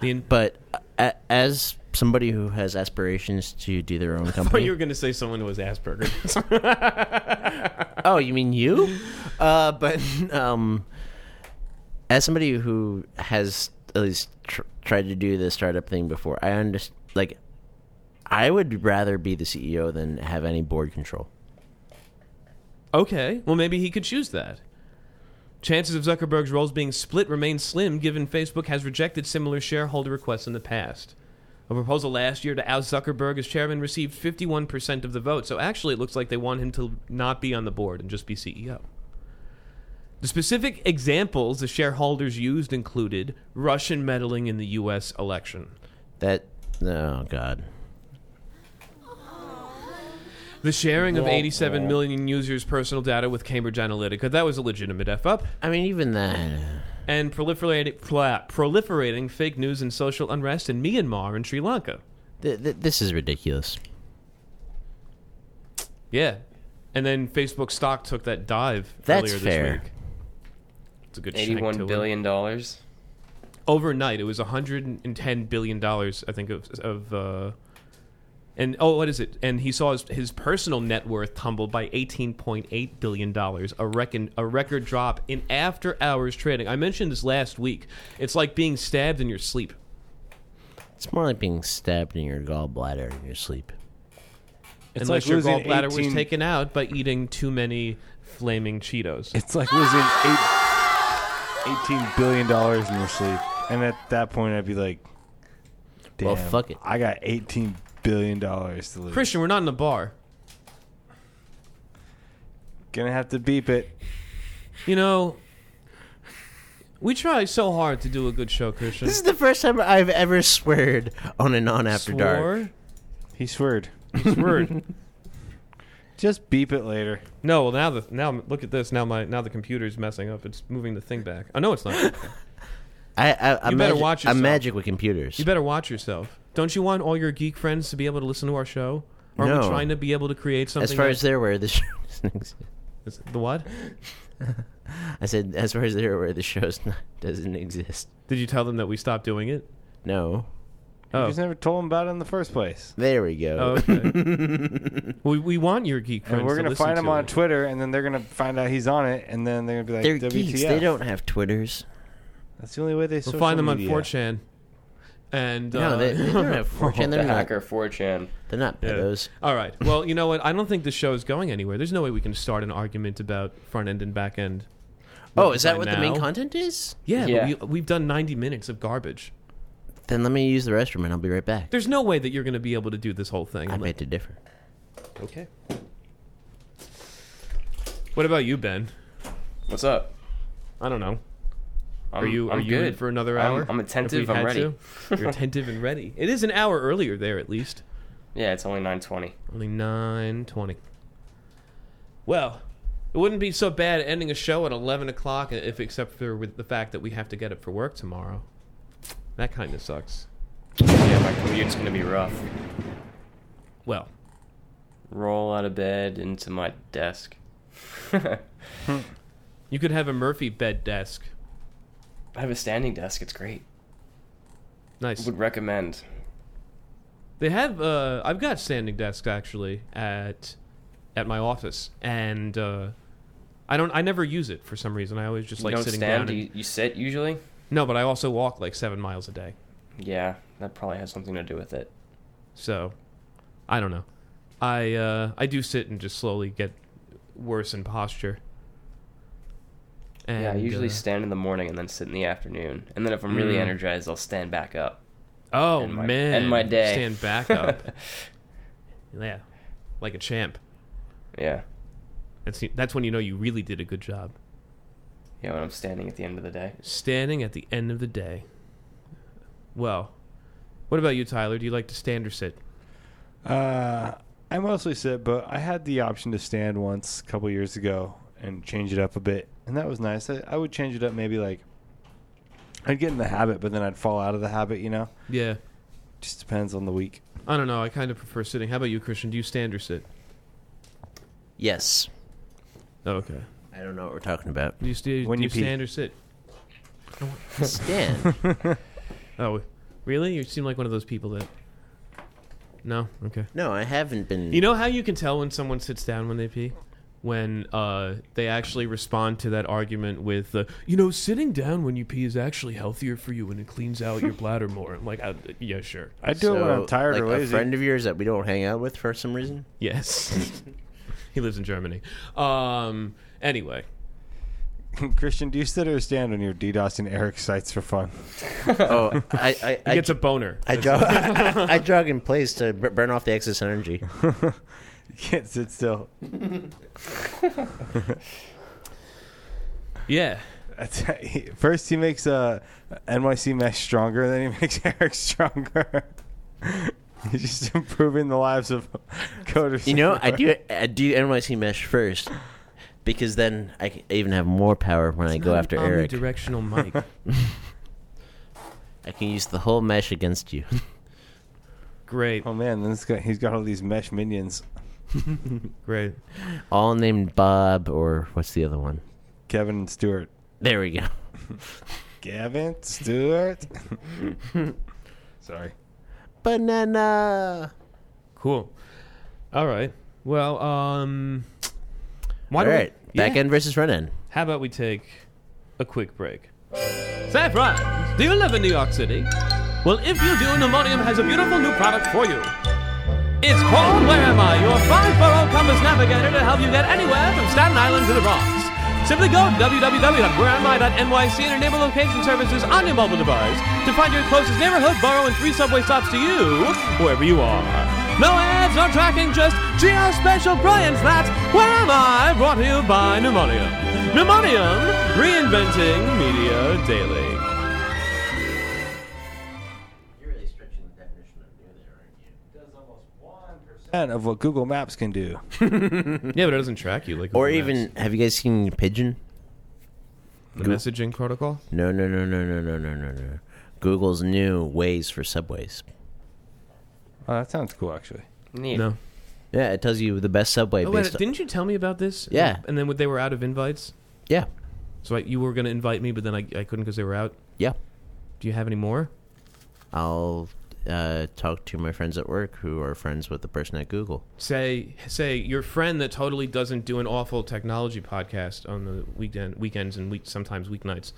The in-
but uh, a, as somebody who has aspirations to do their own
I thought
company,
you were going to say someone who was Asperger.
Oh, you mean you? Uh, but um, as somebody who has at least tr- tried to do the startup thing before, I understand. Like, I would rather be the CEO than have any board control.
Okay, well, maybe he could choose that. Chances of Zuckerberg's roles being split remain slim given Facebook has rejected similar shareholder requests in the past. A proposal last year to out Zuckerberg as chairman received 51% of the vote, so actually it looks like they want him to not be on the board and just be CEO. The specific examples the shareholders used included Russian meddling in the U.S. election.
That oh god,
The sharing of
Wah,
87
wah.
million users' personal data with Cambridge Analytica. That was a legitimate F up.
I mean even that.
and proliferating, pla- proliferating fake news and social unrest in Myanmar and Sri Lanka.
Th- th- this is ridiculous.
Yeah. And then Facebook stock took that dive
That's
earlier
fair.
this week. It's a good shank to
Eighty-one
it.
billion dollars.
Overnight, it was $110 billion, I think, of. of uh, and oh, what is it? And he saw his, his personal net worth tumble by eighteen point eight billion dollars, a reckon a record drop in after hours trading. I mentioned this last week. It's like being stabbed in your sleep.
It's more like being stabbed in your gallbladder in your sleep.
It's
unless
like
your
losing
gallbladder was
18
taken out by eating too many flaming Cheetos.
It's like losing eight, $18 billion dollars in your sleep. And at that point, I'd be like, damn,
Well, fuck it.
I got $18 billion dollars to lose.
Christian, we're not in a bar.
Gonna have to beep it.
You know, we try so hard to do a good show, Christian.
This is the first time I've ever sweared on a non after dark.
Swore?
He sweared.
Sword.
Just beep it later.
no, well now the now look at this. Now my now the computer's messing up. It's moving the thing back. Oh no, it's not.
I, I, I'm
You better
magi-
watch
I'm
yourself.
magic with computers.
You better watch yourself. Don't you want all your geek friends to be able to listen to our show? Or are we
No.
trying to be able to create something?
as far
that-
as they're aware, this show doesn't exist.
is- the what?
I said, as far as they're aware, the show's not doesn't exist.
Did you tell them that we stopped doing it?
No.
You
Oh,
just never told him about it in the first place.
There we go.
Oh, we, we want your geek friends.
And we're
to
gonna
listen
find him
to
on
it.
Twitter, and then they're gonna find out he's on it, and then they're gonna be
They're
like, "WTF?"
geeks. They don't have Twitters.
That's the only way they
We'll
social
find them on
media.
4chan. And uh,
No, they, they don't have 4chan. They're
The
not,
hacker 4chan.
they're not
Yeah.
pedos.
All right. Well, you know what? I don't think the show is going anywhere. There's no way we can start an argument about front end and back end.
Oh, is that
Right
what the main
now?
content is?
Yeah,
Yeah.
But we, we've done 90 minutes of garbage.
Then let me use the restroom and I'll be right back.
There's no way that you're going to be able to do this whole thing.
I beg to differ.
okay. What about you, Ben?
What's up?
I don't know.
I'm,
Are you
I'm
are you in
good
for another
I'm-
hour?
I'm, attentive.
If we
I'm
had
ready.
to? You're attentive and ready. It is an hour earlier there, at least.
Yeah, it's only 9:20.
Only nine twenty. Well, it wouldn't be so bad ending a show at eleven o'clock, if except for with the fact that we have to get up for work tomorrow. That kind of sucks.
Yeah, my commute's gonna be rough.
Well,
Roll out of bed into my desk. I
you could have a Murphy bed desk.
have a standing desk. It's great.
Nice.
Would recommend.
They have. Uh, I've got standing desks actually at at my office, and uh, I don't. I never use it for some reason. I always just
You
like
don't
sitting
stand.
down.
do
and-
you, you sit usually.
no, but I also walk like seven miles a day.
Yeah, that probably has something to do with it.
So, I don't know. I uh, I do sit and just slowly get worse in posture. And,
yeah, I usually
uh,
stand in the morning and then sit in the afternoon. And then if I'm really
Mm.
energized, I'll stand back up.
oh
end my-
man,
end my day.
Stand back up. yeah, like a champ.
Yeah.
That's that's when you know you really did a good job.
Yeah, when I'm standing at the end of the day.
Standing at the end of the day. Well, what about you, Tyler? Do you like to stand or sit?
Uh, I mostly sit, but I had the option to stand once a couple years ago and change it up a bit, and that was nice. I, I would change it up maybe like I'd get in the habit, but then I'd fall out of the habit. You know,
Yeah,
just depends on the week.
I don't know. I kind of prefer sitting. How about you, Christian? Do you stand or sit?
Yes.
Oh, okay.
I don't know what we're talking about.
Do you, st-
When
do you
you pee.
stand or sit?
Stan.
Oh, really? You seem like one of those people that. No. Okay.
no, I haven't been.
You know how you can tell when someone sits down when they pee, when uh, they actually respond to that argument with, uh, you know, sitting down when you pee is actually healthier for you and it cleans out your bladder more. I'm like, I, yeah, sure.
I do it when I'm
So,
tired
like
or
A
lazy.
friend of yours that we don't hang out with for some reason.
Yes. he lives in Germany. Um. Anyway.
Christian, do you sit or stand when you're DDoSing Eric sites for fun?
oh, I I,
He
I,
gets a boner.
I jog. I, jog in place to b- burn off the excess energy.
You can't sit still.
yeah.
That's, first, he makes uh, NYC Mesh stronger, then he makes Eric stronger. He's just improving the lives of coders.
You know, I
everywhere.
do I do NYC mesh first because then I c- I even have more power when I go after Eric.
Omnidirectional mic.
I can use the whole mesh against you.
Great.
Oh man, this guy, he's got all these mesh minions.
Great.
All named Bob or what's the other one?
Kevin and Stewart.
There we go.
Gavin Stewart. Sorry.
Banana.
Cool. All right. Well, um, why
All
don't
right,
we,
back
yeah.
end versus front end.
How about we take a quick break? San Fran, do you live in New York City? Well, if you do, Pneumonium has a beautiful new product for you. It's called Where Am I? Your five-borough compass navigator to help you get anywhere from Staten Island to the Bronx. Simply go to www.whereami.nyc and enable location services on your mobile device to find your closest neighborhood, borough, and three subway stops to you, wherever you are. No ads, no tracking, just geospatial brilliance. That's Where Am I? Brought to you by Pneumonium. Pneumonium, reinventing media daily.
You're really stretching the definition of near there, aren't you?
And of what Google Maps can do.
Yeah, but it doesn't track you like
Or even, have you guys seen Pigeon?
the messaging protocol.
No, no, no, no, no, no, no, no, no. Google's new ways for subways.
Oh, that sounds cool, actually.
Neat.
Yeah, it tells you the best subway
Oh, wait,
based. on,
didn't you tell me about this?
Yeah.
And then they were out of invites,
yeah,
so I, you were going to invite me, but then I, I couldn't because they were out.
yeah.
Do you have any more?
I'll uh, talk to my friends at work who are friends with the person at Google.
Say say your friend that totally doesn't do an awful technology podcast on the weekend weekends and week sometimes weeknights,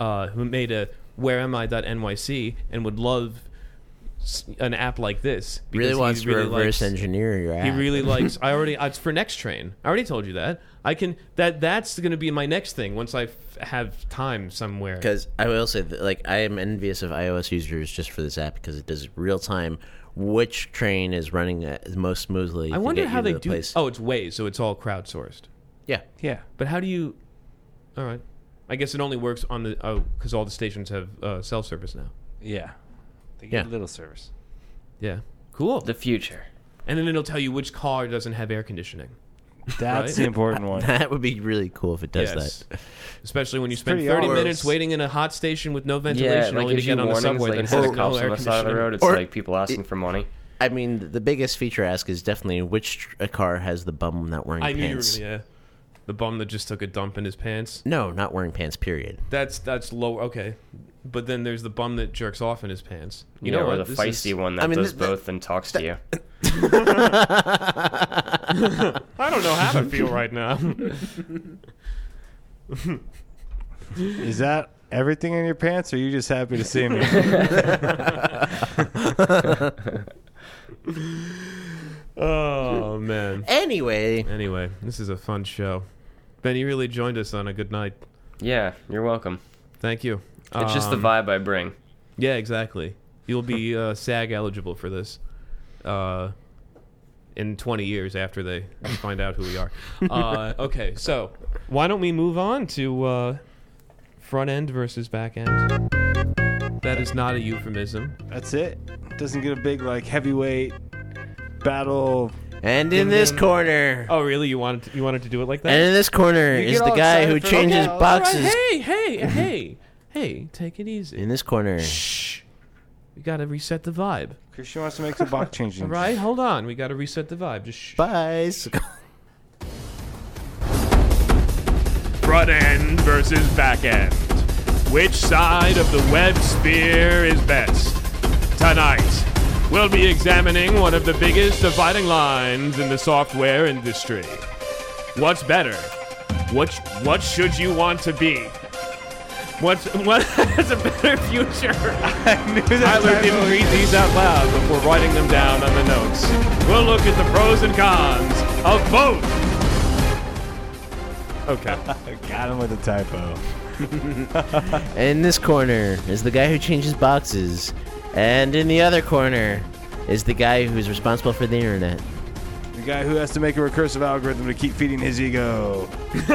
uh, who made a where am I nyc and would love s- an app like this.
really
because he
wants to
really likes-
reverse engineer your app.
He really likes. I already. It's for next train. I already told you that. I can. That that's going to be my next thing once I f- have time somewhere.
because I will say that, like I am envious of iOS users just for this app because it does real time which train is running at- most smoothly.
I
to
wonder
get you
how
to
they
the
do.
place.
Oh, it's Waze, so it's all crowdsourced.
yeah,
Yeah.
But how do you? All right. I guess it only works on the oh because all the stations have uh, cell service now.
Yeah. They
get
get
Yeah.
little service.
Yeah. Cool.
The future.
and then it'll tell you which car doesn't have air conditioning.
That's
Right?
the important one.
that would be really cool if it does that.
Especially when you spend
pretty
30
obvious.
minutes waiting in a hot station with no
Yeah,
ventilation
like
only to
gives you
get on the
warnings,
subway
like
that
instead
has
of
no
cops
air
on the side of the road,
conditioning.
it's
Or-
like people asking for money.
I mean, the biggest feature ask is definitely which tr- a car has the bum not wearing
I knew you were
pants.
gonna, yeah. The bum that just took a dump in his pants.
No, not wearing pants. Period.
That's that's low. Okay, but then there's the bum that jerks off in his pants. You
yeah,
know
or
what?
the
This
feisty
is-
one that
I mean,
does
th- th-
both and talks to you.
I don't know how to feel right now.
Is that everything in your pants, or are you just happy to see me?
oh man.
Anyway,
Anyway, this is a fun show. Ben, you really joined us on a good night.
Yeah, you're welcome.
Thank you.
It's just the
Um,
vibe I bring.
Yeah, exactly. You'll be uh, SAG eligible for this uh, in 20 years after they find out who we are. Uh, okay, so why don't we move on to uh, front end versus back end? That is not a euphemism.
That's it. Doesn't get a big like heavyweight battle.
and in this corner,
Oh, really? You wanted to, you wanted to do it like
and
that?
in this corner
You
is
get
the
all
guy
excited
who
for-
changes
Okay, all right,
boxes.
hey, hey, hey, hey! Take it easy.
In this corner,
Shh. We gotta reset the vibe.
Christian wants to make some box changes.
All right, hold on. We gotta reset the vibe. Just shh.
bicycle.
front end versus back end. Which side of the web sphere is best? Tonight, we'll be examining one of the biggest dividing lines in the software industry. What's better? What what should you want to be? What's what has a better future? Tyler didn't read these out loud before writing them down on the notes. We'll look at the pros and cons of both. Okay.
Got him with a typo.
In this corner is the guy who changes boxes, and in the other corner is the guy who's responsible for the internet.
The guy who has to make a recursive algorithm to keep feeding his ego.
This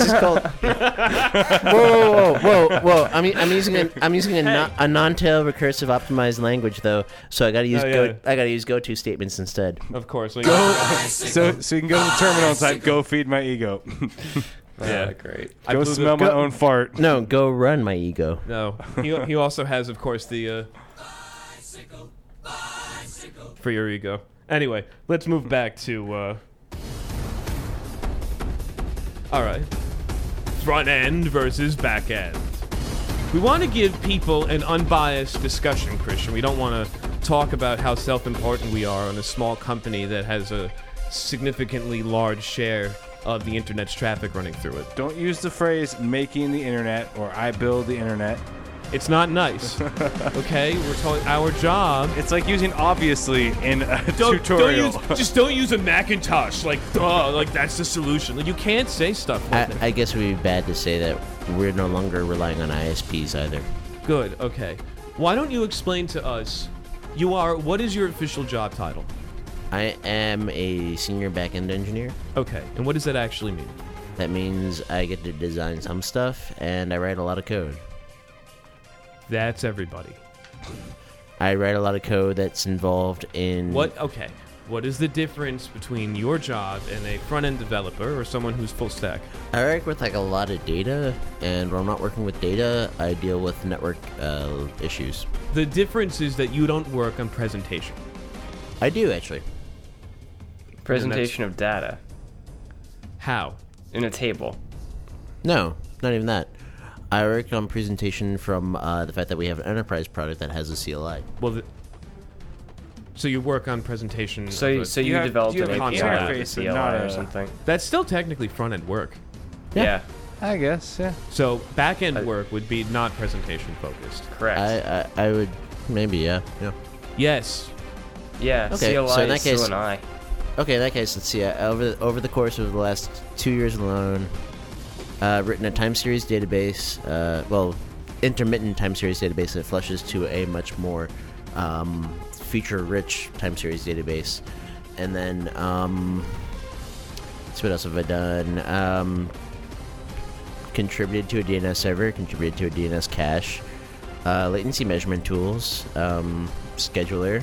is called. whoa, whoa, whoa, whoa, whoa! I'm, u- I'm using a I'm using a, non a non-tail recursive optimized language though, so I gotta use
Oh, yeah.
go I gotta use go-to statements instead.
Of course. we-
So, so you can go to the terminal and type "Go feed my ego."
Yeah.
Ah, great.
I
go
blew the-
smell my
Go-
own fart.
No, go run my ego.
No. He, he also has, of course, the. Uh, for your ego. Anyway, let's move back to. Uh, all right. Front end versus back end. We want to give people an unbiased discussion, Christian. We don't want to talk about how self important we are on a small company that has a significantly large share of the internet's traffic running through it.
Don't use the phrase "making the internet" or "I build the internet."
It's not nice. okay, we're telling our job.
It's like using "obviously" in a tutorial.
Don't use, just don't use a Macintosh. Like, duh. Like that's the solution. Like, you can't say stuff like
I, I guess it would be bad to say that we're no longer relying on ISPs either.
that. Good. Okay. Why don't you explain to us? You are. What is your official job title?
I am a senior backend engineer.
Okay. And what does that actually mean?
That means I get to design some stuff and I write a lot of code.
That's everybody.
I write a lot of code that's involved in
What? Okay. What is the difference between your job and a front end developer or someone who's full stack?
I work with like a lot of data, and when I'm not working with data, I deal with network uh, issues.
The difference is that you don't work on presentation.
I do actually.
Presentation of data
How?
in a table.
No, not even that. I work on presentation from uh, the fact that we have an enterprise product that has a CLI.
Well, the, so you work on presentation.
So,
of
you-
a-
so you,
have-
developed
you
an
have an
API
interface,
or a
but
CLI
not
or
a-
something.
that's still technically front end work.
Yeah.
Yeah,
I guess, yeah.
So back end
I-
work would be not presentation focused.
correct.
I, I I would Maybe, yeah. Yeah.
Yes.
Yeah,
Okay,
CLI
so in that
is still
case-
an I.
Okay, in that case, let's see. Uh, over over the course of the last two years alone, uh, written a time series database. Uh, well, intermittent time series database that flushes to a much more um, feature-rich time series database, and then um, so what else have I done? Um, contributed to a DNS server, contributed to a DNS cache, uh, latency measurement tools, um, scheduler.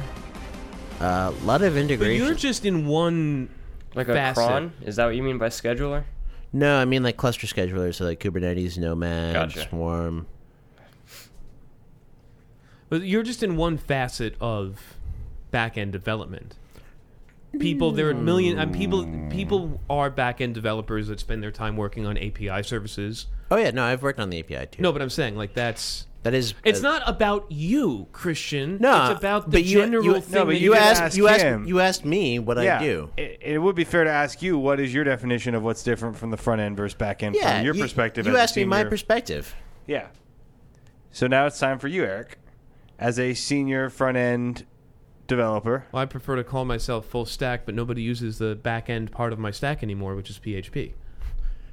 A lot of
But
integration.
you're just in one.
Like a
Facet.
cron? Is that what you mean by scheduler?
No, I mean like cluster schedulers, so like Kubernetes, Nomad,
Gotcha.
Swarm.
But you're just in one facet of back-end development. People, there are a million. And people, people are back-end developers that spend their time working on API services.
Oh yeah, no, I've worked on the API too.
No, but I'm saying like that's.
that is
It's
uh,
not about you, Christian.
No,
it's about the
but you-
general
you-
thing.
No, but
that
You
You can
asked
ask
you asked
him.
you asked me what I do.
It, it would be fair to ask you what is your definition of what's different from the front end versus back end
Yeah,
from your
you-
perspective.
You
as a
asked me my
senior-
perspective.
Yeah. So now it's time for you, Eric, as a senior front end developer.
Well, I prefer to call myself full stack, but nobody uses the back end part of my stack anymore, which is PHP.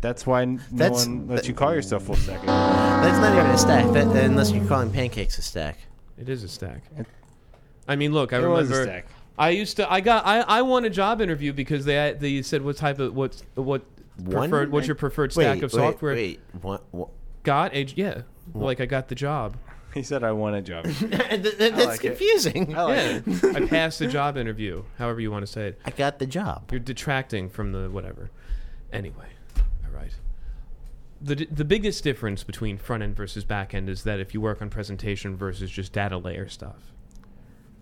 That's why n- no
That's-
one lets
that-
you call yourself full stack.
That's not even a stack. That, unless you're calling pancakes a stack.
It is a stack. I mean, look, I
It
remember
was a stack.
I used to. I got. I, I won a job interview because they they said what type of what what
One-
preferred what's your preferred stack
wait,
of software
Wait, wait what, what?
got a yeah like I got the job.
He said, I want a job.
That- that- that's
like it.
confusing. I,
Yeah, I passed the job interview. However you want to say it.
got the job.
You're detracting from the whatever. Anyway, all right. The, the biggest difference between front end versus back end is that if you work on presentation versus just data layer stuff.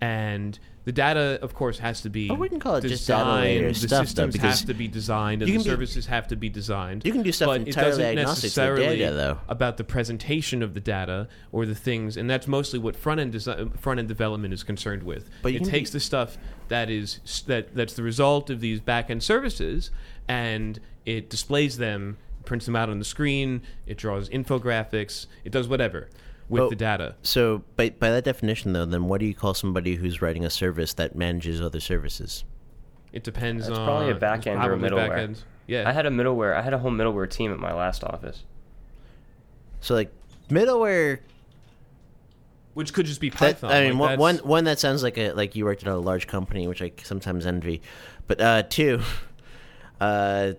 And the data, of course, has to be.
I wouldn't Oh, call it just data layer
designed,
stuff, though,
The systems
because
have to be designed, and
you
the
can be-
services have to be designed.
You can do stuff
but it
entirely
doesn't
agnostic to the
necessarily
data, though.
about the presentation of the data or the things, and that's mostly what front end desi- front end development is concerned with.
But you
it
can
takes
be-
the stuff that is that that's the result of these back end services, and it displays them, prints them out on the screen, it draws infographics, it does whatever with
Oh.
the data.
So by by that definition, though, then what do you call somebody who's writing a service that manages other services?
It depends
That's
on
probably a
it's
back end or a
probably
middleware.
back end. Yeah,
I had a middleware. I had a whole middleware team at my last office.
So like middleware
which could just be
that,
Python.
I mean,
like
one,
that's-
one one that sounds like a like you worked at a large company, which I sometimes envy. But uh, two, uh,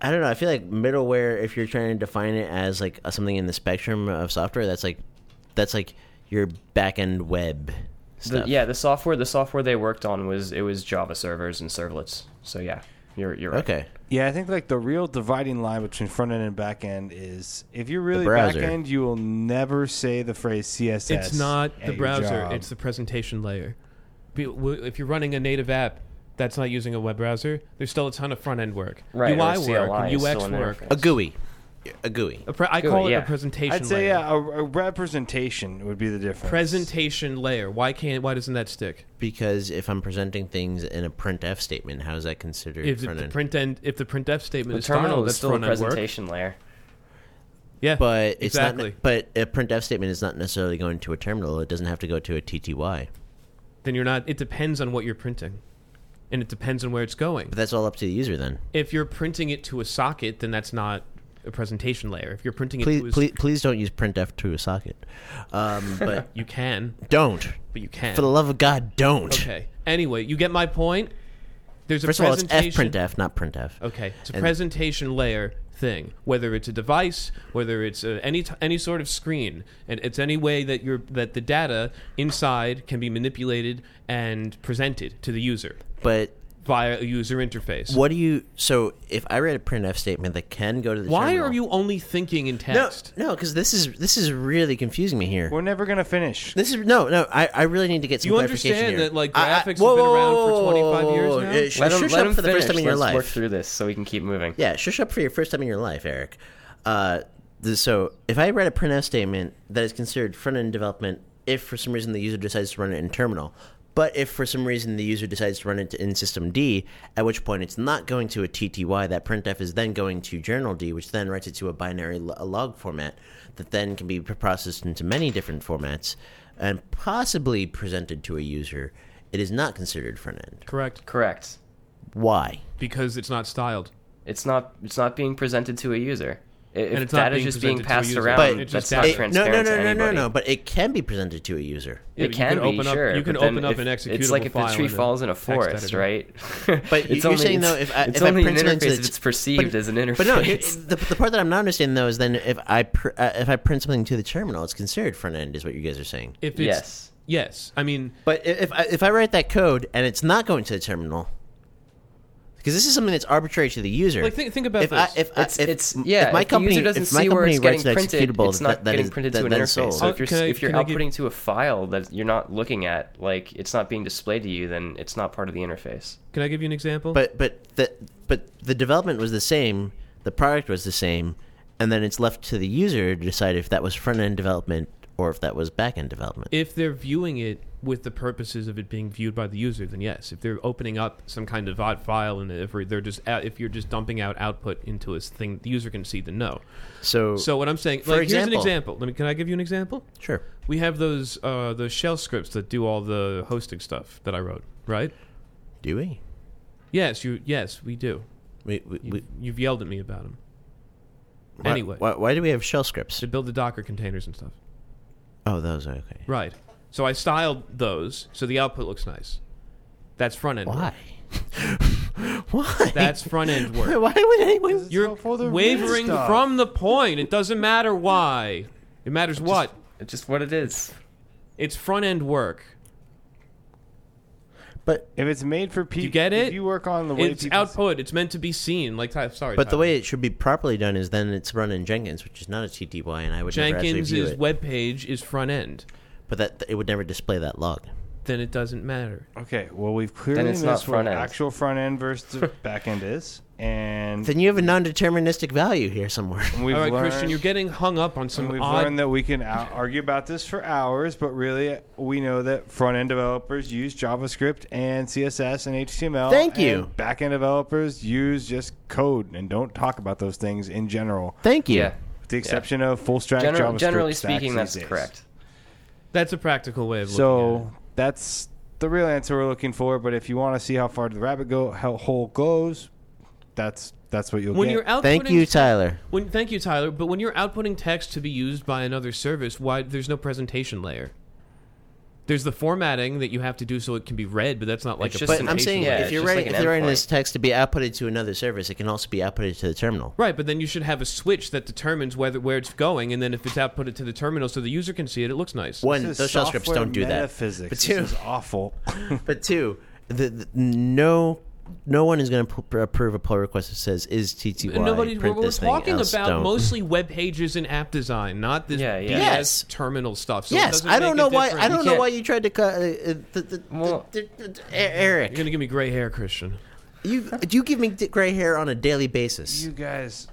I don't know. I feel like middleware, if you're trying to define it as like a- something in the spectrum of software, that's like that's like your back end web
The-
stuff.
yeah, the software the software they worked on was it was Java servers and servlets. So yeah, you're you're right.
Okay.
Yeah, I think like the real dividing line between front end and back end is if you're really back
browser.
end, you will never say the phrase CSS.
It's not
at
the
your
browser;
job.
it's the presentation layer. Be- w- If you're running a native app that's not using a web browser, there's still a ton of front end work,
Right, or
UI
CLI
work, and
is
UX
still an
work.
interface.
A GUI. A GUI.
A pre- I
Good,
call it
yeah.
a presentation.
I'd say
layer.
yeah, a, a representation would be the difference.
presentation layer. Why can't? Why doesn't that stick?
Because if I'm presenting things in a printf statement, how is that considered
If the,
front
the
end?
print end, if the printf statement
The
is
terminal
styled,
is
that's
still a
front end work.
presentation layer.
Yeah,
but it's
exactly.
not. But a printf statement is not necessarily going to a terminal. It doesn't have to go to a TTY.
then you're not. It depends on what you're printing, and it depends on where it's going.
But that's all up to the user then.
If you're printing it to a socket, then that's not a presentation layer. If you're printing it
Please,
to a s-
please, please don't use printf to a socket. Um, but
you can,
don't.
but you can.
For the love of God, don't.
okay. Anyway, you get my point. There's a
First of all, it's
presentation.
fprintf, not printf.
Okay, it's a
And-
presentation layer thing. Whether it's a device, whether it's uh any t- any sort of screen, and it's any way that your that the data inside can be manipulated and presented to the user
But
via a user interface.
what do you? So if I read a printf statement that can go to the
Why
terminal-
are you only thinking in
No,
text?
no, because this is this is really confusing me here.
We're never gonna finish.
This is no, no. I, I really need to get some
You
clarification
understand
here.
that, like,
I- I-
graphics have
whoa,
been
whoa,
around for
whoa, whoa,
25
whoa,
years
whoa,
now?
whoa. Uh, sh-
Let him,
shush
let
up
him
for the
finish.
first time in your
Let's
life.
work through this so we can keep moving.
Yeah, shush up for your first time in your life, Eric. Uh, th- so, if I read a printf statement that is considered front end development, if for some reason the user decides to run it in terminal, but if for some reason the user decides to run it in system D, at which point it's not going to a TTY, that printf is then going to journal D, which then writes it to a binary lo- a log format that then can be p- processed into many different formats. and possibly presented to a user, it is not considered front end.
Correct.
Correct.
Why?
Because it's not styled.
It's not. It's not being presented to a user. I- If
it's not
data
being
is just being
presented to a
passed
user.
around,
But
it's
that's
just
not
data.
It-
transparent
no, no, no,
to
no,
anybody.
no, no. But it can be presented to a user.
Yeah,
It
but you
can
can
be
open up-
sure.
you can
but then
open up
if-
an
It's
executable
like if a
file
tree
in a
falls in a
text
forest,
editor.
right?
But
it's
you're
only,
saying though,
it's-
if I,
it's
if
only
I print
an
something
interface
that's-
if it's perceived
but,
as an interface.
But no, it, the, the part that I'm not understanding though is then if I pr- uh, if I print something to the terminal, it's considered front end, is what you guys are saying.
If it's,
yes.
Yes. I mean,
But i- if I, if I write that code and it's not going to the terminal, because this is something that's arbitrary to the user.
Like, think- think about
if I,
this.
if, I-
It's,
if,
it's
if
yeah.
my
if
company,
the user doesn't
if my
see where
company
it's
writes
getting
an
printed,
executable,
it's not
that, that
getting
is-
printed
that
to an
then
interface.
is sold.
So if you're
Can I-
if you're
can I give-
outputting to a file that you're not looking at, like it's not being displayed to you, then it's not part of the interface.
can I give you an example?
But but the but the development was the same, the product was the same, and then it's left to the user to decide if that was front end development or if that was back end development.
if they're viewing it with the purposes of it being viewed by the user, then yes. If they're opening up some kind of odd file and if they're just out, if you're just dumping out output into a thing the user can see, then no.
so
So what I'm saying,
For
like, here's an
example-
example. Let me, can I give you an example?
sure,
We have those uh, those shell scripts that do all the hosting stuff that I wrote, right?
do we?
Yes, you. Yes, we do.
We, we,
You've,
we
you've yelled at me about them.
why-
anyway,
why, why do we have shell scripts?
to build the Docker containers and stuff.
Oh, those are okay.
Right. So I styled those so the output looks nice. That's front end.
Why?
Work.
why?
That's front end work.
why would anyone?
You're
helpful to read
wavering
stuff.
from the point. It doesn't matter why. It matters what.
It's just what it is.
It's front end work.
But
If it's made for people,
You get it?
If you work on the way
It's
people
output. It's meant to be seen. Like Ty- sorry,
but the
Tyler.
way it should be properly done is then it's run in Jenkins, which is not a TTY, and I would never actually view
Jenkins's
it.
web page is front end,
but that it would never display that log.
then it doesn't matter.
Okay, well we've clearly
it's not
missed what
front end.
actual front end versus the back end is, and
Then you have a non-deterministic value here somewhere.
we've
All right,
learned,
Christian, you're getting hung up on
and
some
we've
odd.
learned that we can out- argue about this for hours, but really we know that front end developers use JavaScript and CSS and HTML.
Thank you.
Back end developers use just code and don't talk about those things in general,
Thank you.
Yeah.
with the exception of full stack
General,
JavaScript.
generally
stacks
speaking,
these
that's
days.
correct.
that's a practical way of looking
So that's the real answer we're looking for. But if you want to see how far the rabbit go how hole goes, that's that's what you'll
at it. When
get.
you're outputting,
Thank you, Tyler.
When, thank you, Tyler. But when you're outputting text to be used by another service, why there's no presentation layer? There's the formatting that you have to do so it can be read, but that's not like
It's
a
just an
But
presentation.
I'm saying
yeah,
if
it's
you're
just
writing,
like an
if you're writing
endpoint.
this text to be outputted to another service, it can also be outputted to the terminal.
Right, but then you should have a switch that determines whether where it's going, and then if it's outputted to the terminal so the user can see it, it looks nice.
One,
This is
those shell scripts
software
don't do that.
metaphysics.
But two,
This is awful.
but two, the, the- no, no one is going to p- approve a pull request that says is TTY.
And nobody
print
we're, we're
this thing,
talking
else
about
don't."
mostly web pages and app design, not this
Yeah, yeah.
BS
Yes.
terminal stuff. So it
Yes,
doesn't
I don't
make a
know why.
difference.
I don't know
can't-
why you tried to cut uh, uh, the, the,
Well-
the, the, the- Eric.
You're gonna give me gray hair, Christian.
You do you give me d- gray hair on a daily basis?
you guys,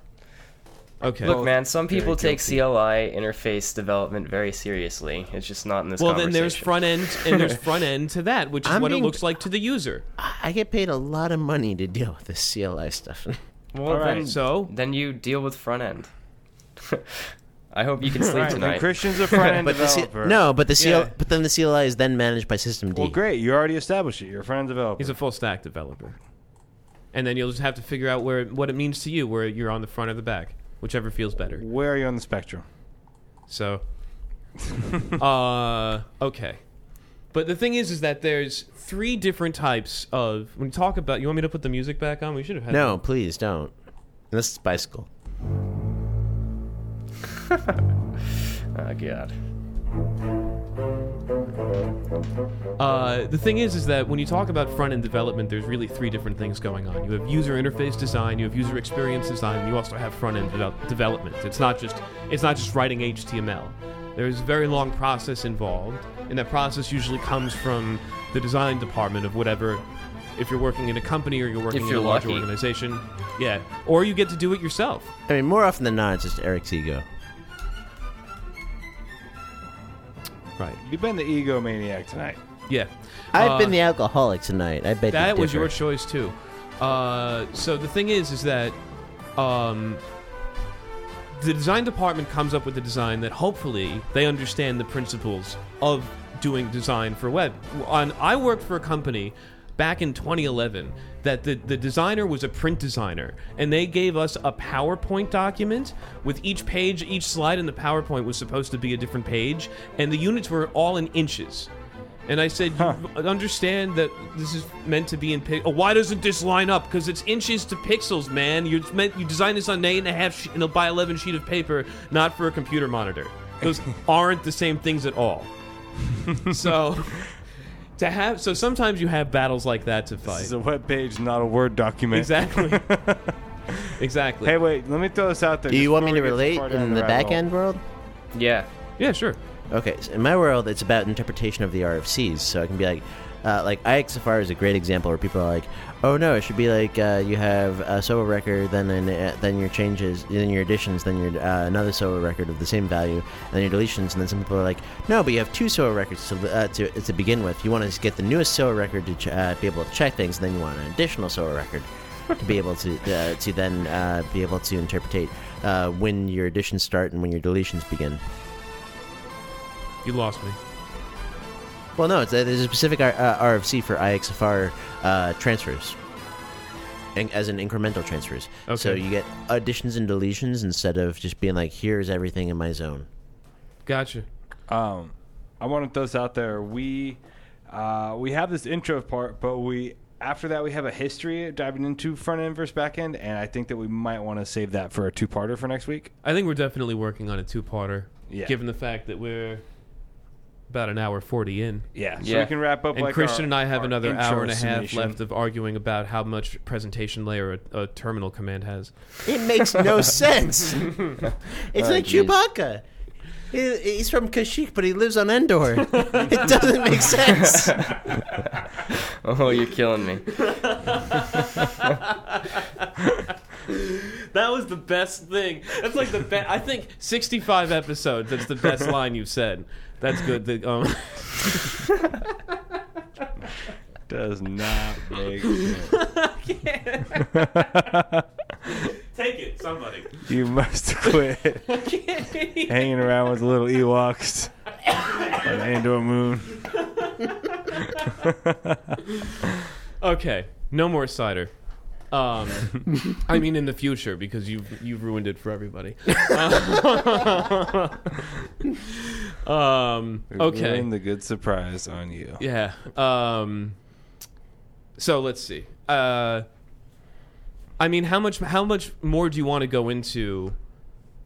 Okay.
Look, man, some
very
people take
guilty.
CLI interface development very seriously. It's just not in this
well, then
conversation.
there's front end, and there's front end to that, which is
I'm
what
being-
it looks like to the user.
I I get paid a lot of money to deal with this CLI stuff.
Well,
All right,
then,
so?
then you deal with front end. I hope you can sleep
I mean,
tonight.
Christian's a front end
but the C-
developer.
no, but the CL,
Yeah.
but then the CLI is then managed by System D.
Well, great. You already established it. You're a front end developer.
He's a full stack developer, and then you'll just have to figure out where what it means to you, where you're on the front or the back, whichever feels better.
Where are you on the spectrum?
So, uh, okay. But the thing is, is that there's three different types of. When you talk about, you want me to put the music back on? We should have had.
No, please don't. This is bicycle.
Oh god.
Uh, the thing is, is that when you talk about front end development, there's really three different things going on. You have user interface design, you have user experience design, and you also have front end devel- development. It's not just it's not just writing HTML. There's a very long process involved, and that process usually comes from the design department of whatever. If you're working in a company or you're working in
you're
a larger
lucky.
organization, yeah, or you get to do it yourself.
I mean, more often than not, it's just Eric's ego.
Right.
You've been the egomaniac tonight.
Yeah.
I've
Uh,
been the alcoholic tonight. I bet
that
you
was your
differ.
choice too. Uh, so the thing is, is that um, the design department comes up with a design that hopefully they understand the principles of doing design for web. On I worked for a company back in 2011 that the, the designer was a print designer and they gave us a powerpoint document with each page each slide in the powerpoint was supposed to be a different page and the units were all in inches and I said, you understand that this is meant to be in pixels. Oh, why doesn't this line up? Because it's inches to pixels, man. You meant you designed this on an eight and a half she- and a by eleven sheet of paper, not for a computer monitor. Those aren't the same things at all. so to have so sometimes you have battles like that to
This
fight.
is a web page, not a Word document.
exactly. exactly.
Hey, wait. Let me throw this out there.
Do you
just
want me to
before we get
relate
too far down
in the
rabbit
back end world?
Yeah.
Yeah, sure.
Okay, so in my world, it's about interpretation of the RFCs. So I can be like, uh, like IXFR is a great example where people are like, oh no, it should be like uh, you have a solo record, then an, uh, then your changes, then your additions, then your uh, another solo record of the same value, and then your deletions. And then some people are like, no, but you have two solo records to uh, to, to begin with. You want to get the newest solo record to ch- uh, be able to check things, and then you want an additional solo record to be able to uh, to then uh, be able to interpretate uh, when your additions start and when your deletions begin.
You lost me.
Well, no, it's, there's a specific R- uh, RFC for IXFR uh, transfers, in, as in incremental transfers. So
Okay.
you get additions and deletions instead of just being like, here's everything in my zone.
Gotcha.
Um, I want to throw this out there. We uh, we have this intro part, but we after that we have a history diving into front end versus back end, and I think that we might want to save that for a two parter for next week.
I think we're definitely working on a two-parter,
Yeah.
given the fact that we're about an hour forty in.
Yeah, so
Yeah.
we can wrap up.
And
like
Christian
our-
and I have
our
another
intro
hour and a half
summation.
left of arguing about how much presentation layer a, a terminal command has.
It makes no sense. it's like
geez.
Chewbacca. He- He's from Kashyyyk, but he lives on Endor. it doesn't make sense.
Oh, you're killing me.
That was the best thing. That's like the best. I think 65 episodes. That's the best line you've said. That's good. The, um,
Does not make sense.
Take it, somebody.
you must quit hanging around with little Ewoks on Andor Moon.
Okay, no more cider. Um, I mean, in the future, because you've you've ruined it for everybody. um, okay.
Ruin the good surprise on you.
Yeah. Um, so let's see. Uh, I mean, how much how much more do you want to go into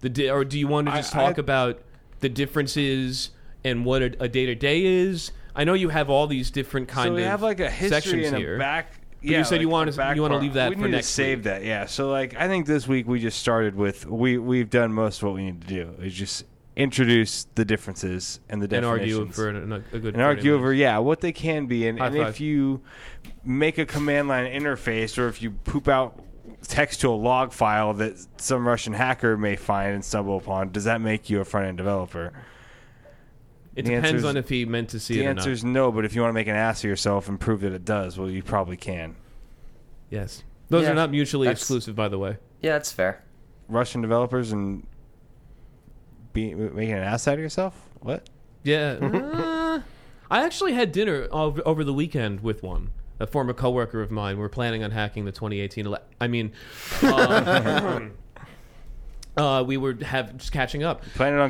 the di- or do you want to
I-
just talk
I-
about the differences and what a day to day is? I know you have all these different kind
so we
of
have like a history
sections
and a
here.
back.
you said you wanna-
a back
you wanna
part.
leave that
we
for
need
next
to save
week.
that. Yeah. So like I think this week we just started with we we've done most of what we need to do is just introduce the differences and the
and
definitions
argue for an, a good
and
30
argue
minutes.
over yeah what they can be and,
High
and
five.
if you make a command line interface or if you poop out text to a log file that some Russian hacker may find and stumble upon, does that make you a front end developer?
It
the
depends
answer's-
on if he meant to see
The
it or
answer
not.
is no, but if you want to make an ass of yourself and prove that it does, well, you probably can.
Yes, those
Yeah,
are not mutually
that's-
exclusive, by the way.
Yeah, that's fair.
Russian developers and be, making an ass out of yourself? What?
Yeah. Uh, I actually had dinner over, over the weekend with one, a former coworker of mine. We're planning on hacking the 2018 ele- I mean, um, uh, we were have just catching up.
Planning on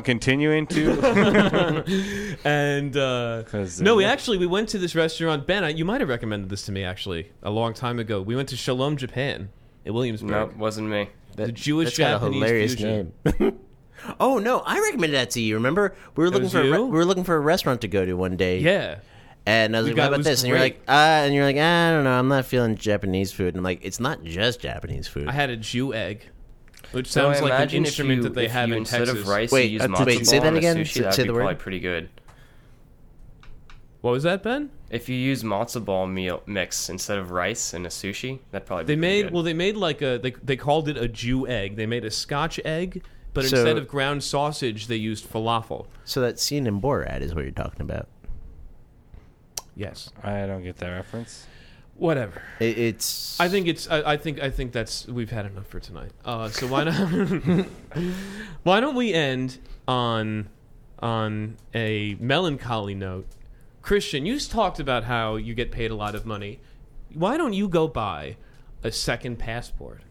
continuing to?
and uh,
'Cause, uh,
no, we
yeah.
actually we went to this restaurant. Ben, I, you might have recommended this to me actually a long time ago. We went to Shalom Japan in Williamsburg.
Nope, wasn't me.
The Jewish Japanese fusion.
name. oh no, I recommended that to you. Remember, we were looking
was
for a re-
you?
we were looking for a restaurant to go to one day.
Yeah.
And I was
We
like,
got-
"What
it
about
was
this?" And you're
great.
like, "Uh," and you're like, "I don't know. I'm not feeling Japanese food." And I'm like, "It's not just Japanese food."
I had a Jew egg, which
So
sounds
I
like an
imagine if
instrument
you-
that they
if
have
you,
in
instead
Texas.
of rice,
Wait,
you use
uh,
matzo
wait, say
ball
that
in a
again?
Sushi,
Say-
that'd
say
be
the word.
probably pretty good.
What was that, Ben?
If you use matzo ball meal mix instead of rice in a sushi, that'd probably
They
be pretty
made
good.
well. They made like a they, they called it a Jew egg. They made a Scotch egg, but
So-
instead of ground sausage, they used falafel.
so that scene in Borat is what you're talking about.
Yes.
I don't get that reference.
whatever.
It, it's.
I think it's. I, I think. I think that's. We've had enough for tonight. Uh, so why not? why don't we end on on a melancholy note? Christian, you talked about how you get paid a lot of money. Why don't you go buy a second passport?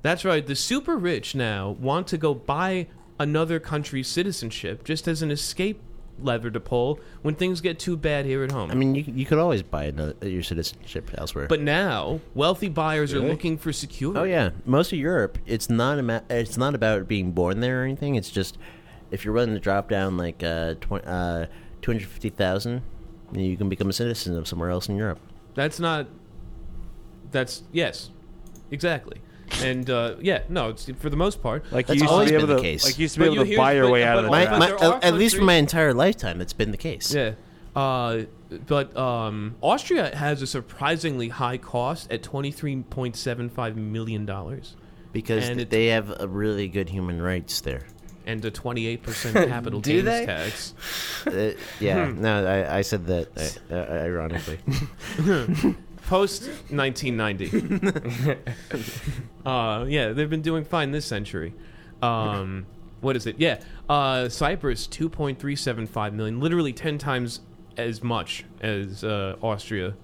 That's right. The super rich now want to go buy another country's citizenship just as an escape lever to pull when things get too bad here at home.
I mean, you you could always buy another, your citizenship elsewhere.
But now, wealthy buyers
Really?
are looking for security.
oh yeah, most of Europe, it's not a ma- it's not about being born there or anything. It's just if you're willing to drop down like uh, tw- uh two hundred fifty thousand, you can become a citizen of somewhere else in Europe.
That's not. That's yes, exactly, and uh, yeah, no. It's for the most part.
Like
That's
you used to
always
be
been
able
the
to,
case.
like you used to
But
be able
you
to
hear-
buy your
but-
way
but-
out of the
but-
My,
trap.
there
my,
are
at, at least for
countries-
my entire lifetime, it's been the case.
yeah, uh, but um, Austria has a surprisingly high cost at twenty three point seven five million dollars
because
And
th-
it-
they have a really good human rights there.
and a twenty eight percent capital
Do
gains
they?
tax.
Uh, yeah,
Hmm.
no, I, I said that uh, uh, ironically.
post 1990. uh, yeah, they've been doing fine this century. Um, what is it? Yeah, uh, Cyprus 2.375 million, literally 10 times as much as uh, Austria.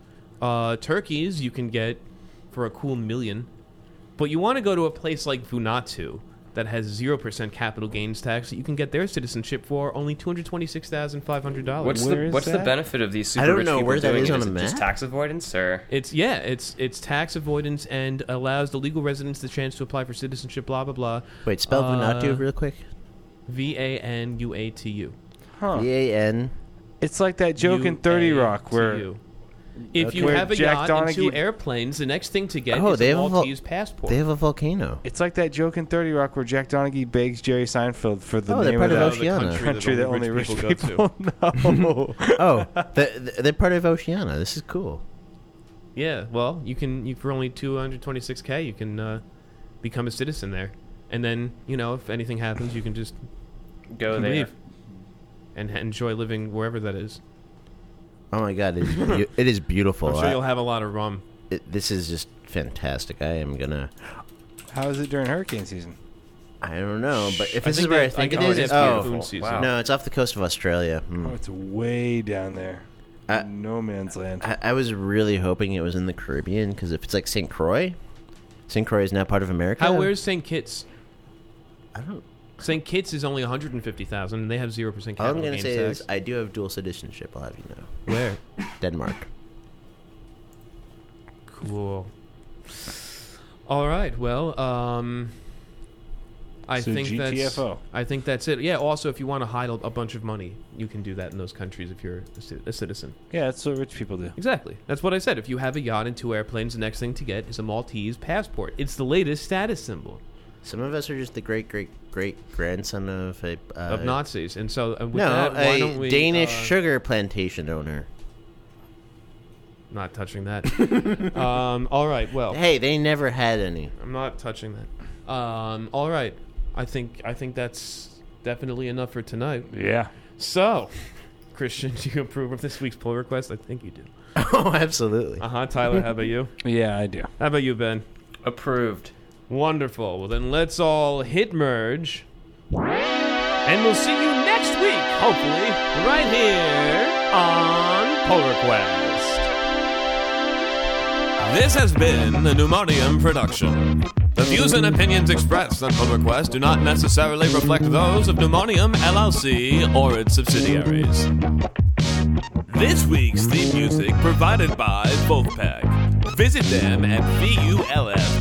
Uh, Turkey's you can get for a cool million, but you want to go to a place like Vunatu that has zero percent capital gains tax that you can get their citizenship for only two hundred twenty-six thousand five hundred dollars.
What's
Where
the
is
what's the
that?
benefit of these super
I don't
rich
know
people
where that
doing
is
it?
on
it
the
just
map.
tax avoidance or
It's yeah, it's it's tax avoidance and allows the legal residents the chance to apply for citizenship. Blah blah blah.
Wait, spell
Uh,
Vanuatu real quick.
V a n u a t u.
Huh.
V A N.
It's like that joke in Thirty Rock where
If you
Where
have a
Jack
yacht and two
Donaghy-
airplanes, the next thing to get
Oh,
is
they
a
have a vol-
Maltese passport.
They have a volcano.
it's like that joke in Thirty Rock where Jack Donaghy begs Jerry Seinfeld for the
Oh, they're
name
part
of
of
that
Oceania. Oceania.
country that only rich people, know.
Oh, the, the, they're part of Oceania. This is cool.
Yeah, well, you can you for only 226k you can uh, become a citizen there. And then, you know, if anything happens, you can just
go there?
leave and h- enjoy living wherever that is.
Oh my god, it is, beau it is beautiful.
I'm sure
I-
you'll have a lot of rum.
it- this is just fantastic. I am gonna.
How is it during hurricane season?
I don't know, Oh, but if
I
this
think
is where
they-
I think
I
it
think
is,
it's
oh
beautiful. season.
Wow.
no, it's off the coast of Australia. Hmm. Uh,
Oh, it's way down there.
I-
no man's land.
I, I was really hoping it was in the Caribbean because if it's like Saint Croix, Saint Croix is now part of America.
How where's St. Kitts?
I don't.
St. Kitts is only 150,000 and they have 0% capital
All I'm gonna
gains
say
tax.
is I do have dual citizenship. I'll have you know,
Where?
Denmark.
Cool. All right. Well, um I
So
think
GTFO.
that's I think that's it. Yeah, also if you want to hide a, a bunch of money, you can do that in those countries if you're a, ci- a citizen.
yeah, that's what rich people do.
Exactly. That's what I said. If you have a yacht and two airplanes, the next thing to get is a Maltese passport. It's the latest status symbol
Some of us are just the great great great grandson of a uh,
of Nazis. And so uh, with
no
that, why
a
don't we
Danish
uh,
sugar plantation owner.
not touching that. um all right. Well,
Hey, they never had any.
I'm not touching that. Um, all right, I think I think that's definitely enough for tonight.
Yeah.
So, Christian, do you approve of this week's pull request? I think you do.
oh, absolutely.
Uh huh. Tyler, how about you?
Yeah, I do.
How about you, Ben?
Approved.
Wonderful. Well, then let's all hit merge, and we'll see you next week, hopefully, right here on Pull Request. This has been a Pneumonium production. The views and opinions expressed on Pull Request do not necessarily reflect those of Pneumonium LLC or its subsidiaries. This week's theme music provided by E Wolfpack. Visit them at vulfpeck.com.